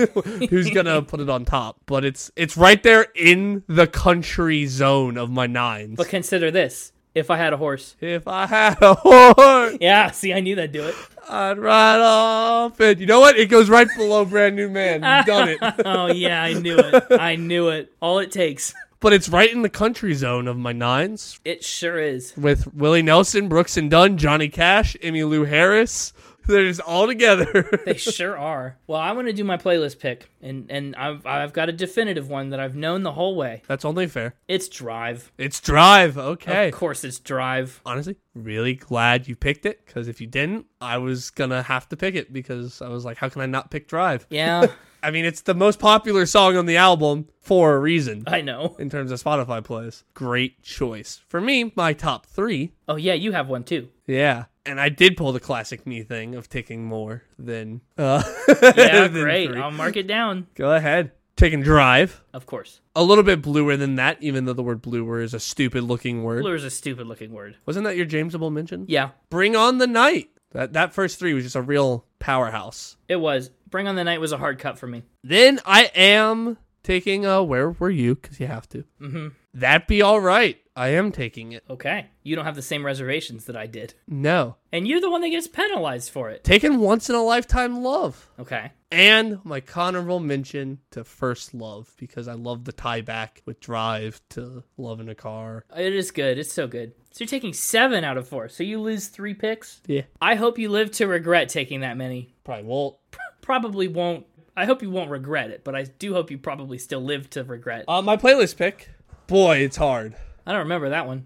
Speaker 1: who's gonna put it on top. But it's it's right there in the country zone of my nines.
Speaker 2: But consider this if I had a horse.
Speaker 1: If I had a horse,
Speaker 2: Yeah, see, I knew that'd do it.
Speaker 1: I'd ride off it. You know what? It goes right below Brand New Man. You've done it.
Speaker 2: Oh, yeah, I knew it. I knew it. All it takes.
Speaker 1: But it's right in the country zone of my nines
Speaker 2: It sure is.
Speaker 1: with Willie Nelson, Brooks and Dunn, Johnny Cash, Emmylou Harris. They're just all together.
Speaker 2: They sure are. Well, I want to do my playlist pick, and, and I've, I've got a definitive one that I've known the whole way.
Speaker 1: That's only fair.
Speaker 2: It's Drive.
Speaker 1: It's Drive. Okay.
Speaker 2: Of course, it's Drive.
Speaker 1: Honestly, really glad you picked it because if you didn't, I was going to have to pick it because I was like, how can I not pick Drive?
Speaker 2: Yeah,
Speaker 1: I mean, it's the most popular song on the album for a reason
Speaker 2: I know.
Speaker 1: in terms of Spotify plays. Great choice. For me, my top three.
Speaker 2: Oh, yeah, you have one too.
Speaker 1: Yeah. And I did pull the classic me thing of taking more than. Uh,
Speaker 2: Yeah,
Speaker 1: than
Speaker 2: great.
Speaker 1: three.
Speaker 2: I'll mark it down.
Speaker 1: Go ahead. Taking Drive.
Speaker 2: Of course.
Speaker 1: A little bit bluer than that, even though the word bluer is a stupid looking word.
Speaker 2: Blur is a stupid looking word.
Speaker 1: Wasn't that your Jamesable mention?
Speaker 2: Yeah,
Speaker 1: Bring on the night. That that first three was just a real powerhouse.
Speaker 2: it was. Bring on the Night was a hard cut for me.
Speaker 1: Then I am taking uh where were you? Because you have to. Mm-hmm. That be all right. I am taking it.
Speaker 2: Okay. You don't have the same reservations that I did.
Speaker 1: No,
Speaker 2: And you're the one that gets penalized for it.
Speaker 1: taking once in a lifetime love.
Speaker 2: Okay.
Speaker 1: And my honorable mention to first love because I love the tie back with drive to love in a car.
Speaker 2: It is good. It's so good. So you're taking seven out of four. So you lose three picks.
Speaker 1: Yeah,
Speaker 2: I hope you live to regret taking that many.
Speaker 1: probably won't.
Speaker 2: Probably won't. I hope you won't regret it, but I do hope you probably still live to regret.
Speaker 1: Uh, my playlist pick. Boy, it's hard.
Speaker 2: I don't remember that one.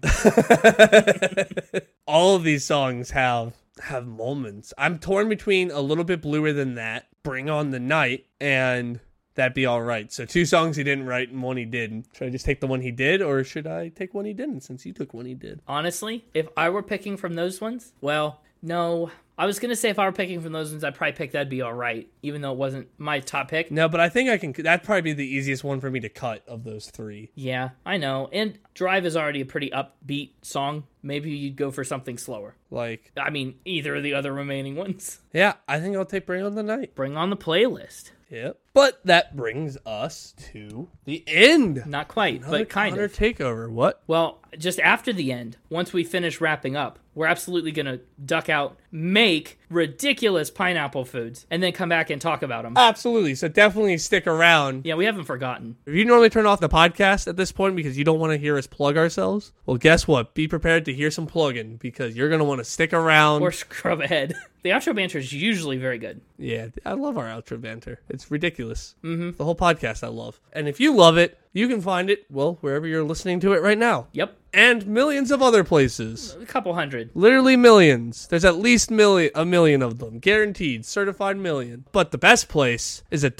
Speaker 1: all of these songs have have moments. I'm torn between a little bit bluer than that, Bring On the Night, and that'd be all right. So two songs he didn't write and one he did. Should I just take the one he did, or should I take one he didn't? Since you took one he did.
Speaker 2: Honestly, if I were picking from those ones, well, no. I was gonna say if I were picking from those ones, I'd probably pick that'd be all right, even though it wasn't my top pick.
Speaker 1: No, but I think I can. That'd probably be the easiest one for me to cut of those three.
Speaker 2: Yeah, I know. And Drive is already a pretty upbeat song. Maybe you'd go for something slower.
Speaker 1: Like,
Speaker 2: I mean, either of the other remaining ones.
Speaker 1: yeah, I think I'll take Bring On the Night.
Speaker 2: Bring on the playlist.
Speaker 1: Yep. But that brings us to the end.
Speaker 2: Not quite,
Speaker 1: Another
Speaker 2: but kind
Speaker 1: Connor
Speaker 2: of.
Speaker 1: takeover. What?
Speaker 2: Well, just after the end, once we finish wrapping up, we're absolutely going to duck out, make ridiculous pineapple foods, and then come back and talk about them.
Speaker 1: Absolutely. So definitely stick around.
Speaker 2: yeah, we haven't forgotten.
Speaker 1: If you normally turn off the podcast at this point because you don't want to hear us plug ourselves, well, guess what? Be prepared to hear some plugging because you're going to want to stick around.
Speaker 2: Or scrub ahead. the outro banter is usually very good.
Speaker 1: Yeah, I love our outro banter. It's ridiculous. Mm-hmm. The whole podcast I love. And if you love it, you can find it, well, wherever you're listening to it right now.
Speaker 2: Yep,
Speaker 1: And millions of other places.
Speaker 2: a couple hundred.
Speaker 1: Literally millions. There's at least million, a million of them. Guaranteed. Certified million. But the best place is at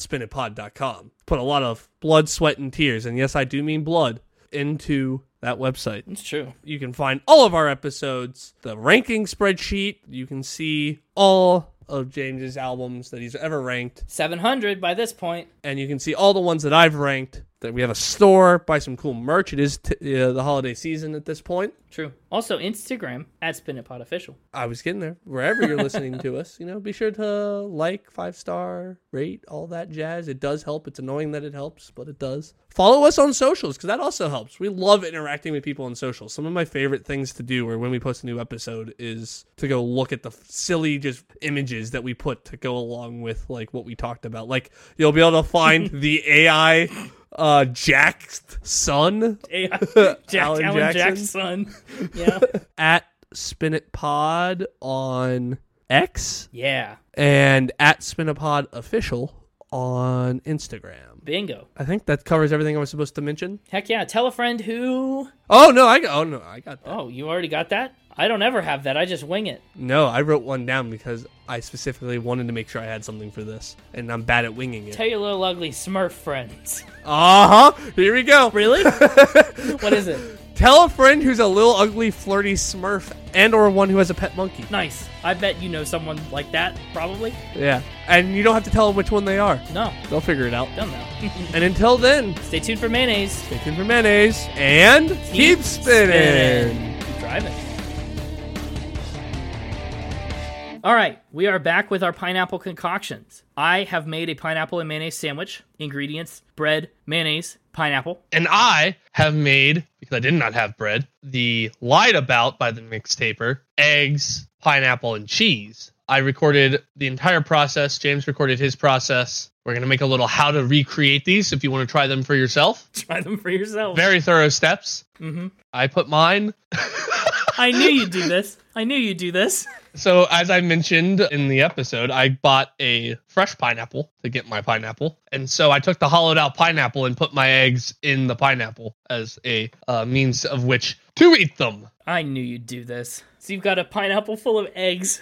Speaker 1: www.spinitpod.com. Put a lot of blood, sweat, and tears, and yes, I do mean blood, into that website.
Speaker 2: It's true.
Speaker 1: You can find all of our episodes, the ranking spreadsheet. You can see all of James's albums that he's ever ranked,
Speaker 2: 700 by this point.
Speaker 1: and you can see all the ones that I've ranked. That we have a store, buy some cool merch. It is t- uh, the holiday season at this point.
Speaker 2: True. Also, Instagram at Spin It Pod Official.
Speaker 1: I was getting there. Wherever you're listening to us, you know, be sure to like, five star, rate, all that jazz. It does help. It's annoying that it helps, but it does. Follow us on socials because that also helps. We love interacting with people on socials. Some of my favorite things to do, or when we post a new episode, is to go look at the silly just images that we put to go along with like what we talked about. Like you'll be able to find the AI uh Jack's son
Speaker 2: Hey, Jack,
Speaker 1: Alan
Speaker 2: Alan,
Speaker 1: Jackson.
Speaker 2: Jackson. Yeah.
Speaker 1: at Spinit Pod on X.
Speaker 2: yeah.
Speaker 1: and at Spinapod Official on Instagram.
Speaker 2: Bingo.
Speaker 1: I think that covers everything I was supposed to mention.
Speaker 2: Heck yeah. Tell a friend who.
Speaker 1: Oh no, I got, oh no, I got that.
Speaker 2: Oh, you already got that? I don't ever have that. I just wing it.
Speaker 1: No, I wrote one down because I specifically wanted to make sure I had something for this, and I'm bad at winging it.
Speaker 2: Tell your little ugly Smurf friends.
Speaker 1: Uh huh. Here we go.
Speaker 2: Really? what is it?
Speaker 1: Tell a friend who's a little ugly, flirty Smurf, and/or one who has a pet monkey.
Speaker 2: Nice. I bet you know someone like that, probably.
Speaker 1: Yeah, and you don't have to tell them which one they are.
Speaker 2: No,
Speaker 1: They'll figure it out.
Speaker 2: don't know.
Speaker 1: And until then,
Speaker 2: Stay tuned for mayonnaise.
Speaker 1: stay tuned for mayonnaise and keep, spinning.
Speaker 2: Keep driving. All right, we are back with our pineapple concoctions. I have made a pineapple and mayonnaise sandwich. Ingredients: bread, mayonnaise, pineapple.
Speaker 1: And I have made, because I did not have bread, the lied about by the mixtaper, eggs, pineapple, and cheese. I recorded the entire process. James recorded his process. We're going to make a little how to recreate these if you want to try them for yourself.
Speaker 2: Try them for yourself.
Speaker 1: Very thorough steps.
Speaker 2: Mhm.
Speaker 1: I put mine.
Speaker 2: I knew you'd do this. I knew you'd do this.
Speaker 1: So, as I mentioned in the episode, I bought a fresh pineapple to get my pineapple. And so I took the hollowed out pineapple and put my eggs in the pineapple as a uh, means of which to eat them.
Speaker 2: I knew you'd do this. So you've got a pineapple full of eggs.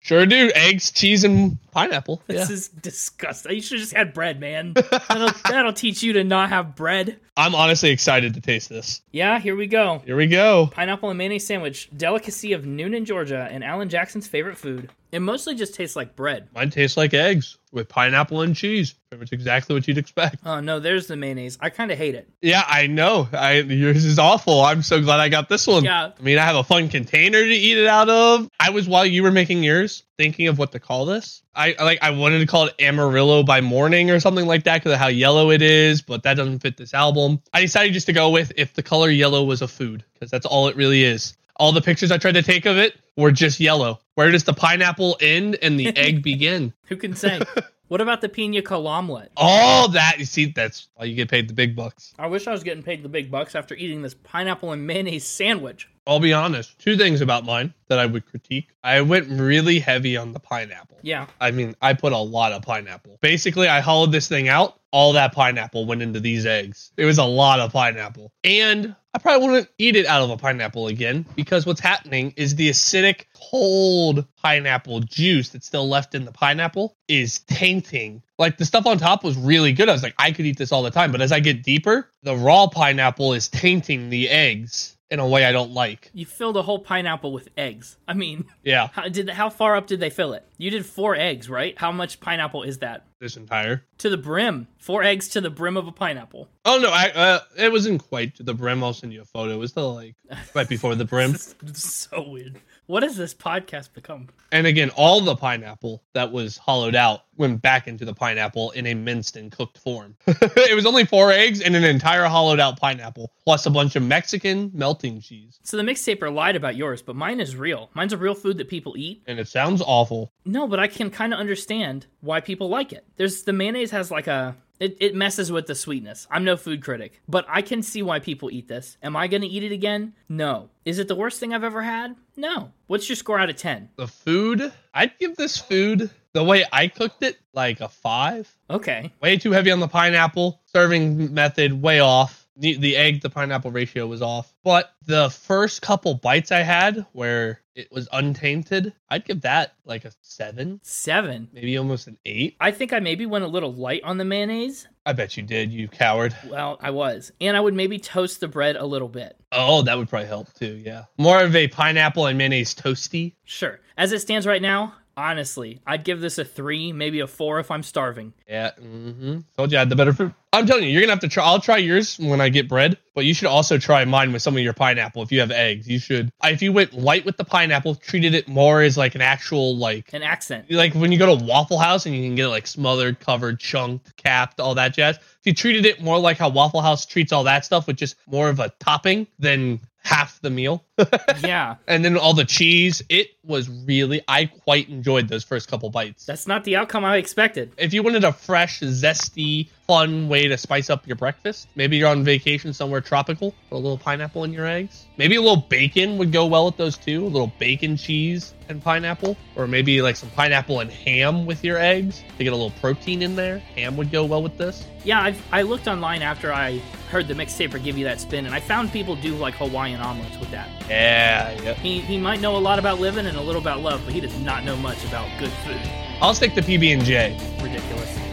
Speaker 1: Sure do. Eggs, cheese, and pineapple.
Speaker 2: This is disgusting. You should have just had bread, man. That'll, that'll teach you to not have bread.
Speaker 1: I'm honestly excited to taste this.
Speaker 2: Yeah, here we go.
Speaker 1: Here we go.
Speaker 2: Pineapple and mayonnaise sandwich, delicacy of Noonan, Georgia, and Alan Jackson's favorite food. It mostly just tastes like bread.
Speaker 1: Mine tastes like eggs with pineapple and cheese. Pretty much exactly what you'd expect.
Speaker 2: Oh no, there's the mayonnaise. I kind of hate it.
Speaker 1: Yeah, I know. I yours is awful. I'm so glad I got this one.
Speaker 2: Yeah.
Speaker 1: I mean, I have a fun container to eat it out of. I was while you were making yours thinking of what to call this. I I like I wanted to call it Amarillo by Morning or something like that because of how yellow it is, but that doesn't fit this album. I decided just to go with if the color yellow was a food because that's all it really is. All the pictures I tried to take of it were just yellow. Where does the pineapple end and the egg begin?
Speaker 2: Who can say? what about the pina colomlet?
Speaker 1: All that you see, that's why you get paid the big bucks.
Speaker 2: I wish I was getting paid the big bucks after eating this pineapple and mayonnaise sandwich.
Speaker 1: I'll be honest. Two things about mine that I would critique. I went really heavy on the pineapple.
Speaker 2: Yeah,
Speaker 1: I mean, I put a lot of pineapple. Basically, I hollowed this thing out. All that pineapple went into these eggs. It was a lot of pineapple. And I probably wouldn't eat it out of a pineapple again because what's happening is the acidic, cold old pineapple juice that's still left in the pineapple is tainting. Like the stuff on top was really good. I was like, I could eat this all the time. But as I get deeper, the raw pineapple is tainting the eggs in a way I don't like.
Speaker 2: You filled a whole pineapple with eggs. I mean,
Speaker 1: Yeah,
Speaker 2: how did how far up did they fill it? You did four eggs, right? How much pineapple is that?
Speaker 1: this entire.
Speaker 2: To the brim. Four eggs to the brim of a pineapple.
Speaker 1: Oh no, I uh, it wasn't quite to the brim. I'll send you a photo. It was the like right before the brim.
Speaker 2: This is so weird. What has this podcast become?
Speaker 1: And again, all the pineapple that was hollowed out went back into the pineapple in a minced and cooked form. it was only four eggs and an entire hollowed out pineapple, plus a bunch of Mexican melting cheese.
Speaker 2: So the mixtaper lied about yours, but mine is real. Mine's a real food that people eat.
Speaker 1: And it sounds awful.
Speaker 2: No, but I can kind of understand why people like it. There's the mayonnaise has like a it, it messes with the sweetness. I'm no food critic, but I can see why people eat this. Am I going to eat it again? No. Is it the worst thing I've ever had? No. What's your score out of 10?
Speaker 1: The food, I'd give this food the way I cooked it, like a five.
Speaker 2: Okay.
Speaker 1: Way too heavy on the pineapple. Serving method way off. The, the egg to pineapple ratio was off. But the first couple bites I had where it was untainted, I'd give that like a seven,
Speaker 2: 7.
Speaker 1: maybe almost an eight.
Speaker 2: I think I maybe went a little light on the mayonnaise.
Speaker 1: I bet you did, you coward.
Speaker 2: Well, I was. And I would maybe toast the bread a little bit.
Speaker 1: Oh, that would probably help too, yeah. More of a pineapple and mayonnaise toasty.
Speaker 2: Sure. As it stands right now, honestly, I'd give this a three, maybe a four if I'm starving.
Speaker 1: Yeah, mm-hmm. Told you I had the better food. I'm telling you, you're gonna have to try. I'll try yours when I get bread, but you should also try mine with some of your pineapple. If you have eggs, you should. If you went light with the pineapple, treated it more as like an actual like
Speaker 2: An accent.
Speaker 1: like when you go to Waffle House and you can get like smothered, covered, chunked, capped, all that jazz. If you treated it more like how Waffle House treats all that stuff with just more of a topping than half the meal.
Speaker 2: yeah.
Speaker 1: and then all the cheese. It was really I quite enjoyed those first couple bites.
Speaker 2: That's not the outcome I expected.
Speaker 1: if you wanted a fresh, zesty, fun way to spice up your breakfast, maybe you're on vacation somewhere tropical, put a little pineapple in your eggs. Maybe a little bacon would go well with those too, a little bacon cheese and pineapple, or maybe like some pineapple and ham with your eggs to get a little protein in there. Ham would go well with this.
Speaker 2: Yeah, I've, I looked online after I heard the mixtaper give you that spin, and I found people do like Hawaiian omelets with that.
Speaker 1: Yeah, yeah.
Speaker 2: He, he might know a lot about living and a little about love, but he does not know much about good food.
Speaker 1: I'll stick to PB and J.
Speaker 2: Ridiculous.